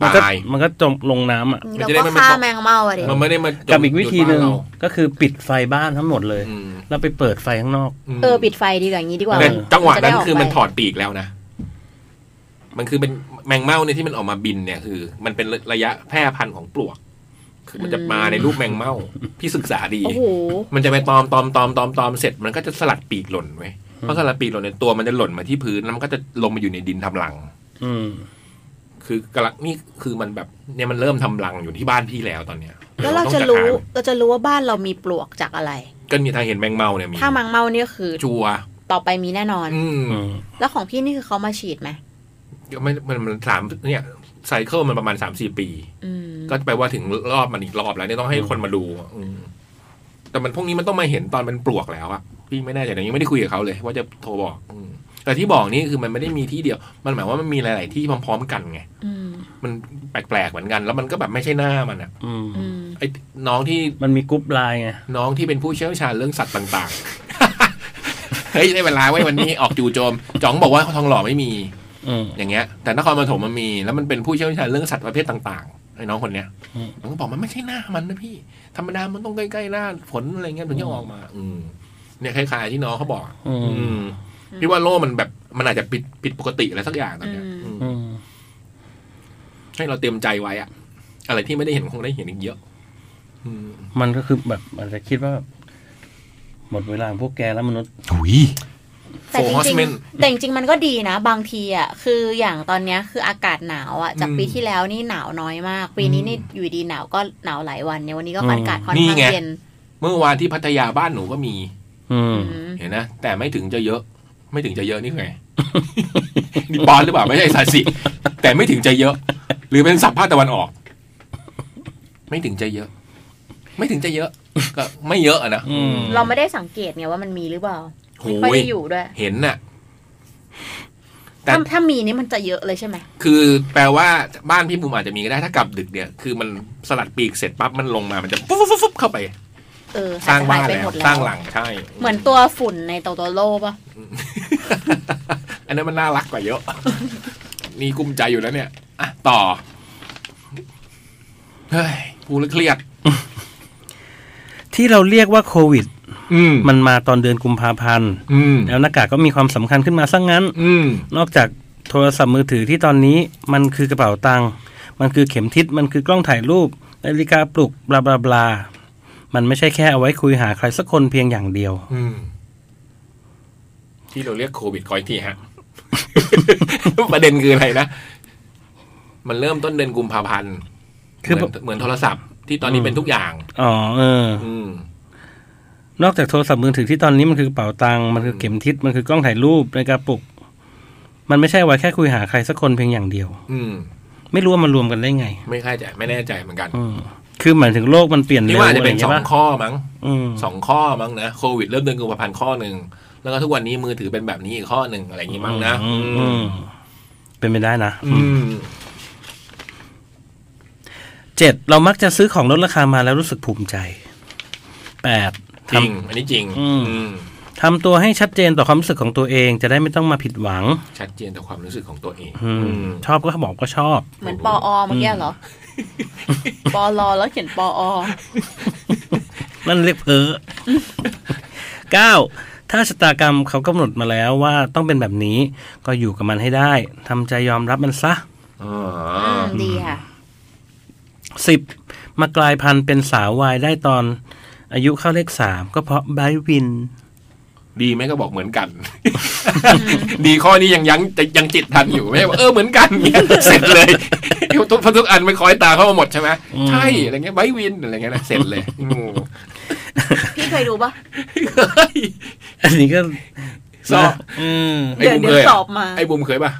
Speaker 5: มันก็
Speaker 3: ตาย
Speaker 5: มันก็จมลงน้ำอ่ะ
Speaker 3: มัน
Speaker 4: เรา
Speaker 3: จะได้
Speaker 4: ก็
Speaker 3: ไม่เป็น
Speaker 4: ฆ่า
Speaker 3: ตก
Speaker 4: แมงเม่าอะดิ
Speaker 3: มันไม่ได้มาจ
Speaker 5: กับอีกวิธีหนึ่ง
Speaker 3: อยู่บ้า
Speaker 5: ก็คือปิดไฟบ้านทั้งหมดเลย
Speaker 3: เราอืม
Speaker 5: แล้วไปเปิดไฟข้างนอก
Speaker 3: ม
Speaker 4: เออปิดไฟดีกว่าอย่างงี้ดีกว่า
Speaker 3: แต่
Speaker 5: เออ
Speaker 3: จังหวะนั้นคือมันถ
Speaker 4: อ
Speaker 3: อดปีกแล้วนะ มันคือเป็นแมงเม่าเนี่ยที่มันออกมาบินเนี่ยคือ มันเป็นระยะแพร่พันธุ์ของปลวก คือมันจะมาในรูปแมงเม่าพี่ศึกษาดี
Speaker 4: โอ้โห
Speaker 3: มันจะไปตอมตอมตอมตอมตอมเสร็จ มันก็จะสลัดปีกหล่นไว้ยเพราะสลัดปีกหล่นเนี่ยตัวมันจะหล่นมาที่พื้นแล้วมันก็จะลงมาอยู่ในดินทำรัง
Speaker 5: อืม
Speaker 3: คือกระนี่คือมันแบบเนี่ยมันเริ่มทำรังอยู่ที่บ้านพี่แล้วตอนเนี้ย
Speaker 4: แล้วเรา
Speaker 3: ต้อง
Speaker 4: จะรู้
Speaker 3: หา
Speaker 4: เราจะรู้ว่าบ้านเรามีปลวกจากอะไร
Speaker 3: ก็มีทางเห็นแมงเม่าเนี่ยมี
Speaker 4: ถ้าแมงเม่าเนี่ยคือ
Speaker 3: ชัวร์
Speaker 4: ต่อไปมีแน่นอน
Speaker 3: อืม
Speaker 5: อืม
Speaker 4: แล้วของพี่นี่คือเขามาฉีดไหม
Speaker 3: ก็ไม่มันมันสามเนี่ยไซเคิลมันประมาณสามสี่ปี
Speaker 4: อืม
Speaker 3: ก็แปลว่าถึงรอบมันอีกรอบแล้วเนี่ยต้องให้คนมาดูอ่ะอืมแต่มันพวกนี้มันต้องมาเห็นตอนมันปลวกแล้วอะพี่ไม่แน่ใจนะยังไม่ได้คุยกับเขาเลย ว่าจะโทรบอกอืมแต่ที่บอกนี่คือมันไม่ได้มีที่เดียว มันหมายว่ามันมีหลาย ๆ ที่พร้อม ๆ กันไง
Speaker 4: อืม
Speaker 3: มันแปลก ๆ เหมือนกัน แล้วมันก็แบบไม่ใช่หน้ามันอะ
Speaker 5: อืม
Speaker 4: อืม
Speaker 3: ไอ้น้องที่
Speaker 5: มันมีกรุ๊ปไลน์ไง
Speaker 3: น้องที่เป็นผู้เชี่ยวชาญเรื่องสัตว์ต่าง ๆ เฮ้ยได้เวลาไว้ยวันนี้ออกจู่โจมจ๋องบอกว่าทองหล่อไม่มี
Speaker 5: อืม
Speaker 3: อย่างเงี้ย แต่นครปฐมมันมี แล้วมันเป็นผู้เชี่ยวชาญเรื่องสัตว์ประเภทต่างๆไอ้น้องคนเนี้ย
Speaker 5: อืม
Speaker 3: มันก็บอกมันไม่ใช่หน้ามันนะพี่ ธรรมดามันต้องใกล้ๆหน้าผลอะไรเงี้ยถึงจะออกมา อืมเนี่ยคล้ายๆที่น้องเขาบอก
Speaker 5: อืม
Speaker 3: อืมพี่ว่าโลกมันแบบมันอาจจะผิดผิดปกติอะไรสักอย่างตอนเนี้ย
Speaker 4: อืม
Speaker 3: อืม
Speaker 5: อืม
Speaker 3: ให้เราเตรียมใจไว้อะอะไรที่ไม่ได้เห็นคงได้เห็นอีกเยอะ อืม
Speaker 5: มันก็คือแบบอาจจะคิดว่าแบบหมดเวลาของพวกแกแล้วมนุษย์
Speaker 3: ถุย
Speaker 4: แต่จ
Speaker 3: Four
Speaker 4: ริง
Speaker 3: Horsemen
Speaker 4: ๆแต่จริงๆมันก็ดีนะ บางทีอ่ะคืออย่างตอนเนี้ยคืออากาศหนาวอ่ะจากปีที่แล้วนี่หนาวน้อยมาก ปีนี้นี่อยู่ดีหนาวก็หนาวหลายวันเนี่ยวันนี้ก็อากาศค่อนข้า
Speaker 3: นี่
Speaker 4: ง
Speaker 3: ไง
Speaker 4: เย็น
Speaker 3: เมื่อวานที่พัทยาบ้านหนูก็มี
Speaker 5: อืม
Speaker 4: อืม
Speaker 3: เห็นนะ แต่ไม่ถึงจะเยอะ ไม่ถึงจะเยอะนี่คือไง นี่บอลหรือเปล่าไม่ใช่ซาสิ แต่ไม่ถึงจะเยอะ หรือเป็นสัพท์ภาคตะวันออก ไม่ถึงจะเยอะ ไม่ถึงจะเยอะ ก็ไม่เยอะอะนะ
Speaker 5: อืม
Speaker 4: เราไม่ได้สังเกตไงว่ามันมีหรือเปล่า
Speaker 3: โห
Speaker 4: ไม่ค่
Speaker 3: ย
Speaker 4: อยได้อยู่ด้วย
Speaker 3: เห็นน่ะ แต่
Speaker 4: ถ้าถ้ามีนี่มันจะเยอะเลยใช่ไหม
Speaker 3: คือแปลว่าบ้านพี่บุมอาจจะมีก็ได้ถ้ากลับดึกเนี่ย คือมันสลัดปีกเสร็จปั๊บมันลงมามันจะปุ๊บปุ๊บปุ๊บปุ๊บเข้าไป
Speaker 4: เออ
Speaker 3: สร้างบ้าน
Speaker 4: หยไป
Speaker 3: แล้ว
Speaker 4: มด
Speaker 3: สร้างหลังใช่
Speaker 4: เหมือนตัวฝุ่นในโตโตโร่ปะ
Speaker 3: อันนั้นมันน่ารักกว่าเยอะ นี่กลุ้มใจอยู่แล้วเนี่ยอ่ะต่อเฮ้ยพูดแล้วเครียด
Speaker 5: ที่เราเรียกว่าโควิด
Speaker 3: อืม
Speaker 5: มันมาตอนเดือนกุมภาพันธ์
Speaker 3: อืม
Speaker 5: แล้วหน้ากากก็มีความสำคัญขึ้นมาซะงั้น
Speaker 3: อืม
Speaker 5: นอกจากโทรศัพท์มือถือที่ตอนนี้มันคือกระเป๋าตังค์มันคือเข็มทิศมันคือกล้องถ่ายรูปนาฬิกาปลุกบลาบลาบลามันไม่ใช่แค่เอาไว้คุยหาใครสักคนเพียงอย่างเดียว
Speaker 3: อืมที่เราเรียกโควิดคอยทีฮะ ประเด็นคืออะไรนะ มันเริ่มต้นเดือนกุมภาพันธ์
Speaker 5: คือ
Speaker 3: เหมืนเหมือนโทรศัพท์ที่ตอนนี้เป็นทุกอย่าง
Speaker 5: อ๋อเออ
Speaker 3: อืม
Speaker 5: นอกจากโทรศัพท์มือถือที่ตอนนี้มันคือกระเป๋าตังค์มันคือเข็มทิศมันคือกล้องถ่ายรูปนาฬิกาปลุก มันไม่ใช่เอาไว้แค่คุยหาใครสักคนเพียงอย่างเดียว
Speaker 3: อืม
Speaker 5: ไม่รู้ว่ามันรวมกันได้ไง
Speaker 3: ไม่ค่อยจะไม่แน่ใจเหมือนกัน
Speaker 5: อืมคือหมายถึงโลกมันเปลี่ยน
Speaker 3: นี่
Speaker 5: เร็ว
Speaker 3: ว่าอา
Speaker 5: อะ
Speaker 3: จจะ
Speaker 5: ไรอ
Speaker 3: เป็น
Speaker 5: ย่า
Speaker 3: ส
Speaker 5: ง
Speaker 3: อ
Speaker 5: เงี้
Speaker 3: ย ง
Speaker 5: ป่ะ
Speaker 3: ข้อมั้ง
Speaker 5: อืม
Speaker 3: สองข้อมั้งนะโควิดเริ่มเดือนกุมภาพันธ์ข้อหนึ่งแล้วก็ทุกวันนี้มือถือเป็นแบบนี้อีกข้อหนึ่งอะไรอย่างงี้มั้งนะ
Speaker 5: อืมอืมเป็นไปได้นะ
Speaker 3: อืม
Speaker 5: เจ็ดเรามักจะซื้อของลดราคามาแล้วรู้สึกภูมิใจแปด
Speaker 3: จริง
Speaker 5: ทำ
Speaker 3: อันนี้จริง
Speaker 5: อืม
Speaker 3: อืม
Speaker 5: ทำตัวให้ชัดเจนต่อความรู้สึกของตัวเอง จะได้ไม่ต้องมาผิดหวัง
Speaker 3: ชัดเจนต่อความรู้สึกของตัวเอง
Speaker 5: อืม
Speaker 3: อืม
Speaker 5: ชอบก็บอกก็ชอบ
Speaker 4: เหมือนปออเมื่อกี้เหรอปอรอแล้วเขียนปออ
Speaker 5: นั่นเรียกเพ้อ เก้าถ้าชะตากรรมเขากำหนดมาแล้วว่าต้องเป็นแบบนี้ก็อยู่กับมันให้ได้ทำใจยอมรับมันซะ
Speaker 3: อ๋อ
Speaker 4: อมดีค่ะ
Speaker 5: สิบมากลายพันธุ์เป็นสาววายได้ตอน อายุเข้าเลขสามก็เพราะไบรท์วิน
Speaker 3: ดีไหมก็บอกเหมือนกัน ดีข้อนี้ยังยังจะยังจิตทันอยู่ไม่ใช่ว่าเออเหมือน กันเนี่ยเสร็จเลยทุกทุกอันไม่คอยตาเข้ามาหมดใช่ไหม
Speaker 5: อืม
Speaker 3: ใช่อะไรเงี้ยไบวินอะไรเงี้ยนะเสร็จเลย อืม
Speaker 4: พี่เคยดูปะ
Speaker 3: เฮ้ย
Speaker 5: อันนี้ก็
Speaker 3: ชอบ
Speaker 5: อืม
Speaker 3: ไอ้
Speaker 4: เดี๋ยว
Speaker 3: บุม
Speaker 4: เดี๋ย
Speaker 3: เค
Speaker 4: วย ตอบมา
Speaker 3: ไอ้บุมเคยป่ะ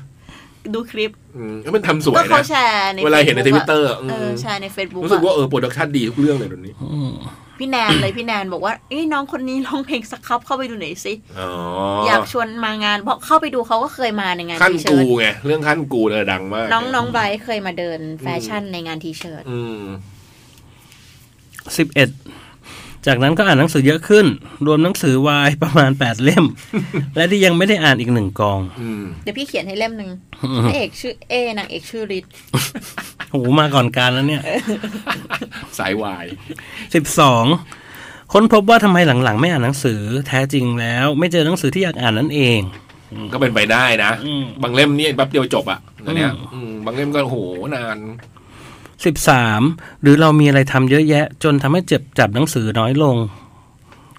Speaker 4: ดูคลิป
Speaker 3: อืมแล้วมันทำสวย
Speaker 4: ก็เขา
Speaker 3: นะ
Speaker 4: แชร์ใน
Speaker 3: เวลาเห็นใน
Speaker 4: Facebook ะ
Speaker 3: Twitter อืม
Speaker 4: เออแชร์ใน Facebook
Speaker 3: รู้สึก
Speaker 4: อะ
Speaker 3: ว่าเออโปรดักชันดีทุกเรื่องเลยตอนนี้
Speaker 5: อืม
Speaker 4: พี่แนนเลยพี่แนนบอกว่าเอ้ยน้องคนนี้ร้องเพลงสักครับเข้าไปดูหน่อยสิ
Speaker 3: อ๋อ
Speaker 4: อยากชวนมางานเพราะเข้าไปดูเขาก็เคยมาในงาน
Speaker 3: ขั้น
Speaker 4: ทีเชิ
Speaker 3: กู
Speaker 4: ร์ต
Speaker 3: ไงเรื่องขั้นกูเนี่ยดังมาก
Speaker 4: น้องน้องไบรท์เคยมาเดินแฟชั่นในงานทีเชิร์ต
Speaker 3: อืม
Speaker 5: สิบเอ็ดจากนั้นก็อ่านหนังสือเยอะขึ้น รวมหนังสือวาย ประมาณแปดเล่ม และที่ยังไม่ได้อ่านอีกหนึ่งกอง
Speaker 3: อืม
Speaker 4: เดี๋ยวพี่เขียนให้เล่มหนึ่ง
Speaker 5: อืม
Speaker 4: พระเอกชื่อเอนางเอกชื่อฤทธิ์
Speaker 5: โหมาก่อนการแล้ว เนี่ย
Speaker 3: สายวาย
Speaker 5: สิบสองค้นพบว่าทำไมหลังๆ ไม่อ่านหนังสือ แท้จริงแล้ว ไม่เจอหนังสือที่อยากอ่านนั่นเอง
Speaker 3: ก็เป็นไปได้นะ
Speaker 5: อืม
Speaker 3: บางเล่มนี่แป๊บเดียวจบอ่ะตอนเนี้ย
Speaker 5: อืม
Speaker 3: อืมบางเล่มก็โอ้โหนาน
Speaker 5: สิบสามหรือเรามีอะไรทำเยอะแยะ จนทำให้เจ็บจับหนังสือน้อยลง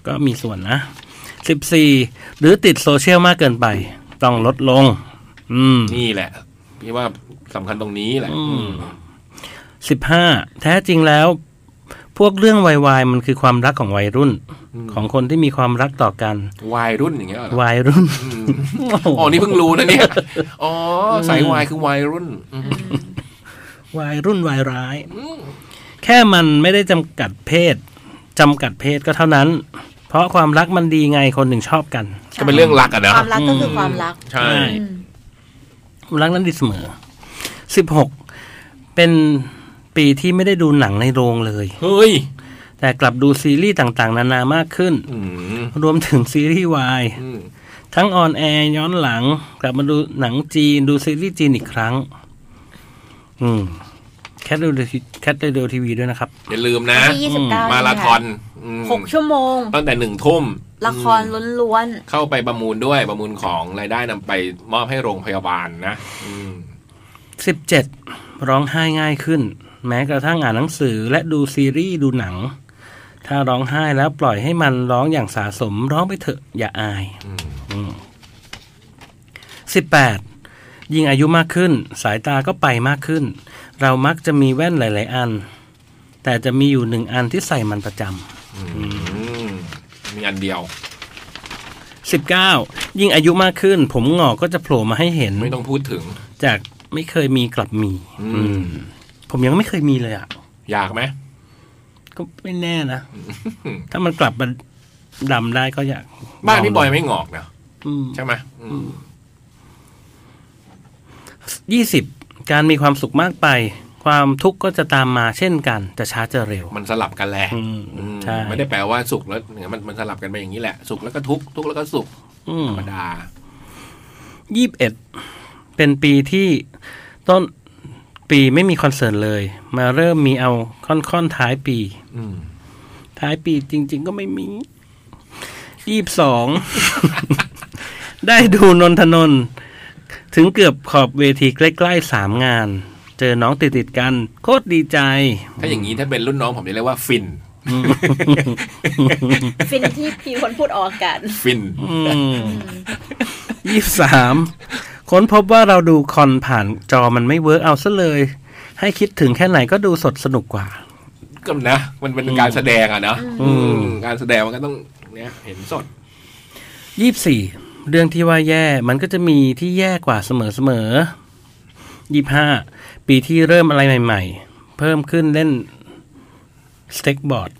Speaker 5: ก็มีส่วนนะสิบสี่หรือติดโซเชียลมากเกินไป ต้องลดลง อืม
Speaker 3: นี่แหละ พี่ว่าสำคัญตรงนี้แหละ
Speaker 5: อืม สิบห้าแท้จริงแล้ว พวกเรื่องวายวายมันคือความรักของวัยรุ่น
Speaker 3: อืม
Speaker 5: ของคนที่มีความรักต่อกัน
Speaker 3: วายรุ่นอย่างเงี้ยเหรอ
Speaker 5: วัยรุ่น
Speaker 3: อืม
Speaker 5: โอ้โห
Speaker 3: อ๋อนี่เพิ่งรู้นะเนี่ย อ๋อสายวายคือวายรุ่นอืม
Speaker 5: วัยรุ่นวัยร้าย แค่มันไม่ได้จำกัดเพศจำกัดเพศก็เท่านั้น เพราะความรักมันดีไงคนหนึ่งชอบกัน
Speaker 3: ก็เป็นเรื่องรักอะนะ
Speaker 4: ความรักก็คือความรัก
Speaker 3: ใช่
Speaker 5: ใช่
Speaker 4: อืม
Speaker 5: ความรักนั้นดีเสมอสิบหกเป็นปีที่ไม่ได้ดูหนังในโรงเลย
Speaker 3: เฮ้ย
Speaker 5: แต่กลับดูซีรีส์ต่างๆ นานามากขึ้น
Speaker 3: อืม
Speaker 5: รวมถึงซีรีส์วาย
Speaker 3: อืม
Speaker 5: ทั้งออนแอร์ย้อนหลัง กลับมาดูหนังจีน ดูซีรีส์จีนอีกครั้ง อืมแคทเรดิโอแคทเรดิโอทีวีด้วยนะครับ
Speaker 3: อย่าลืมนะ
Speaker 4: วันที่ยี่สิบเก้า
Speaker 3: มาราธอนอืม
Speaker 4: หกชั่วโมง
Speaker 3: ตั้งแต่หนึ่งทุ่ม
Speaker 4: ละครล้วน
Speaker 3: เข้าไปประมูลด้วยประมูลของรายได้นำไปมอบให้โรงพยาบาลนะ อืม
Speaker 5: สิบเจ็ดร้องไห้ง่ายขึ้น แม้กระทั่งอ่านหนังสือและดูซีรีส์ดูหนัง ถ้าร้องไห้แล้วปล่อยให้มันร้องอย่างสาสมร้องไปเถอะอย่าอาย
Speaker 3: อืม
Speaker 5: อืม 18 ยิ่งอายุมากขึ้น สายตาก็ไปมากขึ้น เรามักจะมีแว่นหลาย ๆ อัน แต่จะมีอยู่หนึ่งอันที่ใส่มันประจำ
Speaker 3: อืมมีอันเดียว
Speaker 5: 19 ยิ่งอายุมากขึ้น ผมหงอกก็จะโผล่มาให้เห็น
Speaker 3: ไม่ต้องพูดถึง
Speaker 5: จากไม่เคยมีกลับมี
Speaker 3: อืม
Speaker 5: อืม ผมยังไม่เคยมีเลยอ่ะ
Speaker 3: อยากไห ม
Speaker 5: ก็ไม่แน่นะ ถ้ามันกลับมาดำได้ก็อยาก
Speaker 3: บ้านพี่บอยไม่งอกนะ
Speaker 5: อืม
Speaker 3: ใช่ไหมอืม
Speaker 5: ยี่สิบการมีความสุขมากไป ความทุกข์ก็จะตามมาเช่นกัน จะช้าจะเร็ว
Speaker 3: มันสลับกันแหละ
Speaker 5: อืม
Speaker 3: อืม
Speaker 5: ใช่
Speaker 3: ไม่ได้แปลว่าสุขแล้วเนี่ยมันมันสลับกันไปอย่างนี้แหละ สุขแล้วก็ทุกข์ทุกข์แล้วก็สุขธรรมดา
Speaker 5: ยี่สิบเอ็ดเป็นปีที่ต้นปีไม่มีคอนเสิร์ตเลย มาเริ่มมีเอาค่อนๆท้ายปี
Speaker 3: อืม
Speaker 5: ท้ายปีจริง ๆ ก็ไม่มียี่สิบสอง ได้ดูนนทนนท์ถึงเกือบขอบเวทีใกล้ๆสามงาน เจอน้องติดๆกัน โคตรดีใจ
Speaker 3: ถ้าอย่างนี้ถ้าเป็นรุ่นน้องผมจะเรียกว่าฟิน
Speaker 4: ฟินที่พี่คนพูดออกอากาศ
Speaker 3: ฟิน
Speaker 5: ยี่สามค้นพบว่าเราดูคอนผ่านจอมันไม่เวิร์กเอาซะเลย ให้คิดถึงแค่ไหนก็ดูสดสนุกกว่า
Speaker 3: ก็นะ มันเป็นการแสดงอะนะ
Speaker 5: อืม
Speaker 3: อืมการแสดงมันก็ต้องเนี่ยเห็นสด
Speaker 5: ยี่สี่เรื่องที่ว่าแย่มันก็จะมีที่แย่กว่าเสมอเสมอยี่ห้าปีที่เริ่มอะไรใหม่ ๆ เพิ่มขึ้นเล่นสเต็กบอร์ด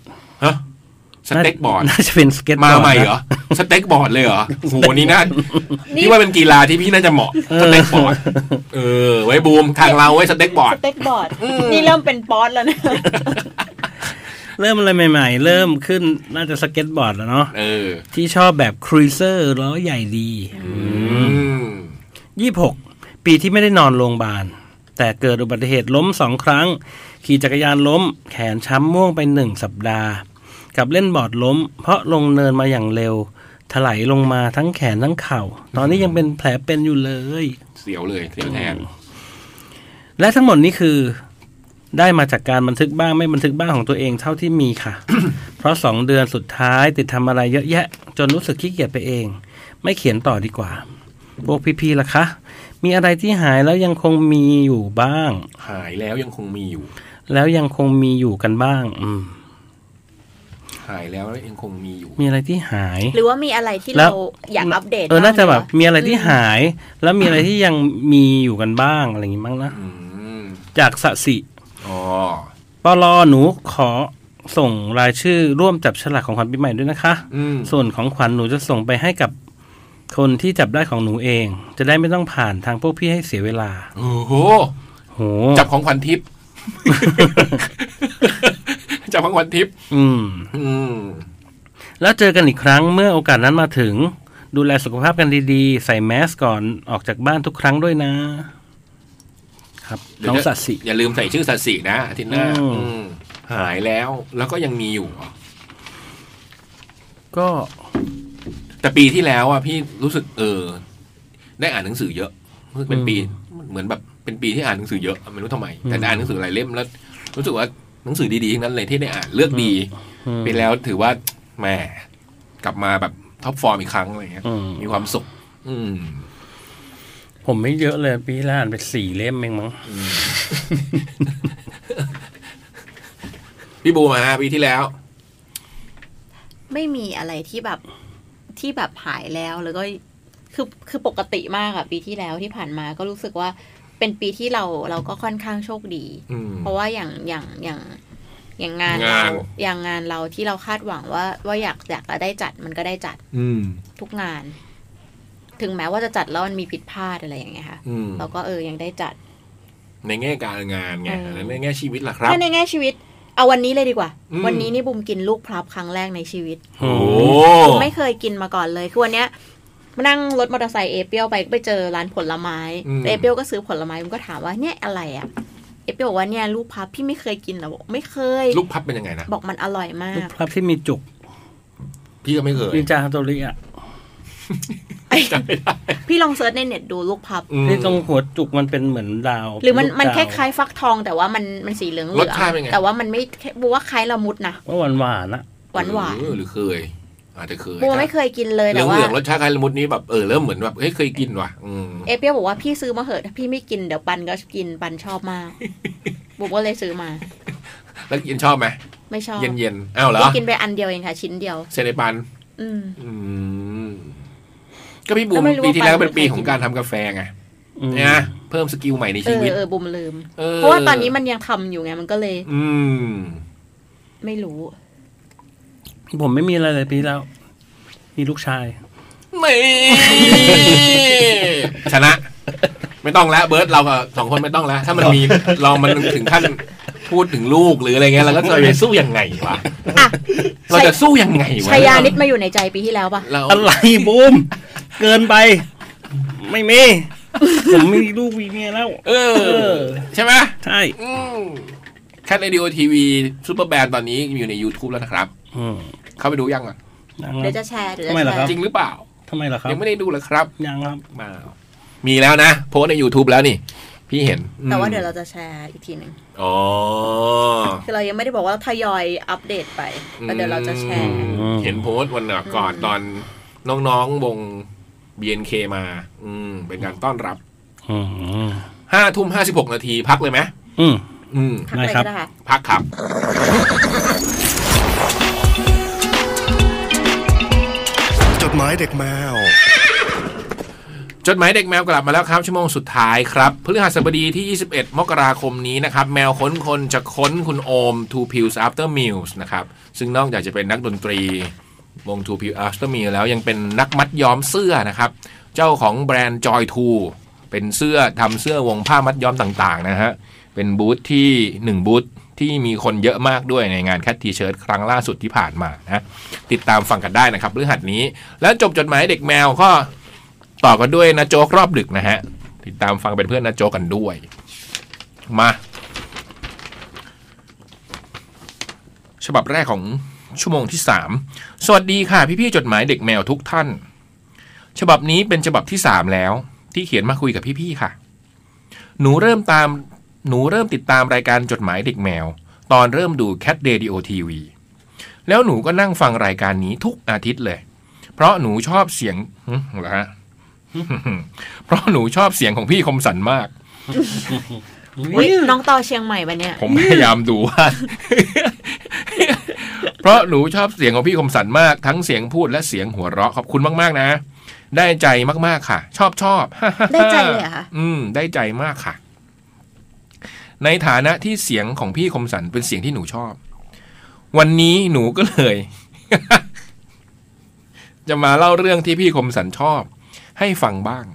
Speaker 3: ฮะ สเต็กบอร์ด
Speaker 5: น่าจะเป็นสเก็ตบอ
Speaker 3: มา
Speaker 5: ร์ด
Speaker 3: ใหม่เหรอ
Speaker 5: นะ
Speaker 3: สเต็กบอร์ดเลยเหรอโอ้โหนี่น่าพี่ว่าเป็นกีฬาที่พี่น่าจะเหมาะ สเต็กบอร์ด เออ ไว้บูมทางเราไว้สเต็กบอร์
Speaker 4: ส
Speaker 3: ด
Speaker 4: เต็กบอร์ด นี่เริ่มเป็นป๊อต แล้วนะ
Speaker 5: เริ่มอะไรใหม่ ๆ เริ่มขึ้นน่าจะสเก็ตบอร์ดแล้วเนาะ
Speaker 3: เออ
Speaker 5: ที่ชอบแบบครูเซอร์ล้อใหญ่ดี
Speaker 3: อืม
Speaker 5: ยี่หกปีที่ไม่ได้นอนโรงพยาบาล แต่เกิดอุบัติเหตุล้มสองครั้ง ขี่จักรยานล้ม แขนช้ำม่วงไปหนึ่งสัปดาห์ กับเล่นบอร์ดล้ม เพราะลงเนินมาอย่างเร็ว ถลายลงมาทั้งแขนทั้งเข่า ตอนนี้ยังเป็นแผลเป็นอยู่เลย
Speaker 3: เสียวเลย เสียวแทน
Speaker 5: และทั้งหมดนี้คือ ได้มาจากการบันทึกบ้างไม่บันทึกบ้างของตัวเองเท่าที่มีค่ะ เพราะสองเดือนสุดท้ายติดทำอะไรเยอะแยะ จนรู้สึกขี้เกียจไปเอง ไม่เขียนต่อดีกว่าพวกพี่ๆล่ะคะ มีอะไรที่หายแล้วยังคงมีอยู่บ้าง
Speaker 3: หายแล้วยังคงมีอยู่
Speaker 5: แล้วยังคงมีอยู่กันบ้าง อืม
Speaker 3: หายแล้วยังคงมีอยู่
Speaker 5: มีอะไรที่หาย
Speaker 4: หรือว่ามีอะไรที่
Speaker 5: แล้
Speaker 4: เรา
Speaker 5: ว
Speaker 4: อยากอัปเดต
Speaker 5: เออน่าจะแบบ
Speaker 4: งไหม
Speaker 5: มีอะไรที่หาย แล้วมีอะไรที่ยังมีอยู่กันบ้างอะไรอย่างงี้มั้งนะ
Speaker 3: อืม
Speaker 5: จากสสิ
Speaker 3: อ๋อ
Speaker 5: ปลอหนูขอส่งรายชื่อร่วมจับฉลากของขวัญปีใหม่ด้วยนะคะ
Speaker 3: อืม
Speaker 5: ส่วนของขวัญหนูจะส่งไปให้กับคนที่จับได้ของหนูเอง จะได้ไม่ต้องผ่านทางพวกพี่ให้เสียเวลา
Speaker 3: โอ้โห
Speaker 5: โห
Speaker 3: จับของขวัญ ทิพย์ จับของขวัญทิพย์
Speaker 5: อืม
Speaker 3: อืม
Speaker 5: แล้วเจอกันอีกครั้งเมื่อโอกาสนั้นมาถึง ดูแลสุขภาพกันดีๆ ใส่แมสก่อนออกจากบ้านทุกครั้งด้วยนะ ครับ
Speaker 3: เดี๋ย
Speaker 5: น้
Speaker 3: ว
Speaker 5: อง
Speaker 3: จะ
Speaker 5: สัตสิ
Speaker 3: อย่าลืมใส่ชื่อสัตสีนะอาทิตย์หน้า
Speaker 5: อืม
Speaker 3: อืมหายแล้วแล้วก็ยังมีอยู่อ่ะ
Speaker 5: ก็
Speaker 3: แต่ปีที่แล้วอ่ะพี่รู้สึกเออ ได้อ่านหนังสือเยอะรู้สึกเป็นปีเหมือนแบบเป็นปีที่อ่านหนังสือเยอะไม่รู้ทำไม แต่ได้อ่านหนังสือหลายเล่มแล้ว รู้สึกว่าหนังสือดีๆทั้งนั้นเลยที่ได้อ่านเลือกดี
Speaker 5: อืม
Speaker 3: ปีแล้วถือว่าแหมกลับมาแบบท็อปฟอร์มอีกครั้งอะไรเงี้ย
Speaker 5: อืม
Speaker 3: มีความสุข อืม
Speaker 5: ผมไม่เยอะเลยปีละอ่านไปสี่เล่มเองมั้ง
Speaker 3: พี่บูมาฮะปีที่แล้ว
Speaker 4: ไม่มีอะไรที่แบบที่แบบหายแล้วแล้วก็คือคือปกติมากอะปีที่แล้วที่ผ่านมาก็รู้สึกว่าเป็นปีที่เราเราก็ค่อนข้างโชคดี
Speaker 3: อืม
Speaker 4: เพราะว่าอย่างอย่างอย่างอย่างงาน
Speaker 3: งาน
Speaker 4: เราอย่างงานเราที่เราคาดหวังว่าว่าอยากอยากจะได้จัดมันก็ได้จัด
Speaker 3: อืม
Speaker 4: ทุกงาน ถึงแม้ว่าจะจัดแล้วมันมีผิดพลาดอะไรอย่างเงี้ยค่ะ
Speaker 3: อืม
Speaker 4: เราก็เออยังได้จัด
Speaker 3: ในแง่การงานไง
Speaker 4: เออ
Speaker 3: แล้วในแง่ชีวิตล่ะครับ
Speaker 4: ถ้าในแง่ชีวิต เอาวันนี้เลยดีกว่า
Speaker 3: อืม
Speaker 4: วันนี้นี่บุมกินลูกพลับครั้งแรกในชีวิต
Speaker 5: โอ้
Speaker 3: ห
Speaker 4: ผมไม่เคยกินมาก่อนเลย คือวันเนี้ยมานั่งรถมอเตอร์ไซค์เอเปียวไปก็ไปเจอร้านผลไม้
Speaker 3: อืม
Speaker 4: เอเปียวก็ซื้อผลไม้ผมก็ถามว่าเนี่ยอะไรอะเอเปียวบอกว่าเนี่ยลูกพับพี่ไม่เคยกินเหรอบอกไม่เคย
Speaker 3: ลูกพับเป็นยังไงนะ
Speaker 4: บอกมันอร่อยมา
Speaker 5: ลูก
Speaker 4: ก
Speaker 5: พลับที่มีจุก
Speaker 3: พี่ก็ไม่เคย
Speaker 5: นินจาฮัตโตริอ่ะ
Speaker 3: จำไม่ได้
Speaker 4: พี่ลองเซิร์ชในเน็ตดูลูกพับ
Speaker 3: อืม
Speaker 5: ที่ตรงหัวจุกมันเป็นเหมือนดาว
Speaker 4: หรือมัน
Speaker 5: เป็
Speaker 4: มัน
Speaker 5: ลูกดาว
Speaker 4: คล้ายๆฟักทองแต่ว่ามันมันสีเหลืองเหลื
Speaker 3: รสชาติเป็นไง
Speaker 4: แต่ว่ามันไม่บูว่าคล้ายละมุดนะ
Speaker 5: ว่าหวานๆนะ
Speaker 4: หวานหวาน
Speaker 3: เออหรือเคย อาจจะเคย
Speaker 4: บัวไม่เคยกินเลย
Speaker 3: เหลื
Speaker 4: แต่
Speaker 3: อง
Speaker 4: ว่า
Speaker 3: เหลืองๆรสชาติคล้ายละมุดนี้แบบเออเริ่มเหมือนแบบเฮ้ยเคยกินว่ะอืม
Speaker 4: เอเปียบอกว่าพี่ซื้อมาเหอะถ้าพี่ไม่กินเดี๋ยวปันก็กินปันชอบ มากบุมก็เลยซื้อมา
Speaker 3: แล้วกินชอบไหม
Speaker 4: ไม่ชอบ
Speaker 3: เย็นเย็นๆอ้าวเหรอ
Speaker 4: พี่กินไปอันเดียวเองค่ะ ชิ้นเดียว
Speaker 3: เซเนปัน
Speaker 4: อืม
Speaker 3: อืมก็พี่บูม
Speaker 4: ก็ไม่รู้
Speaker 3: ปีที่แล้วเป็น
Speaker 4: ว่า
Speaker 3: ปีของการทำกาแฟไง
Speaker 5: อืม
Speaker 3: นะเพิ่มสกิลใหม่ใน
Speaker 4: เอ
Speaker 3: ชี
Speaker 4: อ
Speaker 3: วิต
Speaker 4: เออบุมลืม
Speaker 3: เออ
Speaker 4: เพราะว่าตอนนี้มันยังทำอยู่ไงมันก็เลย
Speaker 3: อืม
Speaker 4: ไม่รู้
Speaker 5: ผมไม่มีอะไรเลยปีแล้ว มีลูกชาย
Speaker 3: ไม่ ชนะ ไม่ต้องแล้ว เบิร์ดเรากับสองคนไม่ต้องแล้ว ถ้ามันมี เรามันถึงขั้นพูดถึงลูกหรืออะไรเงี้ยเราก็จะไปสู้ยังไงวะ
Speaker 4: อ่ะ
Speaker 3: เราจะสู้ยังไงวะ
Speaker 4: ชายานิดมาอยู่ในใจปีที่แล้วปะ
Speaker 3: เรา
Speaker 5: อะไรบูม เกินไป ไม่มีผมไม่มีลูกมีเมียแล้ว
Speaker 3: เออ ใช่ไหม
Speaker 5: ใช่
Speaker 3: อืมแคทเรดิโอทีวีซูเปอร์แบนตอนนี้อยู่ใน YouTube แล้วนะครับ
Speaker 5: อืม
Speaker 3: เข้าไปดูยังอ่ะ
Speaker 5: ยัง
Speaker 4: เดี๋ยวจะแชร์เดี๋ยวจะ
Speaker 5: ทำไม
Speaker 4: แช
Speaker 5: ล่ะค
Speaker 4: ร์
Speaker 5: รับ
Speaker 3: จริงหรือเปล่า
Speaker 5: ทำไมล่ะครับ
Speaker 3: ยังไม่ได้ดูเลยครับ
Speaker 5: ยังครับ
Speaker 3: มามีแล้วนะ โพสต์ใน YouTube แล้วนี่ พี่เห็น
Speaker 4: แต่ว่า
Speaker 3: อืม
Speaker 4: เดี๋ยวเราจะแชร์อีกทีหนึ่ง
Speaker 3: อ๋อ
Speaker 4: คือเรายังไม่ได้บอกว่าทยอยอัปเดตไปแต่เดี๋ยวเราจะแชร์
Speaker 3: อืมเห็นโพสต์วันก่อน
Speaker 4: อืม
Speaker 3: ตอนน้องๆวง BNK มา อืม เป็นการต้อนรับ
Speaker 5: อืม
Speaker 3: ห้าทุ่มห้าสิบหกนาทีพักเลยไหม
Speaker 5: อืม
Speaker 3: อืม
Speaker 4: พักเล
Speaker 5: ได้
Speaker 4: ย
Speaker 5: ครับ
Speaker 4: ก็ได้ค่ะ
Speaker 3: พักครับ
Speaker 2: จดหมายเด็กแมว
Speaker 3: จดหมายเด็กแมวกลับมาแล้วครับ ชั่วโมงสุดท้ายครับพฤหัสบดีที่ 21 มกราคมนี้นะครับ แมวค้นคนจะค้นคุณโอม Two Pills After Meals นะครับ ซึ่งนอกจากจะเป็นนักดนตรีวง Two Pills After Meals แล้วยังเป็นนักมัดย้อมเสื้อนะครับ เจ้าของแบรนด์ Joy Two เป็นเสื้อทำเสื้อวงผ้ามัดย้อมต่างๆนะฮะ เป็นบูธทีหนึ่1 บูธที่มีคนเยอะมากด้วยในงานแคททีเชิร์ตครั้งล่าสุดที่ผ่านมานะติดตามฟังกันได้นะครับพฤหัสนี้ และจบจดหมายเด็กแมวก็ ต่อกันด้วยนะโจ๊กรอบดึกนะฮะ ติดตามฟังเป็นเพื่อนนะโจ๊กกันด้วย มาฉบับแรกของชั่วโมงที่สามสวัสดีค่ะ พี่ๆจดหมายเด็กแมวทุกท่าน ฉบับนี้เป็นฉบับที่สามแล้ว ที่เขียนมาคุยกับพี่ๆค่ะ หนูเริ่มตามหนูเริ่มติดตามรายการจดหมายเด็กแมว ตอนเริ่มดู Cat Radio TV แล้วหนูก็นั่งฟังรายการนี้ทุกอาทิตย์เลย เพราะหนูชอบเสียงหึเหรอฮะ เพราะหนูชอบเสียงของพี่คมสันมาก
Speaker 4: อุ๊ยน้องต่อเชียงใหม่ปะเนี่ย
Speaker 3: ผมพยายามดูว่า เพราะหนูชอบเสียงของพี่คมสันมาก ทั้งเสียงพูดและเสียงหัวเราะขอบคุณมากๆนะ ได้ใจมากๆค่ะ ชอบชอบ
Speaker 4: ได้ใจเลยเหรอคะ
Speaker 3: อืม ได้ใจมากค่ะ ในฐานะที่เสียงของพี่คมสันเป็นเสียงที่หนูชอบ วันนี้หนูก็เลย จะมาเล่าเรื่องที่พี่คมสันชอบ ให้ฟังบ้าง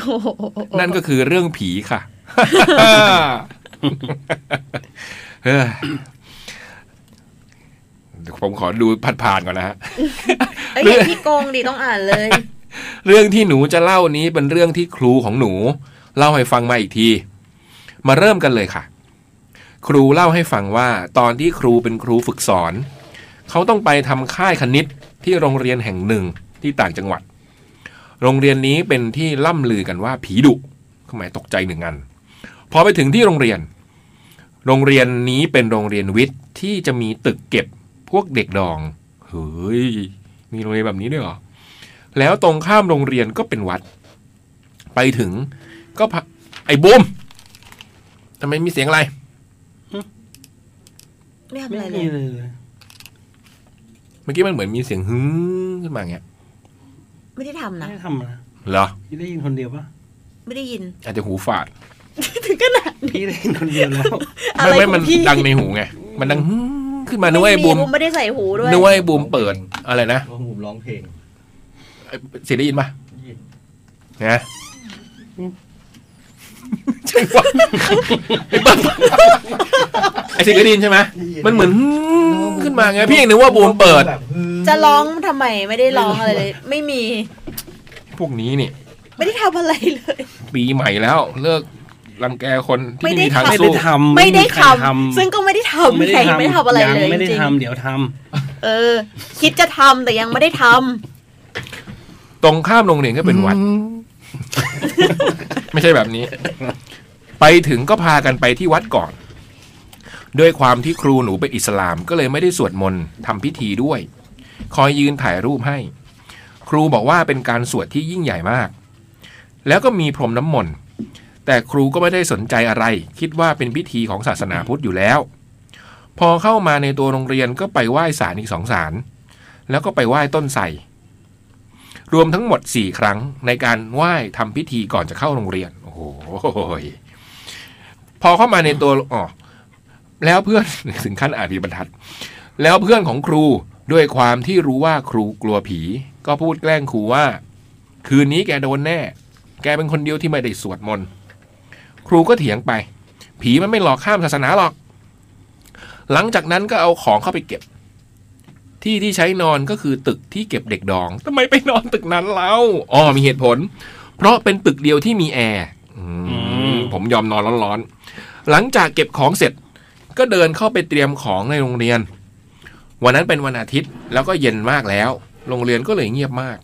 Speaker 4: โอ้โห
Speaker 3: นั่นก็คือเรื่องผีค่ะ เฮ้ยเดี๋ยวผมขอดูผ่านๆก่อนนะฮะ
Speaker 4: เอ้ยอย่าพี่โกงดิต้องอ่านเลย
Speaker 3: เรื่องที่หนูจะเล่านี้เป็นเรื่องที่ครูของหนู เล่าให้ฟังมาอีกที มาเริ่มกันเลยค่ะ ครูเล่าให้ฟังว่า ตอนที่ครูเป็นครูฝึกสอน เขาต้องไปทำค่ายคณิตที่โรงเรียนแห่งหนึ่งที่ต่างจังหวัด โรงเรียนนี้เป็นที่ล่ำลือกันว่าผีดุก็หมายตกใจหนึ่งอันพอไปถึงที่โรงเรียน โรงเรียนนี้เป็นโรงเรียนวิทย์ที่จะมีตึกเก็บพวกเด็กดองเฮ้ยมีโรงเรียนแบบนี้ด้วยเหรอ แล้วตรงข้ามโรงเรียนก็เป็นวัด ไปถึงก็พะไอ้บูมทำไมมีเสียงอะไร
Speaker 4: ไม่ทำ
Speaker 5: ไม่
Speaker 4: อะไรเล
Speaker 5: มี
Speaker 4: ย
Speaker 5: เลย
Speaker 3: เมื่อกี้มันเหมือนมีเสียงฮึ้งขึ้นมาอย่างเงี้ย
Speaker 4: ไม่ได้ทำ
Speaker 5: ไม่
Speaker 4: นะ
Speaker 5: ได้ทำนะ
Speaker 3: เหรอ
Speaker 5: พี่ได้ยินคนเดียวปะ
Speaker 4: ไม่ได้ยิน
Speaker 3: อาจจะหูฝาด
Speaker 4: ถึงขนาด
Speaker 5: พี่ได้ยินคนเดียวแล้ว
Speaker 4: อะ
Speaker 3: ไม่
Speaker 4: ไร
Speaker 3: ไม่
Speaker 4: ข
Speaker 3: มั
Speaker 4: อน งพี่
Speaker 3: ดังในหูไง มันดังฮึ้งขึ้นมานึกว่าไอ้บูม
Speaker 4: ไม่ได้ใส่หูด้วย
Speaker 3: นึกว่าไอ้บูมเปิดอะไรนะ
Speaker 6: ว่าผมร้องเพลง
Speaker 3: ไอ้เสียงได้ยินปะ
Speaker 6: ได้ยิน
Speaker 3: นะใช่วะไอ้บ้าไอ้เสียงได้ยินใช่ไหมมันเหมือนฮึ้งขึ้นมาไงพี่เองนึกว่าบูมเปิด
Speaker 6: แบบฮึม
Speaker 4: จะร้องทำไมไม่ได้ร้องอะไรเลย ไม่มี
Speaker 3: พวกนี้นี่
Speaker 4: ไม่ได้ทำอะไรเลย
Speaker 3: ปีใหม่แล้วเลิกรังแกคนที่
Speaker 4: ไม่
Speaker 3: ไม่
Speaker 4: ได้
Speaker 3: มีทาง
Speaker 5: ไม่ได้
Speaker 3: สู้
Speaker 5: ทำ
Speaker 4: ไม่ได้
Speaker 5: ใคร
Speaker 4: ทำซึ่งก็ไม่ได้ทำใครยังไม่ได้ทำอะไรเลย
Speaker 5: งไม่ได้
Speaker 4: จริง
Speaker 5: ทำเดี๋ยวท
Speaker 4: ๆเออ คิดจะทำแต่ยังไม่ได้ทำ
Speaker 3: ตรงข้ามโรงเรียนก็เป็นวัด ไม่ใช่แบบนี้ ไปถึงก็พากันไปที่วัดก่อน ด้วยความที่ครูหนูเป็นอิสลามก็เลยไม่ได้สวดมนต์ทำพิธีด้วย คอยยืนถ่ายรูปให้ ครูบอกว่าเป็นการสวดที่ยิ่งใหญ่มาก แล้วก็มีพรมน้ำมนต์แต่ครูก็ไม่ได้สนใจอะไร คิดว่าเป็นพิธีของศาสนาพุทธอยู่แล้ว พอเข้ามาในตัวโรงเรียนก็ไปไหว้ศาลอีกสองศาลแล้วก็ไปไหว้ต้นไทรรวมทั้งหมดสี่ครั้งในการไหว้ทำพิธีก่อนจะเข้าโรงเรียน โอ้โหยพอเข้ามาในตัวอ๋อแล้วเพื่อน ถึงขั้นอาบีบรรทัด แล้วเพื่อนของครูด้วยความที่รู้ว่าครูกลัวผี ก็พูดแกล้งครูว่า คืนนี้แกโดนแน่ แกเป็นคนเดียวที่ไม่ได้สวดมนต์ครูก็เถียงไป ผีมันไม่หลอกข้ามศาสนาหรอก หลังจากนั้นก็เอาของเข้าไปเก็บ ที่ที่ใช้นอนก็คือตึกที่เก็บเด็กดองทำไมไปนอนตึกนั้นเล่าอ๋อมีเหตุผล เพราะเป็นตึกเดียวที่มีแอร์อืม
Speaker 5: อืม
Speaker 3: ผมยอมนอนร้อนๆหลังจากเก็บของเสร็จ ก็เดินเข้าไปเตรียมของในโรงเรียน วันนั้นเป็นวันอาทิตย์แล้วก็เย็นมากแล้ว โรงเรียนก็เลยเงียบมาก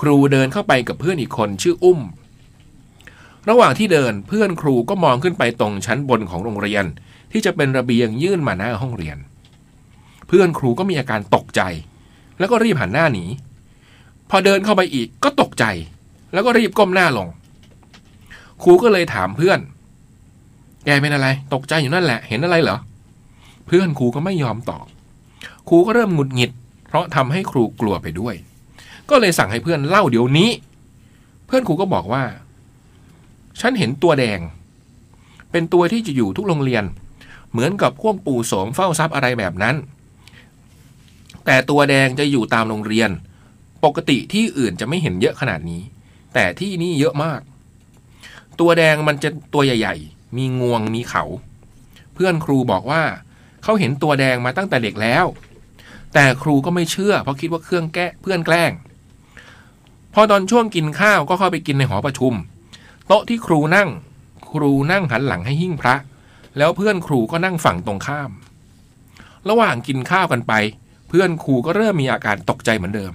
Speaker 3: ครูเดินเข้าไปกับเพื่อนอีกคนชื่ออุ้ม ระหว่างที่เดินเพื่อนครูก็มองขึ้นไปตรงชั้นบนของโรงเรียน ที่จะเป็นระเบียงยื่นมาหน้าห้องเรียน เพื่อนครูก็มีอาการตกใจ แล้วก็รีบหันหน้าหนี พอเดินเข้าไปอีกก็ตกใจ แล้วก็รีบก้มหน้าลง ครูก็เลยถามเพื่อน แกเป็นอะไร ตกใจอยู่นั่นแหละ เห็นอะไรเหรอ เพื่อนครูก็ไม่ยอมตอบ ครูก็เริ่มหงุดหงิด เพราะทำให้ครูกลัวไปด้วย ก็เลยสั่งให้เพื่อนเล่าเดี๋ยวนี้ เพื่อนครูก็บอกว่า ฉันเห็นตัวแดง เป็นตัวที่จะอยู่ทุกโรงเรียน เหมือนกับพวกปู่โสมเฝ้าทรัพย์อะไรแบบนั้น แต่ตัวแดงจะอยู่ตามโรงเรียน ปกติที่อื่นจะไม่เห็นเยอะขนาดนี้ แต่ที่นี่เยอะมาก ตัวแดงมันจะตัวใหญ่ ๆ มีงวงมีเขา เพื่อนครูบอกว่า เขาเห็นตัวแดงมาตั้งแต่เด็กแล้ว แต่ครูก็ไม่เชื่อ เพราะคิดว่าเครื่องแก้เพื่อนแกล้ง พอตอนช่วงกินข้าวก็เข้าไปกินในหอประชุม โต๊ะที่ครูนั่ง ครูนั่งหันหลังให้หิ้งพระ แล้วเพื่อนครูก็นั่งฝั่งตรงข้าม ระหว่างกินข้าวกันไป เพื่อนครูก็เริ่มมีอาการตกใจเหมือนเดิม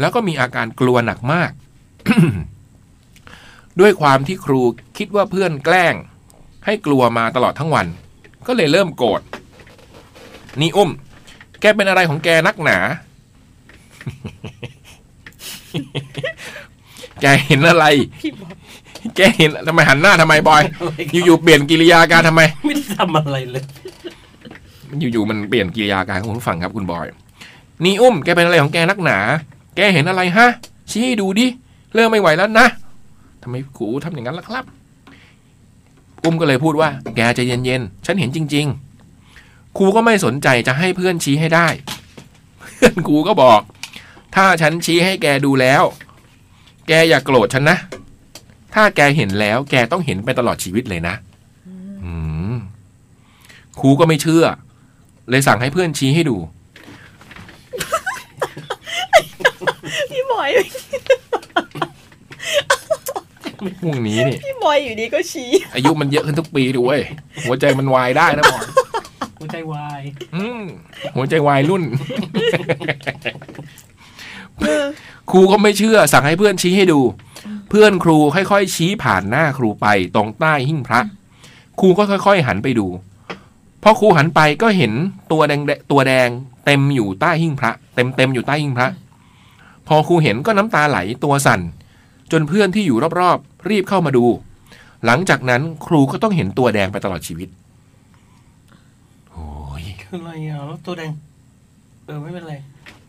Speaker 3: แล้วก็มีอาการกลัวหนักมาก ด้วยความที่ครูคิดว่าเพื่อนแกล้ง ให้กลัวมาตลอดทั้งวัน ก็เลยเริ่มโกรธ นี่อุ้ม แกเป็นอะไรของแกนักหนา แกเห็นอะไร แกเห็นทำไมหันห น้าทำไมบอย อยู่ๆเปลี่ยนกิริยาการทำไม
Speaker 5: ไม่ได้ทำอะไรเลย
Speaker 3: อยู่ๆมันเปลี่ยนกิริยาการของคุณผู้ฟังครับคุณบอย นี่อุ้มแกเป็นอะไรของแกนักหนา แกเห็นอะไรฮะ ชี้ให้ดูดิ เริ่มไม่ไหวแล้วนะทำไมกูทำอย่างนั้นล่ะครับ อุ้มก็เลยพูดว่า แกใจะเย็นๆ ฉันเห็นจริง ๆ ครูก็ไม่สนใจจะให้เพื่อนชี้ให้ได้ เพื่อนครูก็บอก ถ้าฉันชี้ให้แกดูแล้ว แกอย่าโกรธฉันนะ ถ้าแกเห็นแล้ว แกต้องเห็นไปตลอดชีวิตเลยนะ อืมครูก็ไม่เชื่อ เลยสั่งให้เพื่อนชี้ให้ดู
Speaker 4: พี่บอย
Speaker 3: พรุ่งนี้นี่
Speaker 4: พี่บอยอยู่ดีก็ชี้
Speaker 3: อายุมันเยอะขึ้นทุกปีดูเว้ย หัวใจมันวายได้นะบอล
Speaker 6: หัวใจวาย
Speaker 3: อืมหัวใจวายรุ่น ครูก็ไม่เชื่อ สั่งให้เพื่อนชี้ให้ดู เพื่อนครูค่อยๆชี้ผ่านหน้าครูไปตรงใต้หิ้งพระ ครูก็ค่อย ๆ หันไปดูพอครูหันไปก็เห็นตัวแดงๆตัวแดง เต็มอยู่ใต้หิ้งพระ เต็มเต็มๆอยู่ใต้หิ้งพระ พอครูเห็นก็น้ำตาไหลตัวสั่น จนเพื่อนที่อยู่รอบๆ รีบเข้ามาดู หลังจากนั้นครูก็ต้องเห็นตัวแดงไปตลอดชีวิตโอ้ย
Speaker 5: คืออะไรอ่ะแล้วตัวแดง เออไม่เป็นไร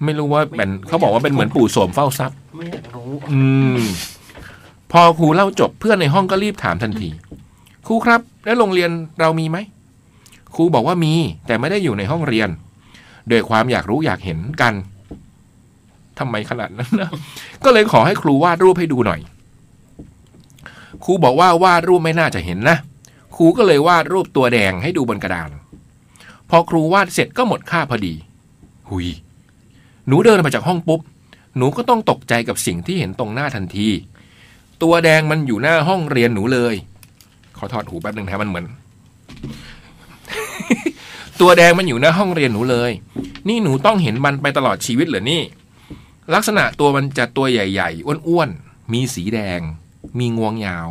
Speaker 3: ไม่รู้ว่าเป็นเขาบอกว่าเป็นเหมือนปู่โสมเฝ้าทรัพย์
Speaker 5: ไม่อยากรู้
Speaker 3: อืม พอครูเล่าจบเพื่อนในห้องก็รีบถามทันที ครูครับ แล้วโรงเรียนเรามีไหมครูบอกว่ามี แต่ไม่ได้อยู่ในห้องเรียนด้วยความอยากรู้อยากเห็นกันทำไมขนาดนั้นนะก็เลยขอให้ครูวาดรูปให้ดูหน่อย ครูบอกว่าวาดรูปไม่น่าจะเห็นนะครูก็เลยวาดรูปตัวแดงให้ดูบนกระดาน พอครูวาดเสร็จก็หมดค่าพอดี หุยหนูเดินออกมาจากห้องปุ๊บ หนูก็ต้องตกใจกับสิ่งที่เห็นตรงหน้าทันที ตัวแดงมันอยู่หน้าห้องเรียนหนูเลย ขอถอดหูแป๊บหนึ่งนะมันเหมือน ตัวแดงมันอยู่หน้าห้องเรียนหนูเลย นี่หนูต้องเห็นมันไปตลอดชีวิตเหรอนี่ ลักษณะตัวมันจะตัวใหญ่ๆ อ้วนๆ มีสีแดง มีงวงยาว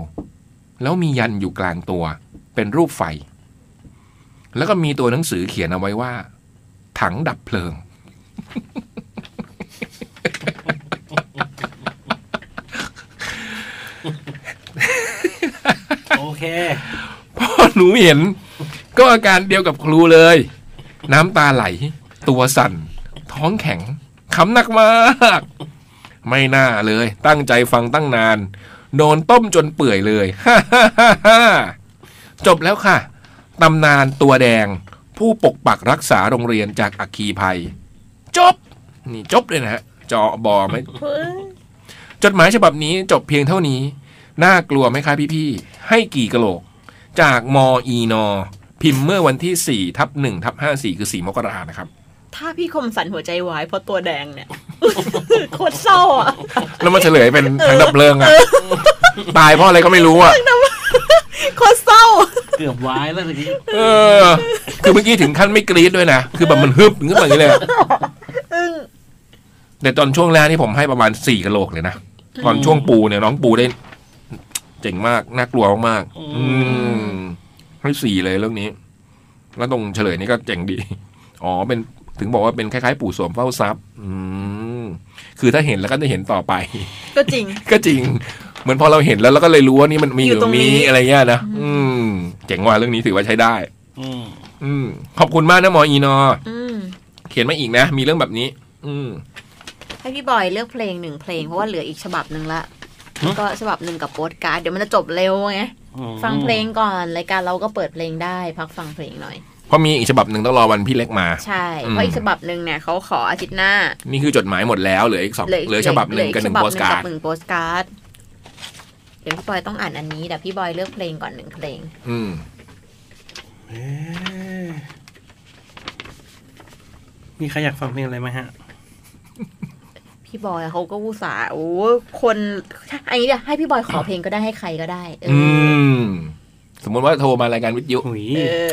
Speaker 3: แล้วมียันอยู่กลางตัว เป็นรูปไฟ แล้วก็มีตัวหนังสือเขียนเอาไว้ว่า ถังดับเพลิง
Speaker 6: เค
Speaker 3: พอ หนูเห็น ก็อาการเดียวกับครูเลย น้ำตาไหล ตัวสั่น ท้องแข็งขำหนักมาก ไม่น่าเลย ตั้งใจฟังตั้งนาน โดนต้มจนเปื่อยเลย ฮ่าฮ่าฮ่าฮ่าจบแล้วค่ะ ตำนานตัวแดง ผู้ปกปักรักษาโรงเรียนจากอัคคีภัย จบ นี่จบเลยนะฮะจอบอไม่ จดหมายฉบับนี้จบเพียงเท่านี้ น่ากลัวไหมคะพี่ๆ ให้กี่กะโหลก จากมอีนอ พิมพ์เมื่อวันที่ 4 ทับ1ทับ54 คือ 4 มกรานะครับ
Speaker 4: ถ้าพี่คมสันหัวใจวายเพราะตัวแดงเนี่ย โคตรเศร้าอ่ะ
Speaker 3: แล้วมันเฉลย เป็นทางดับเพลิงอะตายเพราะอะไรก็ไม่รู้อะ
Speaker 4: โคตรเศร้า
Speaker 6: เกือบวายแล้วทีนี้
Speaker 3: เออ คือเมื่อกี้ถึงขั้นไม่กรี๊ดด้วยนะ คือแบบมันฮึบขึ้นมาอย่างนี้เลยอะแต่ตอนช่วงแรกนี่ผมให้ประมาณ 4กะโหลกเลยนะ ตอนช่วงปูเนี่ยน้องปูได้ เจ๋งมาก น่ากลัวมากๆอืมให้สี่เลยเรื่องนี้ แล้วตรงเฉลยนี่ก็เจ๋งดี อ๋อเป็นถึงบอกว่าเป็นคล้ายๆ ปู่สวมเฝ้าทรัพย์ อืมคือถ้าเห็นแล้วก็จะเห็นต่อไป
Speaker 4: ก็จริง
Speaker 3: ก็จริง เหมือนพอเราเห็นแล้วเราก็เลยรู้ว่านี่มันมีอ
Speaker 4: อยู่
Speaker 3: ยู่
Speaker 4: ตรงนี้
Speaker 3: มีอะไรเงี้ยนะอืม เจ๋งว่ะเรื่องนี้ถือว่าใช้ได้
Speaker 5: อืม
Speaker 3: อืม ขอบคุณมากนะหมออีนอ
Speaker 4: อืม
Speaker 3: เขียนมาอีกนะ มีเรื่องแบบนี้ อืม
Speaker 4: ให้พี่บอยเลือกเพลงหนึ่งเพลงเพราะว่าเหลืออีกฉบับหนึ่งละ
Speaker 5: ฮะ
Speaker 4: ก็ฉบับหนึ่งกับโปสการ์ดเดี๋ยวมันจะจบเร็วไงฟังเพลงก่อนรายการเราก็เปิดเพลงได้ พักฟังเพลงหน่อย
Speaker 3: เพราะมีอีกฉบับหนึ่งต้องรอวันพี่เล็กมา
Speaker 4: ใช่ เพราะอีกฉบับหนึ่งเนี่ยเขาขออาทิตย์หน้า
Speaker 3: นี่คือจดหมายหมดแล้วเหลืออีกสองเหลือฉบับหนึ่งกับหนึ่งโปสการ์ด
Speaker 4: หนึ่งโปสการ์ดเดี๋ยวพี่บอยต้องอ่านอันนี้แต่พี่บอยเลือกเพลงก่อนหนึ่งเพลง
Speaker 3: อืม
Speaker 5: มีใครอยากฟังเพลงอะไรไหมฮะ
Speaker 4: พี่บอยเขาก็อุตส่าห์โอ้คนอันนี้เดี๋ยวให้พี่บอยขอเพลงก็ได้ให้ใครก็ได้ เออ
Speaker 3: อื
Speaker 4: อ
Speaker 3: ม สมมติว่าโทรมารายการวิทยุ
Speaker 5: หุย
Speaker 4: เออ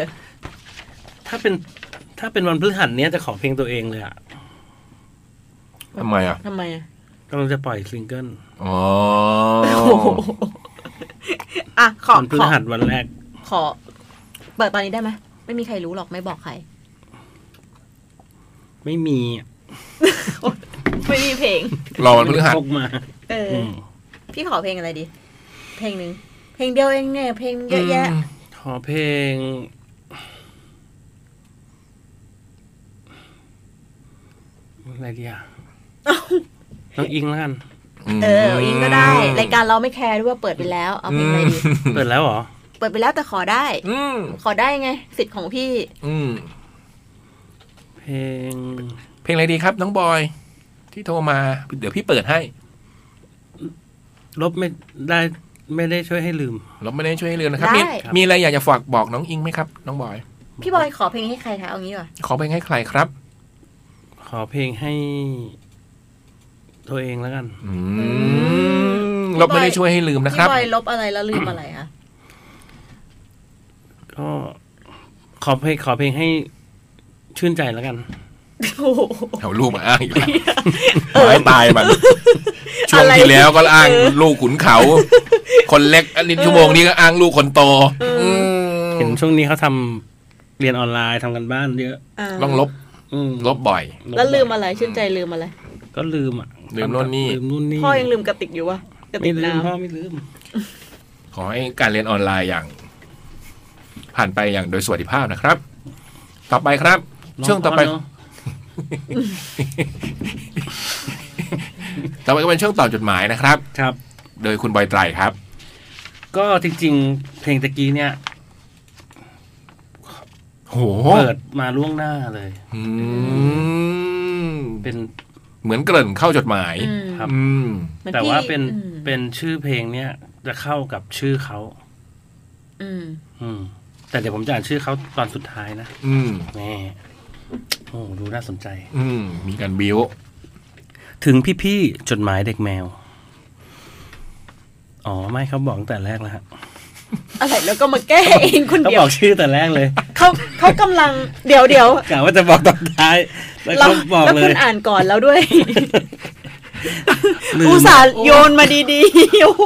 Speaker 5: ถ้าเป็นถ้าเป็นวันพฤหัสเนี้ยจะขอเพลงตัวเองเลยอ่ะ
Speaker 3: ทำไมอ่ะ
Speaker 4: ทำไมอะ
Speaker 5: กำลังจะปล่อยซิงเกิล
Speaker 3: อ๋อ
Speaker 4: อ่ะขอ
Speaker 5: วันพฤ
Speaker 4: ขอ
Speaker 5: หัสวันแรก
Speaker 4: ขอ เปิดตอนนี้ได้ไหมไม่มีใครรู้หรอกไม่บอกใคร
Speaker 5: ไม่มี
Speaker 4: ไม่มีเพลง
Speaker 3: รอวันพฤหัส
Speaker 5: พกมา
Speaker 4: เออ
Speaker 5: อืม
Speaker 4: พี่ขอเพลงอะไรดี เพลงหนึ่งเพลงเดียวเองเนี่ยเพลงเยอะแยะ
Speaker 5: ขอเพลง อะไรดี อ่ะน้องอิงแล้วกัน
Speaker 3: ม
Speaker 4: เอออิงก็ได้รายการเราไม่แคร์ด้วยว่าเปิดไปแล้วเอาเพลงอะไรดี
Speaker 5: เปิดแล้วเหรอ
Speaker 4: เปิดไปแล้วแต่ขอได้
Speaker 3: อืม
Speaker 4: ขอได้ไงสิทธิ์ของพี่
Speaker 3: อืม
Speaker 5: เพลง
Speaker 3: เพลงอะไรดีครับ น้องบอย ที่โทรมา เดี๋ยวพี่เปิดให้
Speaker 5: ลบไม่ได้ไม่ได้ช่วยให้ลืม
Speaker 3: เราไม่ได้ช่วยให้เรือนนะครับ
Speaker 4: ได้
Speaker 3: มีมีอะไรอยากจะฝากบอกน้องอิงไหมครับ น้องบอย
Speaker 4: พี่บอยขอเพลงให้ใครคะเอางี้ดีกว่า
Speaker 3: ขอเพลงให้ใครครับ
Speaker 5: ขอเพลงให้ ตัวเองแล้วกัน
Speaker 3: อืมเราไม่ได้ช่วยให้ลืมนะค
Speaker 4: พี่
Speaker 3: รับ
Speaker 4: บอยลบอะไรแล้วลืมอะไร คะ
Speaker 5: ก็ขอเพลงขอเพลงให้ชื่นใจแล้วกัน
Speaker 4: โอ้โห
Speaker 3: แถวลูกมาอ้างอีกแล้วตายตายมัน ช่วง
Speaker 4: อะไร
Speaker 3: ที่แล้วก็อ้างลูกขุนเขา คนเล็กอันนี้ชั่วโมงนี้ก็อ้างลูกคนโต
Speaker 5: เห็นช่วงนี้เขาทำเรียนออนไลน์ทำกันบ้านเยอะ
Speaker 4: อ่า
Speaker 3: ต้องลบ
Speaker 5: อืม
Speaker 3: ลบบ่อย
Speaker 4: แล้วลืมอะไรชื่นใจลืมอะไร
Speaker 5: ก็ลืมอ่ะ
Speaker 3: ลืมโน่นนี่
Speaker 5: ลืมนู่นนี่
Speaker 4: พ่อยังลืมกระติกอยู่วะกระ
Speaker 5: ไม่
Speaker 4: ติก
Speaker 5: ลืม
Speaker 4: น้ำ
Speaker 5: พ่อไม่ลืม
Speaker 3: ขอให้การเรียนออนไลน์อย่าง ผ่านไปอย่างโดยสวัสดิภาพนะครับ ต่อไปครับ ช่วงต่อไป ต่อไปก็เป็นช่วงตอบจดหมายนะครับ
Speaker 5: ครับ
Speaker 3: โดยคุณบอยไตรครับ
Speaker 5: ก็จริง ๆ เพลงตะกี้เนี่ย
Speaker 3: โห
Speaker 5: เปิดมาล่วงหน้าเลย
Speaker 3: อืม
Speaker 5: เป็น
Speaker 3: เหมือนเกริ่นเข้าจดหมาย
Speaker 4: อืม
Speaker 3: ครับ
Speaker 4: เหมือน
Speaker 5: แต่
Speaker 4: พี่
Speaker 5: ว่าเป็น
Speaker 4: อืม
Speaker 5: เป็นชื่อเพลงเนี่ย จะเข้ากับชื่อเขา
Speaker 4: อืม
Speaker 5: อืม แต่เดี๋ยวผมจะอ่านชื่อเขาตอนสุดท้ายนะ
Speaker 3: อืม
Speaker 5: แน่โอ้ดูน่าสนใจ
Speaker 3: อืม มีการบิว
Speaker 5: ถึงพี่ๆจดหมายเด็กแมว อ๋อ ไม่เขาบอกตั้งแต่แรกแล้วฮะ
Speaker 4: อะไรแล้วก็มาแก้เองคน
Speaker 5: เขา
Speaker 4: เดีย
Speaker 5: บ
Speaker 4: ว
Speaker 5: อกชื่อแต่แรกเลย
Speaker 4: เขาเขากำลังเดี๋ยวเดี๋ยว
Speaker 5: กะว่าจะบอกตอนท้าย แล้ว
Speaker 4: เรา
Speaker 5: เขาบอก
Speaker 4: แล้ว
Speaker 5: เล
Speaker 4: คุ
Speaker 5: ย
Speaker 4: ณอ่าน ก่อนแล้วด้วย
Speaker 5: ลืม
Speaker 4: อุตส่าห์โยนมาดีๆโอ้โห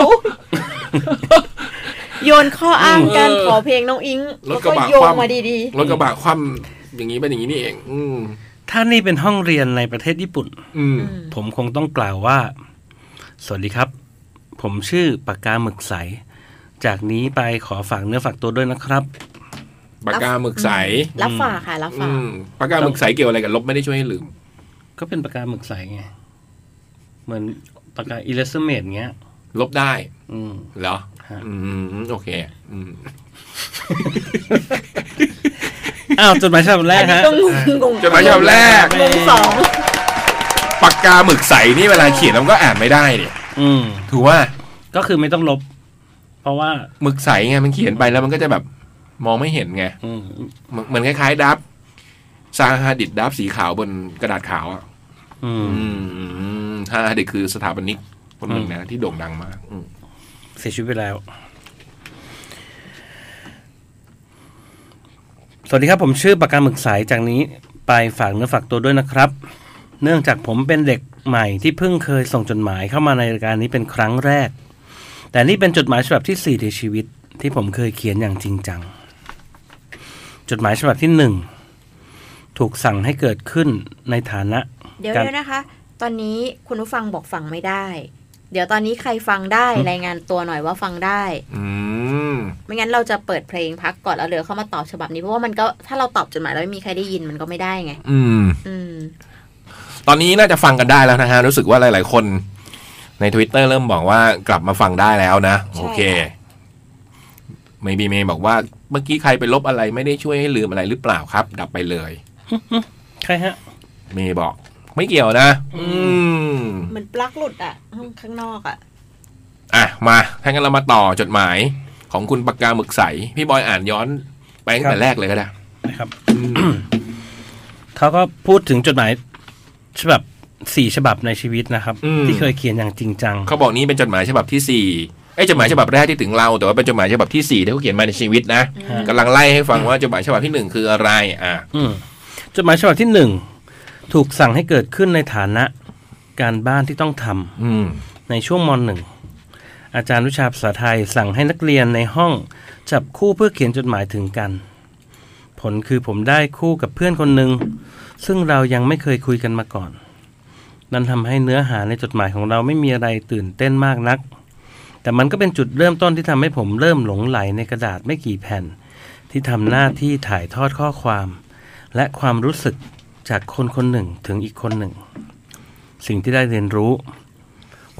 Speaker 4: โยนข้ออ้างการขอเพลงน้องอิง
Speaker 3: รถ
Speaker 4: แล้ว
Speaker 3: กระ
Speaker 4: ก็
Speaker 3: บะ
Speaker 4: โย
Speaker 3: ค
Speaker 4: ง
Speaker 3: ว่ำ
Speaker 4: มาดี
Speaker 3: รถกระบะคว่ำอย่างนี้เป็นอย่างนี้นี่เอง อืม
Speaker 5: ถ้านี่เป็นห้องเรียนในประเทศญี่ปุ่น
Speaker 3: อืม
Speaker 5: ผมคงต้องกล่าวว่า สวัสดีครับ ผมชื่อปากกาหมึกใส จากนี้ไปขอฝากเนื้อฝากตัวด้วยนะครับ
Speaker 3: ปากกาหมึกใส
Speaker 4: รับฝากค่ะรับ
Speaker 3: อื
Speaker 4: ฝาก
Speaker 3: มปากกาหมึกใสเกี่ยวอะไรกับลบไม่ได้ช่วยให้ลืม
Speaker 5: ก็เป็นปากกาหมึกใสไง เหมือนปากกาอิเลสเมดเงี้ย
Speaker 3: ลบได้
Speaker 5: อืม
Speaker 3: เหรอ
Speaker 5: ฮะ
Speaker 3: อืมโอเคอืม
Speaker 5: อ้าวจดหมายฉบับแรกฮะ
Speaker 4: ต้องงงงง
Speaker 3: จดหมายฉบับแรก
Speaker 4: งงสอง
Speaker 3: ปากกาหมึกใสนี่เวลาเขียนแล้วมันก็อ่านไม่ได้เนี่ย
Speaker 5: อืม
Speaker 3: ถือว่า
Speaker 5: ก็คือไม่ต้องลบ เพราะว่า
Speaker 3: หมึกใสไงมันเขียนไปแล้วมันก็จะแบบมองไม่เห็นไง
Speaker 5: อืม
Speaker 3: เหมือนเหมือนคล้ายๆดับซาฮาดิดดับสีขาวบนกระดาษขาวอ่ะ
Speaker 5: อืม
Speaker 3: อืมซาฮาดิดคือสถาปนิกคนหนึ่งนะที่โด่งดังมากอืม
Speaker 5: เสียชีวิตไปแล้ว สวัสดีครับผมชื่อปากกาหมึกสายจากนี้ไปฝากเนื้อฝากตัวด้วยนะครับ เนื่องจากผมเป็นเด็กใหม่ที่เพิ่งเคยส่งจดหมายเข้ามาในรายการนี้เป็นครั้งแรก แต่นี่เป็นจดหมายฉบับที่สี่ในชีวิต ที่ผมเคยเขียนอย่างจริงจัง จดหมายฉบับที่หนึ่งถูกสั่งให้เกิดขึ้นในฐานะ
Speaker 4: เดี๋ยว
Speaker 5: การ
Speaker 4: เดี๋ยวนะคะ ตอนนี้คุณผู้ฟังบอกฟังไม่ได้ เดี๋ยวตอนนี้ใครฟังได้รายงานตัวหน่อยว่าฟังได้
Speaker 3: อืม
Speaker 4: ไม่งั้นเราจะเปิดเพลงพักก่อนแล้วเดี๋ยวเข้ามาตอบฉบับนี้เพราะว่ามันก็ถ้าเราตอบจดหมายแล้วไม่มีใครได้ยินมันก็ไม่ได้ไง
Speaker 3: อืม
Speaker 4: อืม
Speaker 3: ตอนนี้น่าจะฟังกันได้แล้วนะฮะ รู้สึกว่าหลาย ๆ คนใน Twitter เริ่มบอกว่ากลับมาฟังได้แล้วนะ โอเค
Speaker 4: ใช่ค่ะ
Speaker 3: ไม่บีเมย์บอกว่าเมื่อกี้ใครไปลบอะไรไม่ได้ช่วยให้ลืมอะไรหรือเปล่าครับ ดับไปเลย
Speaker 5: ใครฮะ
Speaker 3: เมย์บอก ไม่เกี่ยวนะ อืม
Speaker 4: เหมือนปลั๊กหลุดอ่ะข้างนอกอ่ะ
Speaker 3: อ่ะ มาถ้างั้นเรามาต่อจดหมายของคุณปากกาหมึกใส พี่บอยอ่านย้อนไปตั้งแต่แรกเลยก็ได้
Speaker 5: นะครับ เขาก็พูดถึงจดหมายฉบับสี่ฉบับในชีวิตนะครับ
Speaker 3: อืม
Speaker 5: ที่เคยเขียนอย่างจริงจัง
Speaker 3: เขาบอกนี่เป็นจดหมายฉบับที่สี่ไอ้ยจดหมายฉบับแรกที่ถึงเรา แต่ว่าเป็นจดหมายฉบับที่สี่ที่เขาเขียนมาในชีวิตนะ
Speaker 5: อืม
Speaker 3: กำลังไล่ให้ฟังว่าจดหมายฉบับที่หนึ่งคืออะไร อ่ะ
Speaker 5: อืมจดหมายฉบับที่หนึ่งถูกสั่งให้เกิดขึ้นในฐานะการบ้านที่ต้องทำ
Speaker 3: อืม
Speaker 5: ในช่วงมหนึ่งอาจารย์วิชาภาษาไทยสั่งให้นักเรียนในห้องจับคู่เพื่อเขียนจดหมายถึงกัน ผลคือผมได้คู่กับเพื่อนคนหนึ่งซึ่งเรายังไม่เคยคุยกันมาก่อน นั่นทำให้เนื้อหาในจดหมายของเราไม่มีอะไรตื่นเต้นมากนัก แต่มันก็เป็นจุดเริ่มต้นที่ทำให้ผมเริ่มหลงไหลในกระดาษไม่กี่แผ่น ที่ทำหน้าที่ถ่ายทอดข้อความ และความรู้สึกจากคนคนหนึ่งถึงอีกคนหนึ่ง สิ่งที่ได้เรียนรู้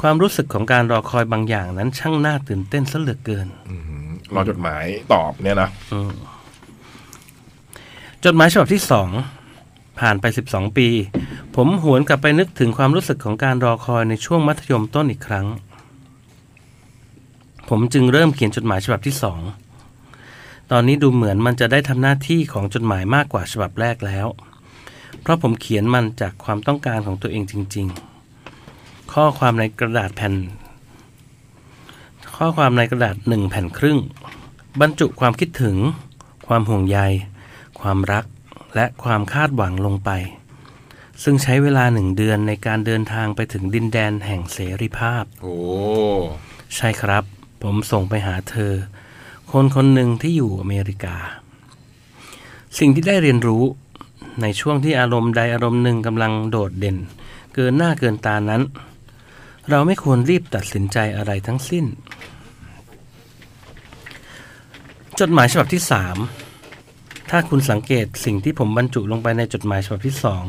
Speaker 5: ความรู้สึกของการรอคอยบางอย่างนั้นช่างน่าตื่นเต้นซะเหลือเกิน
Speaker 3: รอจดหมายตอบเนี่ยนะ
Speaker 5: จดหมายฉบับที่สองผ่านไป 12 ปี ผมหวนกลับไปนึกถึงความรู้สึกของการรอคอยในช่วงมัธยมต้นอีกครั้ง ผมจึงเริ่มเขียนจดหมายฉบับที่สองตอนนี้ดูเหมือนมันจะได้ทำหน้าที่ของจดหมายมากกว่าฉบับแรกแล้ว เพราะผมเขียนมันจากความต้องการของตัวเองจริง ๆ ข้อความในกระดาษแผ่น ข้อความในกระดาษหนึ่งแผ่นครึ่ง บรรจุความคิดถึง ความห่วงใย ความรักและความคาดหวังลงไป ซึ่งใช้เวลาหนึ่งเดือนในการเดินทางไปถึงดินแดนแห่งเสรีภาพ
Speaker 3: โอ้
Speaker 5: ใช่ครับ ผมส่งไปหาเธอ คนคนหนึ่งที่อยู่อเมริกา สิ่งที่ได้เรียนรู้ในช่วงที่อารมณ์ใดอารมณ์หนึ่งกำลังโดดเด่น เกินหน้าเกินตานั้น เราไม่ควรรีบตัดสินใจอะไรทั้งสิ้น จดหมายฉบับที่สามถ้าคุณสังเกตสิ่งที่ผมบรรจุลงไปในจดหมายฉบับที่สอง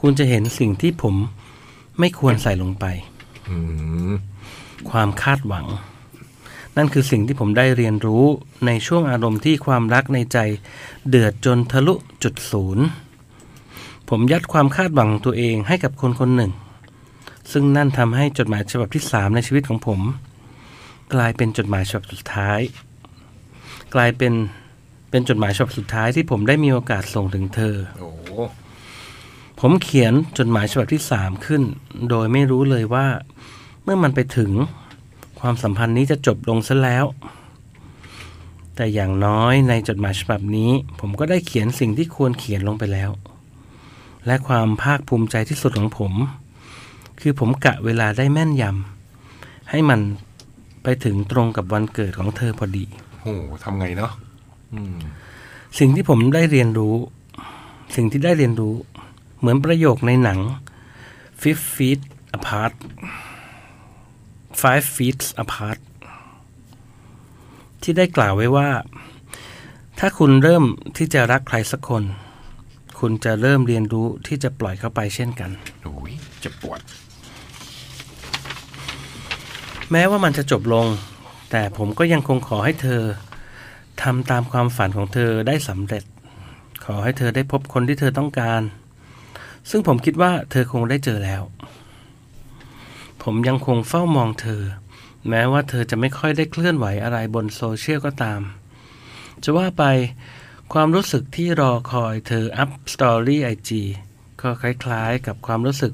Speaker 5: คุณจะเห็นสิ่งที่ผมไม่ควรใส่ลงไป
Speaker 3: อืม
Speaker 5: ความคาดหวัง นั่นคือสิ่งที่ผมได้เรียนรู้ในช่วงอารมณ์ที่ความรักในใจ เดือดจนทะลุจุดศูนย์ผมยัดความคาดหวังของตัวเองให้กับคนคนหนึ่ง ซึ่งนั่นทำให้จดหมายฉบับที่สามในชีวิตของผม กลายเป็นจดหมายฉบับสุดท้าย กลายเป็นเป็นจดหมายฉบับสุดท้ายที่ผมได้มีโอกาสส่งถึงเธอ
Speaker 3: โอ้
Speaker 5: ผมเขียนจดหมายฉบับที่สามขึ้น โดยไม่รู้เลยว่า เมื่อมันไปถึง ความสัมพันธ์นี้จะจบลงซะแล้ว แต่อย่างน้อยในจดหมายฉบับนี้ ผมก็ได้เขียนสิ่งที่ควรเขียนลงไปแล้ว และความภาคภูมิใจที่สุดของผม คือผมกะเวลาได้แม่นยำให้มันไปถึงตรงกับวันเกิดของเธอพอดี
Speaker 3: โหทำไงเนาะอืม
Speaker 5: สิ่งที่ผมได้เรียนรู้ สิ่งที่ได้เรียนรู้ เหมือนประโยคในหนัง five feet apart five feet apart ที่ได้กล่าวไว้ว่า ถ้าคุณเริ่มที่จะรักใครสักคน คุณจะเริ่มเรียนรู้ที่จะปล่อยเขาไปเช่นกัน
Speaker 3: โอ้ยเจะปวด
Speaker 5: แม้ว่ามันจะจบลง แต่ผมก็ยังคงขอให้เธอทำตามความฝันของเธอได้สำเร็จ ขอให้เธอได้พบคนที่เธอต้องการ ซึ่งผมคิดว่าเธอคงได้เจอแล้ว ผมยังคงเฝ้ามองเธอ แม้ว่าเธอจะไม่ค่อยได้เคลื่อนไหวอะไรบนโซเชียลก็ตาม จะว่าไปความรู้สึกที่รอคอยเธออัพสตอรี่ไอจีก็คล้ายๆ กับความรู้สึก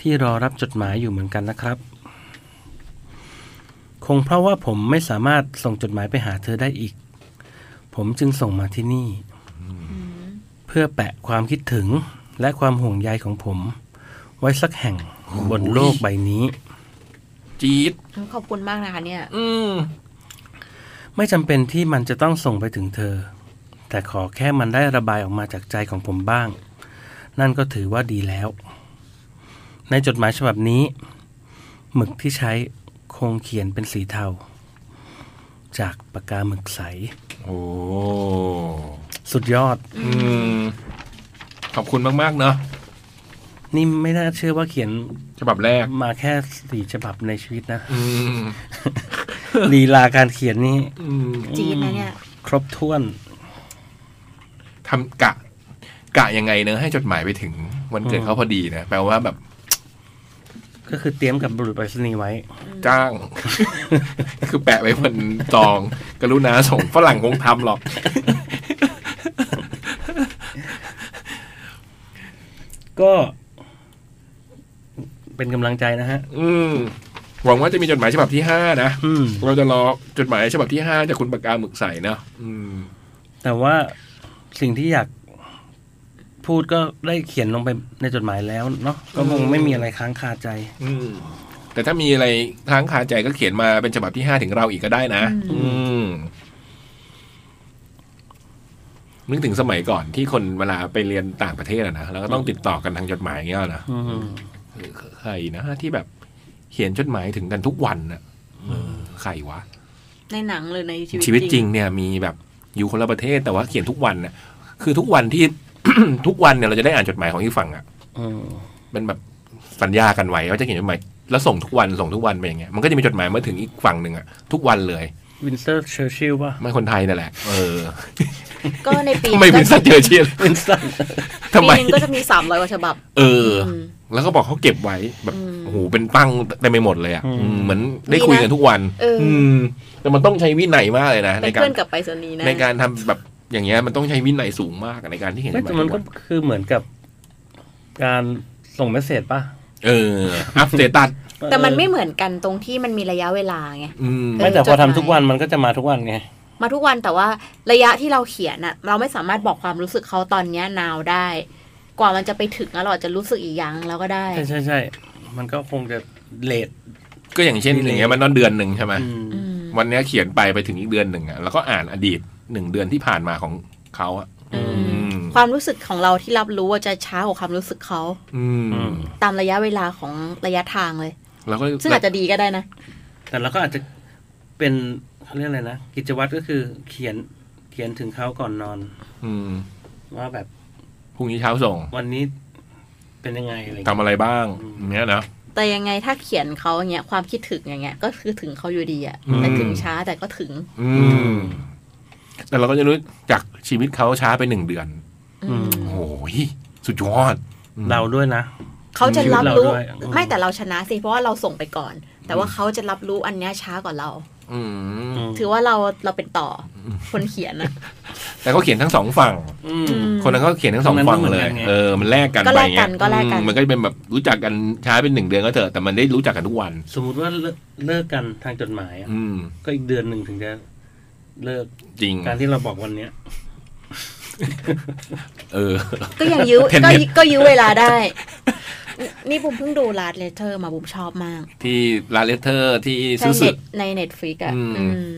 Speaker 5: ที่รอรับจดหมายอยู่เหมือนกันนะครับ คงเพราะว่าผมไม่สามารถส่งจดหมายไปหาเธอได้อีก ผมจึงส่งมาที่นี่ เพื่อแปะความคิดถึงและความห่วงใยของผม ไว้สักแห่งบนโลกใบนี้
Speaker 3: จี๊ด
Speaker 4: ขอบคุณมากนะคะเนี่ย
Speaker 3: อืม
Speaker 5: ไม่จำเป็นที่มันจะต้องส่งไปถึงเธอ แต่ขอแค่มันได้ระบายออกมาจากใจของผมบ้าง นั่นก็ถือว่าดีแล้ว ในจดหมายฉบับนี้ หมึกที่ใช้คงเขียนเป็นสีเทา จากปากกาหมึกใส
Speaker 3: โอ้
Speaker 5: สุดยอด
Speaker 3: อืม ขอบคุณมากๆเนาะ
Speaker 5: นี่ไม่น่าเชื่อว่าเขียน
Speaker 3: ฉบับแรก
Speaker 5: มาแค่สี่ฉบับในชีวิตนะ
Speaker 3: อืม
Speaker 5: ลีลาการเขียนนี่
Speaker 3: อืม
Speaker 4: จีนนะเนี่ย
Speaker 5: ครบถ้วน
Speaker 3: ทำกะ กะยังไงเนอะให้จดหมายไปถึง วันเกิดเขาพอดีนะ แปลว่าแบบ
Speaker 5: ก็คือเตรียมกับบุรุษไปรษณีย์ไว้
Speaker 3: จ้าง คือแปะไว้บนตอง กรุณาส่งฝรั่งคงทำหรอก
Speaker 5: ก็ เป็นกำลังใจนะฮะ
Speaker 3: อืม หวังว่าจะมีจดหมายฉบับที่ห้านะ
Speaker 5: อืม
Speaker 3: เราจะรอจดหมายฉบับที่ห้าจากคุณปากกาหมึกใสเนอะอืม
Speaker 5: แต่ว่าสิ่งที่อยากพูดก็ได้เขียนลงไปในจดหมายแล้วเนาะก็คงไม่มีอะไรค้างคาใจ
Speaker 3: อืม แต่ถ้ามีอะไรค้างคาใจก็เขียนมาเป็นฉบับที่ห้าถึงเราอีกก็ได้นะ อืม นึกถึงสมัยก่อนที่คนเวลาไปเรียนต่างประเทศอะนะแล้วก็ต้องติดต่อกันทางจดหมายอย่างเงี้ยนะ
Speaker 5: อืม
Speaker 3: ใครนะที่แบบเขียนจดหมายถึงกันทุกวันอะเออใครวะ
Speaker 4: ในหนังหรือในชี
Speaker 3: ชีวิตจริงเนี่ยมีแบบอยู่คนละประเทศแต่ว่าเขียนทุกวันน่ะคือทุกวันที่ ทุกวันเนี่ยเราจะได้อ่านจดหมายของอีกฝั่งอ่ะ
Speaker 5: อืม
Speaker 3: เป็นแบบสัญญากันไว้ว่าจะเขียนจดหมายแล้วส่งทุกวันส่งทุกวันไปอย่างเงี้ยมันก็จะมีจดหมายมาถึงอีกฝั่งหนึ่งอ่ะทุกวันเลย
Speaker 5: วินสเตอร์เชอร์ชิลป่ะ
Speaker 3: ไม่คนไทยนั่นแหละเออ
Speaker 4: ก็ใน ปี
Speaker 3: ทำไมวินสเตอร์เชีย
Speaker 5: วินสเตอร์
Speaker 3: ทำไม
Speaker 4: ปีหนึงก็จะมีสามร้อยกว่าฉบับ
Speaker 3: เอออ
Speaker 4: ม
Speaker 3: แล้วก็บอกเขาเก็บไว้แบบ
Speaker 4: อืม
Speaker 3: โอ้โหเป็นตั้งเต็ไมไปหมดเลยอ่ะอืมเหมือนได้
Speaker 4: ดี
Speaker 3: คุย
Speaker 4: นะ
Speaker 3: กันทุกวัน
Speaker 4: เอออื
Speaker 3: มแต่มันต้องใช้วินัยมากเลยนะ
Speaker 4: เป็
Speaker 3: ใน
Speaker 4: น
Speaker 3: การ
Speaker 4: เพื่อนกับไปรษณีย์นะ
Speaker 3: ในการทำแบบอย่างเงี้ยมันต้องใช้วินัยสูงมากอะในการที่เขียนจด
Speaker 5: ไม่
Speaker 3: หมา
Speaker 5: แต่
Speaker 3: ย
Speaker 5: มัน
Speaker 3: ทุก
Speaker 5: ก็
Speaker 3: วัน
Speaker 5: คือเหมือนกับการส่งเมสเซจป่ะ
Speaker 3: เออ อัพเตตัส
Speaker 4: แต่มันไม่เหมือนกันตรงที่มันมีระยะเวลาไง
Speaker 3: อืม
Speaker 5: ไม่แต่
Speaker 4: เออ
Speaker 5: พอ
Speaker 4: จดห
Speaker 5: ทำ
Speaker 4: มาย
Speaker 5: ทุกวันมันก็จะมาทุกวันไง
Speaker 4: มาทุกวันแต่ว่าระยะที่เราเขียนอะเราไม่สามารถบอกความรู้สึกเขาตอนเนี้ยนาวได้ กว่ามันจะไปถึงแล้วเราอาจจะรู้สึกอีกอย่างแล้วก็ได้
Speaker 5: ใช่ใช่ใช่มันก็คงจะเลท
Speaker 3: ก็อย่างเช่น
Speaker 5: มีเลย
Speaker 3: อย่างเงี้ยมันต้องเดือนหนึ่งใช่ไหม
Speaker 5: อืม
Speaker 4: อืม
Speaker 3: วันเนี้ยเขียนไปไปถึงอีกเดือนหนึ่งอ่ะแล้วก็อ่านอดีตหนึ่งเดือนที่ผ่านมาของเขาอ่ะ
Speaker 4: อืม
Speaker 3: ม
Speaker 4: ความรู้สึกของเราที่รับรู้อะจะช้ากว่าความรู้สึกเขา
Speaker 3: อืม
Speaker 5: อืม
Speaker 4: ตามระยะเวลาของระยะทางเลย
Speaker 3: แล้วก็
Speaker 4: ซึ่งอาจจะดีก็ได้นะ
Speaker 5: แต่เราก็อาจจะเป็นเขาเรียกอะไรนะ กิจวัตรก็คือเขียนเขียนถึงเขาก่อนนอน
Speaker 3: อืม
Speaker 5: ว่าแบบ
Speaker 3: พรุ่งนี้เช้าส่ง
Speaker 5: วันนี้เป็นยังไงอะไร
Speaker 3: ทำ
Speaker 5: เงี้ย
Speaker 3: อะไรบ้างเนี้ยนะ
Speaker 4: แต่ยังไงถ้าเขียนเขาอย่างเงี้ยความคิดถึงอย่างเงี้ยก็คือถึงเขาอยู่ดีอะ
Speaker 3: อืม
Speaker 4: แต่ถึงช้าแต่ก็ถึง
Speaker 3: อืม แต่เราก็จะรู้จากชีวิตเขาช้าไปหนึ่งเดือน
Speaker 5: อืม
Speaker 3: โอ้ยสุดยอดอืม
Speaker 5: เราด้วยนะ
Speaker 4: เขาจะรับรู้
Speaker 5: ชีวิตเราด้วยอืม
Speaker 4: ไม่แต่เราชนะสิเพราะว่าเราส่งไปก่อน แต่ว่าเขาจะรับรู้อันเนี้ยช้ากว่าเรา
Speaker 3: อืม
Speaker 5: ม
Speaker 4: ถือว่าเราเราเป็นต่ออคนเขียนอะ
Speaker 3: แต่เขาเขียนทั้งสองฝั่ง
Speaker 5: อืม
Speaker 3: คนนั้นก็เขียนทั้งสอง
Speaker 5: คนนั้นก็
Speaker 3: ฝั่งเลย
Speaker 5: เหมือนกันไง
Speaker 3: เออ มันแลกกัน
Speaker 4: ก็
Speaker 3: ไป
Speaker 4: แลกกัน
Speaker 3: เงี้ย
Speaker 4: ก็แลกกัน
Speaker 3: อืมมันก็จะเป็นแบบรู้จักกันช้าเป็นหนึ่งเดือนก็เถอะ แต่มันได้รู้จักกันทุกวัน
Speaker 5: สมมติว่าเลิกเลิกกันทางจดหมายอะ
Speaker 3: อืม
Speaker 5: ก็อีกเดือนหนึ่งถึงจะเลิก
Speaker 3: จริง
Speaker 5: การที่เราบอกวันเนี้ย
Speaker 3: เออ
Speaker 4: ก็ยังยื้อ
Speaker 3: Tenet
Speaker 4: ก็ยก็ยื้อเวลาได้ นี่นี่บุมเพิ่งดูลาดเลเทอร์มาบุมชอบมาก
Speaker 3: ที่ลาเลเทอร์ที่
Speaker 4: ใช่
Speaker 3: ซื้อสึ
Speaker 4: เน็
Speaker 3: ก
Speaker 4: ตในเน็ตฟลิกอะ
Speaker 3: อืม
Speaker 4: อืม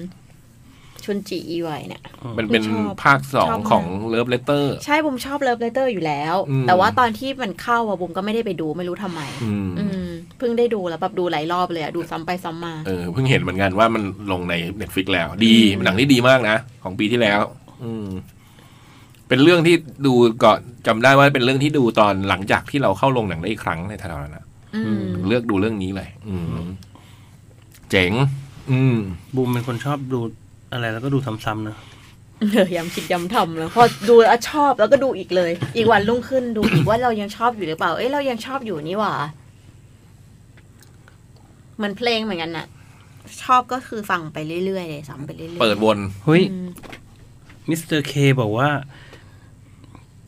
Speaker 4: ชุนจีอีไวเนี่ย
Speaker 3: มันเป็น
Speaker 4: ชอบ
Speaker 3: ภาคสอง
Speaker 4: ชอบมาก
Speaker 3: ของเลิฟเลเตอร์
Speaker 4: ใช่บุมชอบเลิฟเลเตอร์อยู่แล้ว
Speaker 3: อืม
Speaker 4: แต่ว่าตอนที่มันเข้าอะบุมก็ไม่ได้ไปดูไม่รู้ทำไม อืม เพิ่งได้ดูแล้วแบบดูหลายรอบเลยอะดูซ้ำไปซ้ำมา
Speaker 3: เออเพิ่งเห็นเหมือนกันว่ามันลงในเน็ตฟิกแล้ว ดีเป็นหนังที่ดีมากนะ ของปีที่แล้ว อืม เป็นเรื่องที่ดูก่อนจำได้ว่าเป็นเรื่องที่ดูตอนหลังจากที่เราเข้าลงหนังได้อีกครั้งในแถวๆนั้นนะ
Speaker 4: อืม
Speaker 3: เลือกดูเรื่องนี้เลย อืม เจ๋ง อืม
Speaker 5: บูมเป็นคนชอบดูอะไรแล้วก็ดูซ้ำๆนะ
Speaker 4: เออย้ำคิดย้ำทำแล้วพอดูแล้วชอบแล้วก็ดูอีกเลย อีกวันรุ่งขึ้นดูอีกว่าเรายังชอบอยู่หรือเปล่า เอ้ยเรายังชอบอยู่นี่หว่าเหมันเพลงเหมือนกันน่ะ ชอบก็คือฟังไปเรื่อยๆเลยซ้ำไปเรื่อยๆ
Speaker 3: เปิดวน
Speaker 5: เฮ้ย
Speaker 4: อืม
Speaker 5: มิสเตอร์เคบอกว่า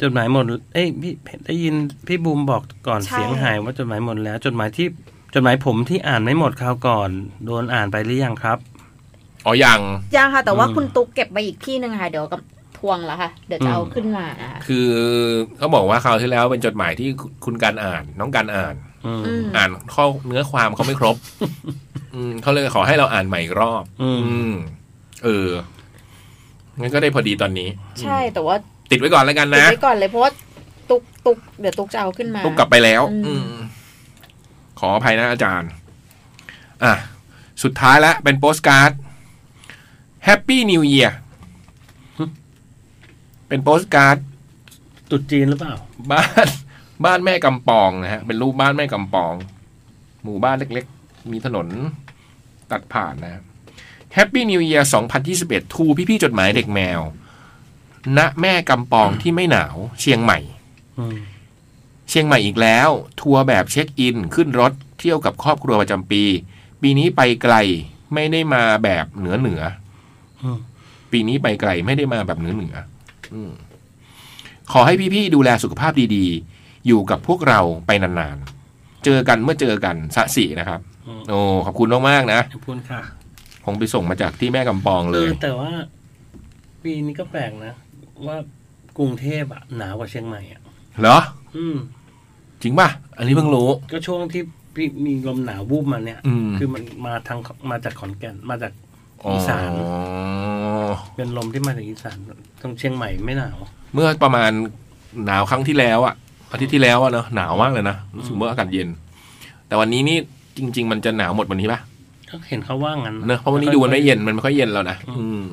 Speaker 5: จดหมายหมด เอ้ยพี่ได้ยินพี่บูมบอกก่อนเสียงหายว่าจดหมายหมดแล้ว จดหมายที่จดหมายผมที่อ่านไม่หมดคราวก่อน โดนอ่านไปหรือยังครับ
Speaker 3: อ๋อยัง
Speaker 4: ยังค่ะ แต่ว่า
Speaker 5: อืม
Speaker 4: คุณตุ๊กเก็บไปอีกที่หนึ่งค่ะ เดี๋ยวกับทวงแล้วค่ะ เดี๋ยวจะเอาขึ้นมานะคะ
Speaker 3: คือเขาบอกว่าคราวที่แล้วเป็นจดหมายที่คุณการอ่าน น้องการอ่าน
Speaker 5: อืม
Speaker 4: อืม
Speaker 3: อ่านข้อเนื้อความเขาไม่ครบ อืมเขาเลยขอให้เราอ่านใหม่อีกรอบ
Speaker 5: อืม
Speaker 3: อืม เออ งั้นก็ได้พอดีตอนนี้
Speaker 4: ใช่แต่ว่า
Speaker 3: ติดไว้ก่อนแล้วกัน
Speaker 4: ติด
Speaker 3: นะ
Speaker 4: ไว้ก่อนเลยเพราะว่าตุกตุกเดี๋ยวตุกจะเอาขึ้นมา
Speaker 3: ต้องกลับไปแล้ว
Speaker 4: อื
Speaker 3: อื
Speaker 4: ม
Speaker 3: ม ขออภัยนะอาจารย์ อ่ะ สุดท้ายละเป็นโปสการ์ด Happy New Year เป็นโปสการ์ด
Speaker 5: ตรุดจีนหรือเปล่า
Speaker 3: บ้าน บ้านแม่กำปองนะฮะ เป็นรูปบ้านแม่กำปอง หมู่บ้านเล็กๆ มีถนนตัดผ่านนะแฮปปี้นิวเยียร์2021 ทูพี่ๆจดหมายเด็กแมว ณแม่กำปองที่ไม่หนาว เชียงใหม่
Speaker 5: อืม
Speaker 3: เชียงใหม่อีกแล้ว ทัวร์แบบเช็คอิน ขึ้นรถเที่ยวกับครอบครัวประจำปี ปีนี้ไปไกลไม่ได้มาแบบเหนือเหนือ
Speaker 5: อืม
Speaker 3: ปีนี้ไปไกลไม่ได้มาแบบเหนือเหนืออืมขอให้พี่ๆดูแลสุขภาพดีๆ อยู่กับพวกเราไปนานๆ เจอกันเมื่อเจอกันสะสีนะครับ โอ้ขอบคุณมากๆนะ
Speaker 5: ขอบคุณค่ะ
Speaker 3: คงไปส่งมาจากที่แม่กำปอง
Speaker 5: เอ
Speaker 3: เลย
Speaker 5: อแต่ว่า ปีนี้ก็แปลกนะ ว่ากรุงเทพอะหนาวกว่าเชียงใหม่อะ
Speaker 3: เหรอ
Speaker 5: อืม
Speaker 3: จริงป่ะ อันนี้เพิ่งรู้
Speaker 5: ก็ช่วงที่พี่มีลมหนาววูบมาเนี่ย
Speaker 3: อืม
Speaker 5: คือมันมาทางมาจากขอนแก่นมาจาก อีสาน
Speaker 3: อ๋อ
Speaker 5: เป็นลมที่มาจากอีสานตรงเชียงใหม่ไม่หนาว
Speaker 3: เมื่อประมาณหนาวครั้งที่แล้วอะอาทิตย์ที่แล้วอะเนอะหนาวมากเลยนะรู้สึกว่าอากาศเย็น แต่วันนี้นี่จริง ๆ มันจะหนาวหมดวันนี้ปะ
Speaker 5: ก็เห็นเขาว่างั้น
Speaker 3: เนอะเพราะวันนี้ดูมันไม่เย็นมันไม่ค่อยเย็นแล้วนะอืม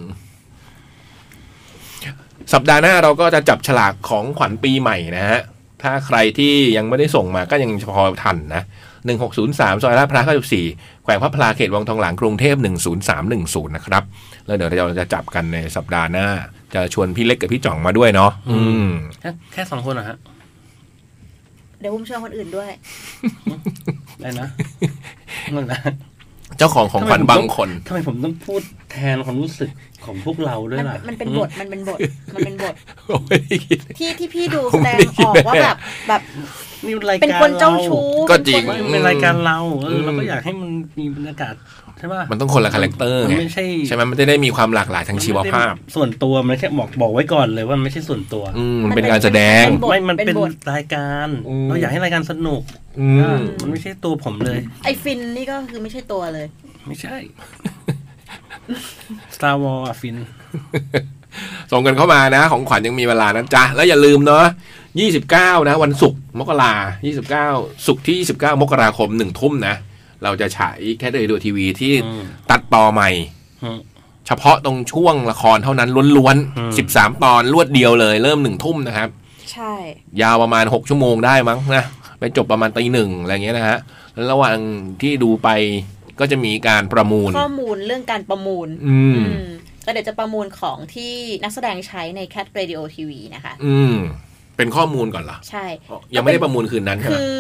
Speaker 3: สัปดาห์หน้าเราก็จะจับฉลากของขวัญปีใหม่นะฮะ ถ้าใครที่ยังไม่ได้ส่งมาก็ยังพอทันนะหนึ่งหกศูนย์สามซอยลาดพร้าวเก้าสิบสี่แขวงพระพลาเขตวังทองหลางกรุงเทพหนึ่งศูนย์สามหนึ่งศูนย์นะครับ แล้วเดี๋ยวเราจะจับกันในสัปดาห์หน้า จะชวนพี่เล็กกับพี่จ่องมาด้วยเนาะอืม
Speaker 5: แค่แค่สองคนเหรอฮะ
Speaker 4: เดี๋ยวบุ้มชวนคนอื่นด้วย
Speaker 5: อะไร นะนั่นนะ
Speaker 3: เจ้าของของขวัญบางคน
Speaker 5: ทำไมผมต้องพูดแทนความรู้สึกของพวกเราด้วย
Speaker 4: มัน
Speaker 5: ล่ะ
Speaker 4: มันเป็นบทมันเป็นบทมันเป็นบท
Speaker 3: ผมไม่ได้คิด
Speaker 4: ที่ที่พี่ดู
Speaker 3: ผ
Speaker 4: แส
Speaker 3: ม
Speaker 4: ด
Speaker 3: ไม่
Speaker 4: ง
Speaker 3: ได้คิ
Speaker 4: อ
Speaker 3: ด
Speaker 4: อกว่า
Speaker 3: แบบ
Speaker 4: แบบแบบ
Speaker 5: นี่รายการ
Speaker 4: เป็นคนเจ้าชู้
Speaker 3: ก็จริง
Speaker 4: เป็นคน
Speaker 5: มันเป็นรายการเราเออ
Speaker 3: ม
Speaker 5: เราก็อยากให้มันมีบรรยากาศใช่ป่ะ
Speaker 3: มันต้องคนละคาแรคเตอร์
Speaker 5: มั
Speaker 3: ไง
Speaker 5: นไม่ใช่
Speaker 3: ใช่ไหมมันจะได้มีความหลากหลายทางชีวภาพ
Speaker 5: มันไม่ได้ส่วนตัวมันไม่ใช่บอกบอกไว้ก่อนเลยว่ามันไม่ใช่ส่วนตัว
Speaker 3: อืมมันเป็นการแสดง
Speaker 4: เป็บท
Speaker 5: ไม่มัน
Speaker 4: เป็
Speaker 5: เป็น
Speaker 4: นบท
Speaker 5: รายการ
Speaker 3: อืม
Speaker 5: เราอยากให้รายการสนุก
Speaker 3: อืม
Speaker 5: มันไม่ใช่ตัวผมเลย
Speaker 4: ไอฟินนี่ก็คือไม่ใช่ตัวเลย
Speaker 5: ไม่ใช่ Star Wars อะฟิน
Speaker 3: ส่งกันเข้ามานะ ของขวัญยังมีเวลานะจ๊ะ แล้วอย่าลืมเนาะ29 นะ วันศุกร์มกรา29ศุกร์ที่ 29 มกราคมหนึ่งทุ่มนะ เราจะฉายแค่เดยดูทีวีที่
Speaker 5: อืม
Speaker 3: ตัดต่อใหม่ เฉพาะตรงช่วงละครเท่านั้นล้วน
Speaker 5: อืม
Speaker 3: ๆ13 ตอนรวดเดียวเลย เริ่มหนึ่งทุ่มนะครับ
Speaker 4: ใช่
Speaker 3: ยาวประมาณ 6 ชั่วโมงได้มั้งนะไปจบประมาณตีหนึ่งอะไรเงี้ยนะฮะ แล้วระหว่างที่ดูไปก็จะมีการประมูล
Speaker 4: ข้อมูลเรื่องการประมูล
Speaker 3: อืม
Speaker 4: อืมแล้วเดี๋ยวจะประมูลของที่นักแสดงใช้ใน Cat Radio TV นะคะ
Speaker 3: อืม เป็นข้อมูลก่อนเหรอ
Speaker 4: ใช่
Speaker 3: อ๋อยังไม่ได้ประมูลคืนนั้นใช่ไหม
Speaker 4: คือ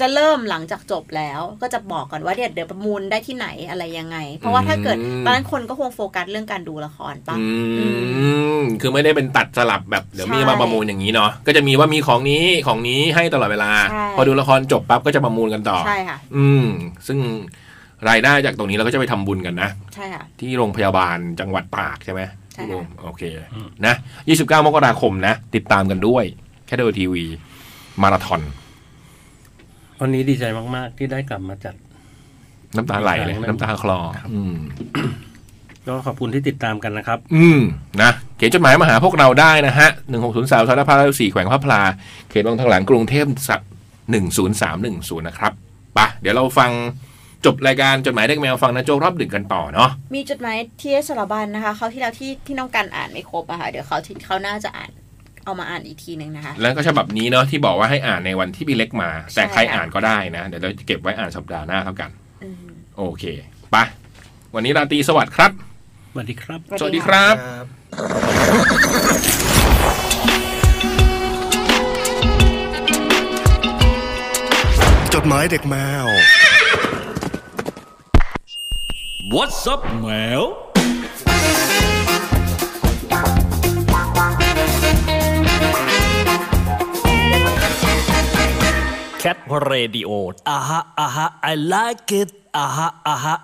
Speaker 4: จะเริ่มหลังจากจบแล้วก็จะบอกก่อนว่าเดี๋ยวเดี๋ยวประมูลได้ที่ไหนอะไรยังไง เพราะว่าถ้าเกิดตอนนั้นคนก็คงโฟกัสเรื่องการดูละครปะ
Speaker 3: อืม คือไม่ได้เป็นตัดสลับแบบเดี๋ยวมีมา
Speaker 4: ใช่
Speaker 3: ประมูลอย่างนี้เนาะ ก็จะมีว่ามีของนี้ของนี้ให้ตลอดเวลา
Speaker 4: ใช่
Speaker 3: พอดูละครจบปั๊บก็จะประมูลกันต่อ
Speaker 4: ใช่ค่ะ
Speaker 3: อืม ซึ่งรายได้จากตรงนี้เราก็จะไปทำบุญกันนะ
Speaker 4: ใช่ค่ะ
Speaker 3: ที่โรงพยาบาลจังหวัดตากใช่ไหม
Speaker 4: ใช่
Speaker 3: พี่
Speaker 4: ค่ะ
Speaker 3: โรมโอเค นะ 29 มกราคมนะ ติดตามกันด้วย แค่ดูทีวี มาราธอน
Speaker 5: วันนี้ดีใจมาก ๆ ที่ได้กลับมาจัด
Speaker 3: น้ำตาไหลเลย
Speaker 5: อีกครั้งหนึ่ง
Speaker 3: น้ำตาคลอ อืม
Speaker 5: ก็ขอบคุณที่ติดตามกันนะครับ
Speaker 3: อืม นะ เขียนจดหมายมาหาพวกเราได้นะฮะ 1603สารพาราสี่แขวงพระพลา เขตวังทองหลังกรุงเทพสัก10310 นะครับ ปะเดี๋ยวเราฟังจบรายการจดหมายเด็กแมวฟังนะโจกรอบดึกกันต่อเนาะ
Speaker 4: มีจดหมายที่สารบัญนะคะเขาวที่แล้วที่ที่น้องกันอ่านไม่ครบอะค่ะ เดี๋ยวเขาวที่เขาวหน่าจะอ่านเอามาอ่านอีกทีหนึ่งนะคะ
Speaker 3: แล้วก็ฉบับนี้เนาะที่บอกว่าให้อ่านในวันที่พี่เล็กมา แต่
Speaker 4: ใช่ค่ะ
Speaker 3: ใครอ่านก็ได้นะ เดี๋ยวเราจะเก็บไว้อ่านสัปดาห์หน้าครับกัน
Speaker 4: อืม
Speaker 3: โอเคปะวันนี้ราตรีสวัสดิ์ครับ
Speaker 5: สวัสดีครับ
Speaker 3: สวัสดีครับ
Speaker 2: ครับ จดหมายเด็กแมว
Speaker 1: What's up แมว Cat Radio อ่ะฮะอ่ะฮะ I like it อ่ะฮะอ่ะฮะ